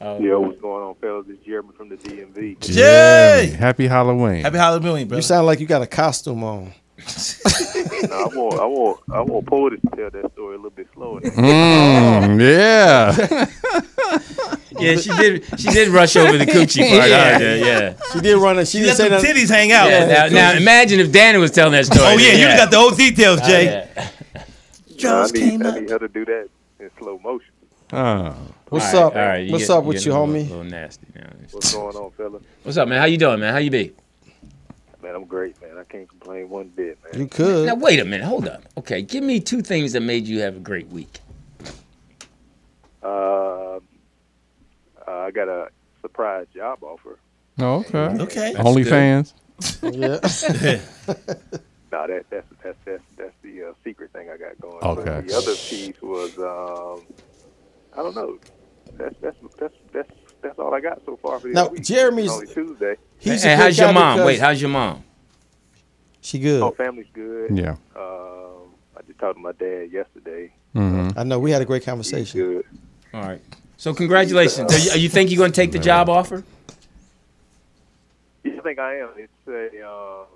Speaker 12: Yo, what's going on, fellas? It's Jeremy from the DMV.
Speaker 7: Jay.
Speaker 6: Happy Halloween.
Speaker 7: Happy Halloween, bro.
Speaker 3: You sound like you got a costume on.
Speaker 12: Now, I want, I want, I want POTUS to tell that story a little bit slower.
Speaker 7: Oh.
Speaker 6: Mm, yeah.
Speaker 5: Yeah, she did. She did rush over the coochie part. Oh, yeah, yeah, yeah.
Speaker 3: She did run. A, she,
Speaker 7: Let
Speaker 3: didn't say
Speaker 7: them
Speaker 3: nothing.
Speaker 7: titties hang out.
Speaker 5: Yeah, now, now imagine if Danny was telling that story. Oh,
Speaker 7: oh, yeah. You got the whole details, Jay.
Speaker 5: Yeah.
Speaker 12: I
Speaker 7: Jaws
Speaker 12: need,
Speaker 7: came
Speaker 12: I
Speaker 7: up.
Speaker 12: need her to do that in slow motion.
Speaker 6: Oh.
Speaker 3: What's
Speaker 5: All right,
Speaker 3: up?
Speaker 5: all right,
Speaker 3: What's
Speaker 5: get-
Speaker 3: up with you,
Speaker 5: getting a little-
Speaker 3: homie?
Speaker 5: little nasty now.
Speaker 12: What's going on, fellas?
Speaker 5: What's up, man? How you doing, man? How you be?
Speaker 12: Man, I'm great, man. I can't complain one bit, man.
Speaker 3: You could.
Speaker 5: Now wait a minute, hold up. Okay, give me two things that made you have a great week.
Speaker 12: Uh, I got a surprise job offer.
Speaker 6: Oh, okay.
Speaker 7: Okay.
Speaker 6: OnlyFans.
Speaker 3: Yeah.
Speaker 12: Now that that's that's that's that's the uh, secret thing I got going.
Speaker 6: Okay.
Speaker 12: But the other piece was um, I don't know. That's that's that's that's that's all I got so far for this
Speaker 3: Now,
Speaker 12: week.
Speaker 3: Jeremy's-
Speaker 12: It's only Tuesday.
Speaker 3: He's a
Speaker 5: and
Speaker 3: good
Speaker 5: how's your
Speaker 3: guy
Speaker 5: mom?
Speaker 3: because
Speaker 5: Wait, how's your mom?
Speaker 3: she good?
Speaker 12: Oh, family's good.
Speaker 6: Yeah.
Speaker 12: Um, I just talked to my dad yesterday.
Speaker 6: hmm
Speaker 3: I know. We had a great
Speaker 12: He's
Speaker 3: conversation.
Speaker 12: good.
Speaker 5: All right. So congratulations. Are you, you think you're going to take the job offer?
Speaker 12: Yeah, I think I am. It's a um,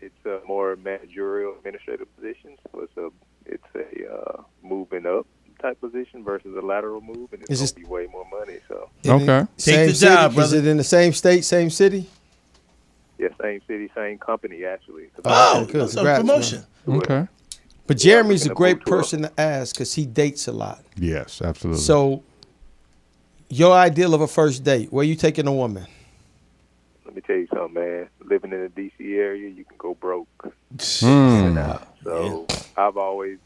Speaker 12: it's a more managerial administrative position. So it's a it's a uh, moving up type position versus a lateral move, and
Speaker 3: Is
Speaker 12: it's
Speaker 3: this-
Speaker 12: gonna be way more money. So
Speaker 6: Okay.
Speaker 7: Take the
Speaker 3: city?
Speaker 7: job,
Speaker 3: Is
Speaker 7: brother.
Speaker 3: it in the same state, same city?
Speaker 12: yeah, same city, same company actually. 'Cause
Speaker 3: Oh,
Speaker 12: I-
Speaker 3: good.
Speaker 7: So
Speaker 3: Congrats,
Speaker 7: promotion.
Speaker 6: Okay.
Speaker 3: But Jeremy's a
Speaker 12: gonna
Speaker 3: great
Speaker 12: pull you up.
Speaker 3: person to ask because he dates a lot.
Speaker 6: Yes, absolutely.
Speaker 3: So, your ideal of a first date, where you taking a woman?
Speaker 12: Let me tell you something, man. Living in the D.C. area, you can go broke.
Speaker 6: Mm.
Speaker 12: So I've always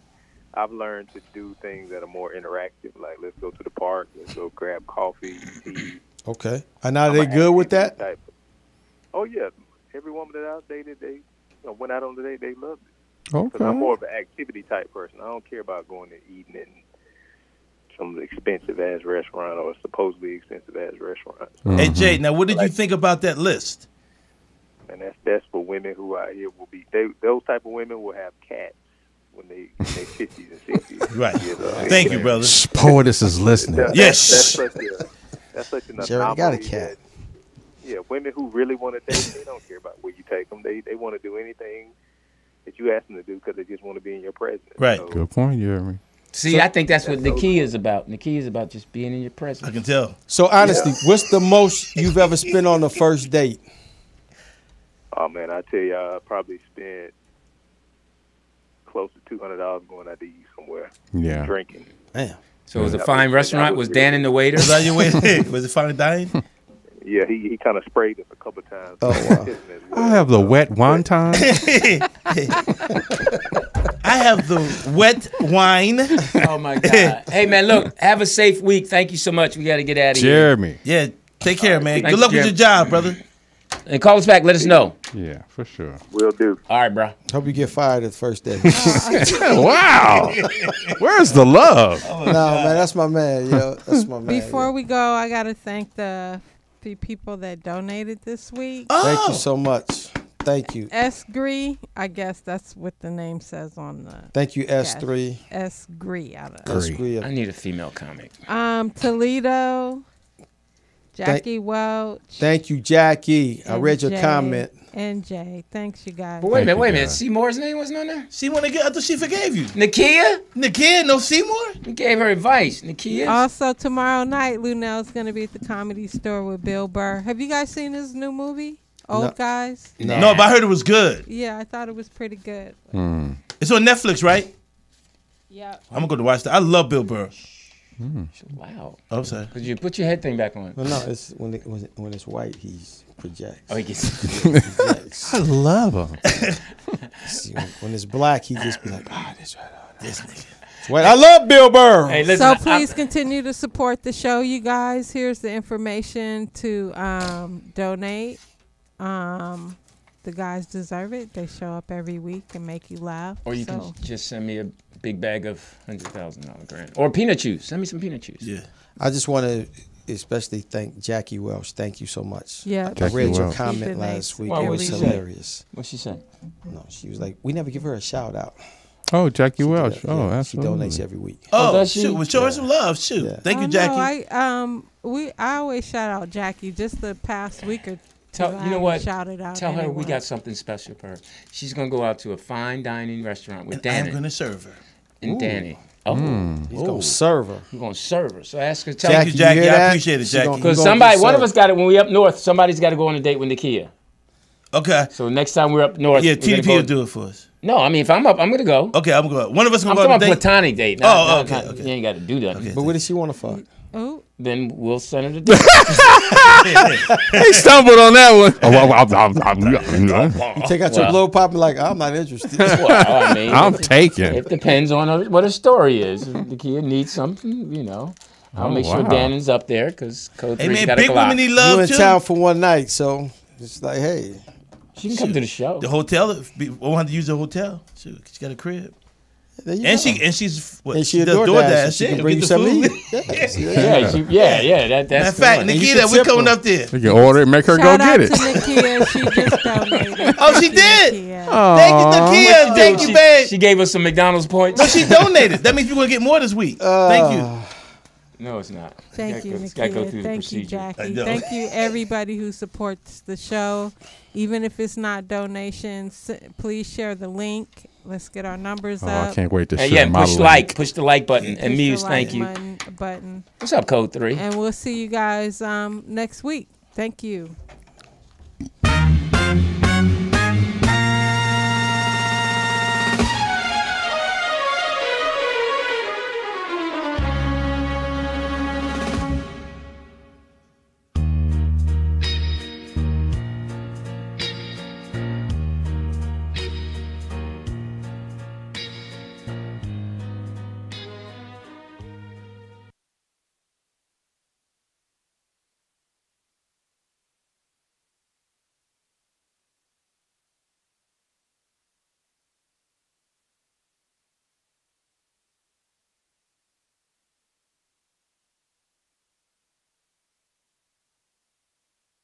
Speaker 12: I've learned to do things that are more interactive. Like let's go to the park, let's go grab coffee, tea,
Speaker 3: Okay. And are
Speaker 12: I'm
Speaker 3: they
Speaker 12: an
Speaker 3: good with that?
Speaker 12: type. Oh yeah, every woman that I dated, they you know, went out on the date, they loved it. Because I'm more of an activity type person. I don't care about going to eating in some expensive ass restaurant or supposedly expensive ass restaurant.
Speaker 3: Mm-hmm.
Speaker 7: Hey Jay, now what did you think about that list?
Speaker 12: and that's that's for women who out here will be they, those type of women will have cats when they in their fifties and sixties.
Speaker 7: Right.
Speaker 12: You know,
Speaker 7: Thank you, brother.
Speaker 6: Shh, poetess is listening.
Speaker 12: That-
Speaker 7: Yes.
Speaker 12: That's, such a, that's such an
Speaker 3: She already got a
Speaker 12: anomaly
Speaker 3: cat.
Speaker 12: that- yeah, women who really want to date, they don't care about where you take them. They they want to do anything that you ask them to do because they just want to be in your presence.
Speaker 7: Right.
Speaker 6: Good point, Jeremy.
Speaker 5: See, I think that's what the key is about. The key is about just being in your presence.
Speaker 7: I can tell.
Speaker 3: So honestly, what's the most you've ever spent on the first date?
Speaker 12: Oh man, I tell you, I probably spent close to two hundred dollars going out to eat somewhere,
Speaker 6: Yeah.
Speaker 12: drinking.
Speaker 3: Damn.
Speaker 5: So it was a fine restaurant. Was Dan in the waiter?
Speaker 7: Was that your way? Was it fine dining?
Speaker 12: Yeah, he he kind of sprayed us a couple times.
Speaker 3: Oh, wow.
Speaker 6: I have the wet wonton.
Speaker 7: I have the wet wine.
Speaker 5: Oh my God! Hey man, look. Have a safe week. Thank you so much. We got to get out of here.
Speaker 6: Jeremy.
Speaker 7: Yeah. Take care, man.
Speaker 5: Thank
Speaker 7: Good luck
Speaker 5: you,
Speaker 7: with your
Speaker 5: Jim.
Speaker 7: job, brother.
Speaker 5: And call us back. Let us know.
Speaker 6: Yeah, for sure.
Speaker 12: Will do.
Speaker 5: All right, bro.
Speaker 3: Hope you get fired at the first date.
Speaker 6: wow. Where's the love?
Speaker 3: no, man, that's Oh, my man, yo. That's my man.
Speaker 4: Before we go, I gotta thank the pe- people that donated this week.
Speaker 3: yo. Thank you so much. Thank you.
Speaker 4: Esgree, I guess that's what the name says on the
Speaker 3: Thank you, S3.
Speaker 4: Esgree out of
Speaker 3: S3.
Speaker 5: I need a female comic.
Speaker 4: um Toledo, Jackie Welch.
Speaker 3: Thank you, Jackie. I
Speaker 4: and
Speaker 3: read your
Speaker 4: Jay-
Speaker 3: comment.
Speaker 4: And Jay, thanks you guys.
Speaker 5: But wait a minute.
Speaker 6: Thank you,
Speaker 5: Wait a minute.
Speaker 6: guys.
Speaker 5: Seymour's name wasn't on there.
Speaker 7: She want to get. I thought she forgave you.
Speaker 5: Nakia.
Speaker 7: Nikia, no Seymour.
Speaker 5: We gave her advice. Nakia.
Speaker 4: Also tomorrow night, Lunell's gonna be at the Comedy Store with Bill Burr. Have you guys seen his new movie, Old
Speaker 3: No.
Speaker 4: Guys?
Speaker 7: No, but I heard it was good.
Speaker 4: Yeah, I thought it was pretty good.
Speaker 3: Hmm.
Speaker 7: It's on Netflix, right?
Speaker 4: Yeah.
Speaker 7: I'm gonna go watch that. I love Bill Burr.
Speaker 3: Hmm.
Speaker 5: wow.
Speaker 7: I'm Oh, sorry.
Speaker 5: Could you put your head thing back on?
Speaker 3: Well, no, it's when it, when, it, when it's white, he projects.
Speaker 5: Oh, he gets.
Speaker 3: Projects.
Speaker 6: I love him.
Speaker 3: See, when, when it's black, he just be like, ah, this right. ah, this nigga." It's white. I love Bill Burr.
Speaker 5: Hey, listen.
Speaker 4: So
Speaker 5: I-
Speaker 4: please continue to support the show, you guys. Here's the information to um, donate. Um, the guys deserve it. They show up every week and make you laugh.
Speaker 7: Oh,
Speaker 5: or you
Speaker 4: So-
Speaker 5: can just send me a big bag of hundred thousand dollar grant or peanut juice. Send me some peanut juice.
Speaker 7: Yeah.
Speaker 3: I just want to especially thank Jackie Welsh. Thank you so much.
Speaker 4: yeah.
Speaker 3: I
Speaker 6: Jackie
Speaker 3: read your
Speaker 6: Welch.
Speaker 3: comment
Speaker 4: Keep it
Speaker 3: last
Speaker 4: nice.
Speaker 3: week.
Speaker 5: Why
Speaker 3: it
Speaker 5: would
Speaker 3: was
Speaker 5: she say?
Speaker 3: hilarious.
Speaker 5: What she said?
Speaker 3: No, she was like, we never give her a shout out.
Speaker 6: Oh, Jackie Welch.
Speaker 3: Yeah,
Speaker 6: Oh,
Speaker 3: She donates
Speaker 6: absolutely.
Speaker 3: every week.
Speaker 7: Oh,
Speaker 5: does she?
Speaker 7: shoot, with showing some love. Shoot,
Speaker 3: Yeah.
Speaker 7: thank
Speaker 4: Oh,
Speaker 7: you,
Speaker 4: no,
Speaker 7: Jackie.
Speaker 4: I um we I always shout out Jackie. Just the past week or two,
Speaker 5: Tell-
Speaker 4: I
Speaker 5: you know
Speaker 4: haven't
Speaker 5: what?
Speaker 4: Shouted out.
Speaker 5: Tell her we
Speaker 4: anyone.
Speaker 5: got something special for her. She's gonna go out to a fine dining restaurant with
Speaker 7: and I'm
Speaker 5: Danny
Speaker 7: gonna serve her.
Speaker 5: and Danny.
Speaker 7: Mm.
Speaker 5: Oh,
Speaker 6: Mm.
Speaker 3: He's going to serve her.
Speaker 5: we're gonna serve her. So ask her. Tell
Speaker 7: Thank you, Jackie.
Speaker 3: hear
Speaker 7: I
Speaker 3: that?
Speaker 7: appreciate it,
Speaker 3: She gonna-
Speaker 7: Jackie.
Speaker 3: you
Speaker 5: Because
Speaker 3: gonna get
Speaker 5: somebody, one of us
Speaker 3: served.
Speaker 5: got it when we up north. Somebody's got to go on a date with Nakia.
Speaker 7: Okay.
Speaker 5: So next time we're up north,
Speaker 7: Yeah,
Speaker 5: we're gonna
Speaker 7: TDP
Speaker 5: go-
Speaker 7: will do it for us.
Speaker 5: No, I mean if I'm up, I'm gonna go.
Speaker 7: Okay, I'm gonna. One of us
Speaker 5: I'm
Speaker 7: gonna
Speaker 5: talking
Speaker 7: go on a
Speaker 5: about
Speaker 7: date.
Speaker 5: platonic date. No,
Speaker 7: Oh,
Speaker 5: no,
Speaker 7: okay,
Speaker 5: no,
Speaker 7: okay.
Speaker 5: You ain't got to do that.
Speaker 7: Okay.
Speaker 3: But what does she want to fuck?
Speaker 4: Oh,
Speaker 5: Then we'll send her to dinner.
Speaker 6: He stumbled on that one. Oh, wow, wow, wow, wow, wow, wow.
Speaker 3: You take out your
Speaker 5: Well.
Speaker 3: blow pop and like, I'm not interested.
Speaker 5: well, I mean,
Speaker 6: I'm
Speaker 5: it-
Speaker 6: taken.
Speaker 5: It depends on her, what her story is. If Nakia needs something, you know. I'll
Speaker 6: Oh,
Speaker 5: make sure
Speaker 6: wow.
Speaker 5: Dannon's up there because Code
Speaker 7: Hey
Speaker 5: 3
Speaker 7: man,
Speaker 5: got
Speaker 7: big
Speaker 5: a clock.
Speaker 7: women need
Speaker 3: you in
Speaker 7: love too.
Speaker 3: town for one night, so it's like, hey,
Speaker 5: She can come to the show.
Speaker 3: Oh.
Speaker 7: The hotel. if be- We want to use the hotel. Shoot, she got a crib.
Speaker 3: there you go.
Speaker 7: And she and she's what,
Speaker 3: and she,
Speaker 7: she does
Speaker 3: adored
Speaker 7: DoorDash.
Speaker 3: that. She
Speaker 7: yeah,
Speaker 3: can bring you
Speaker 7: get the
Speaker 3: something.
Speaker 7: food.
Speaker 3: to eat. Yeah, see, there you go.
Speaker 5: yeah, she, yeah, yeah. That,
Speaker 7: Matter
Speaker 5: that's
Speaker 7: of fact,
Speaker 5: the one.
Speaker 3: you
Speaker 7: Nikita,
Speaker 3: can
Speaker 7: we
Speaker 3: tip
Speaker 7: coming
Speaker 3: them.
Speaker 7: up there.
Speaker 6: You can order it, make her
Speaker 4: shout
Speaker 6: go
Speaker 4: out
Speaker 6: get it.
Speaker 4: to Nakia. She just donated.
Speaker 7: Oh, she
Speaker 4: Thank you,
Speaker 7: did?
Speaker 4: Nakia.
Speaker 7: Thank you, Nakia. Thank you,
Speaker 5: she,
Speaker 7: babe.
Speaker 5: she gave us some McDonald's points. Uh,
Speaker 7: No, she donated. That means we're gonna get more this week.
Speaker 3: Uh,
Speaker 7: Thank you.
Speaker 5: no, it's not.
Speaker 4: Thank you,
Speaker 5: It's gotta go
Speaker 4: Nakia.
Speaker 5: through the
Speaker 4: Thank you,
Speaker 5: procedure.
Speaker 7: I
Speaker 4: Jackie.
Speaker 7: know.
Speaker 4: Thank you, everybody who supports the show. Even if it's not donations, s- please share the link. Let's get our numbers
Speaker 6: Oh,
Speaker 4: up.
Speaker 6: I can't wait to
Speaker 5: Hey,
Speaker 6: share
Speaker 5: yeah,
Speaker 6: my
Speaker 5: push
Speaker 6: link.
Speaker 5: like, push the like button, and
Speaker 4: Push the
Speaker 5: Muse,
Speaker 4: like
Speaker 5: thank you.
Speaker 4: button- Button.
Speaker 5: What's up, Code Three?
Speaker 4: And we'll see you guys um, next week. Thank you.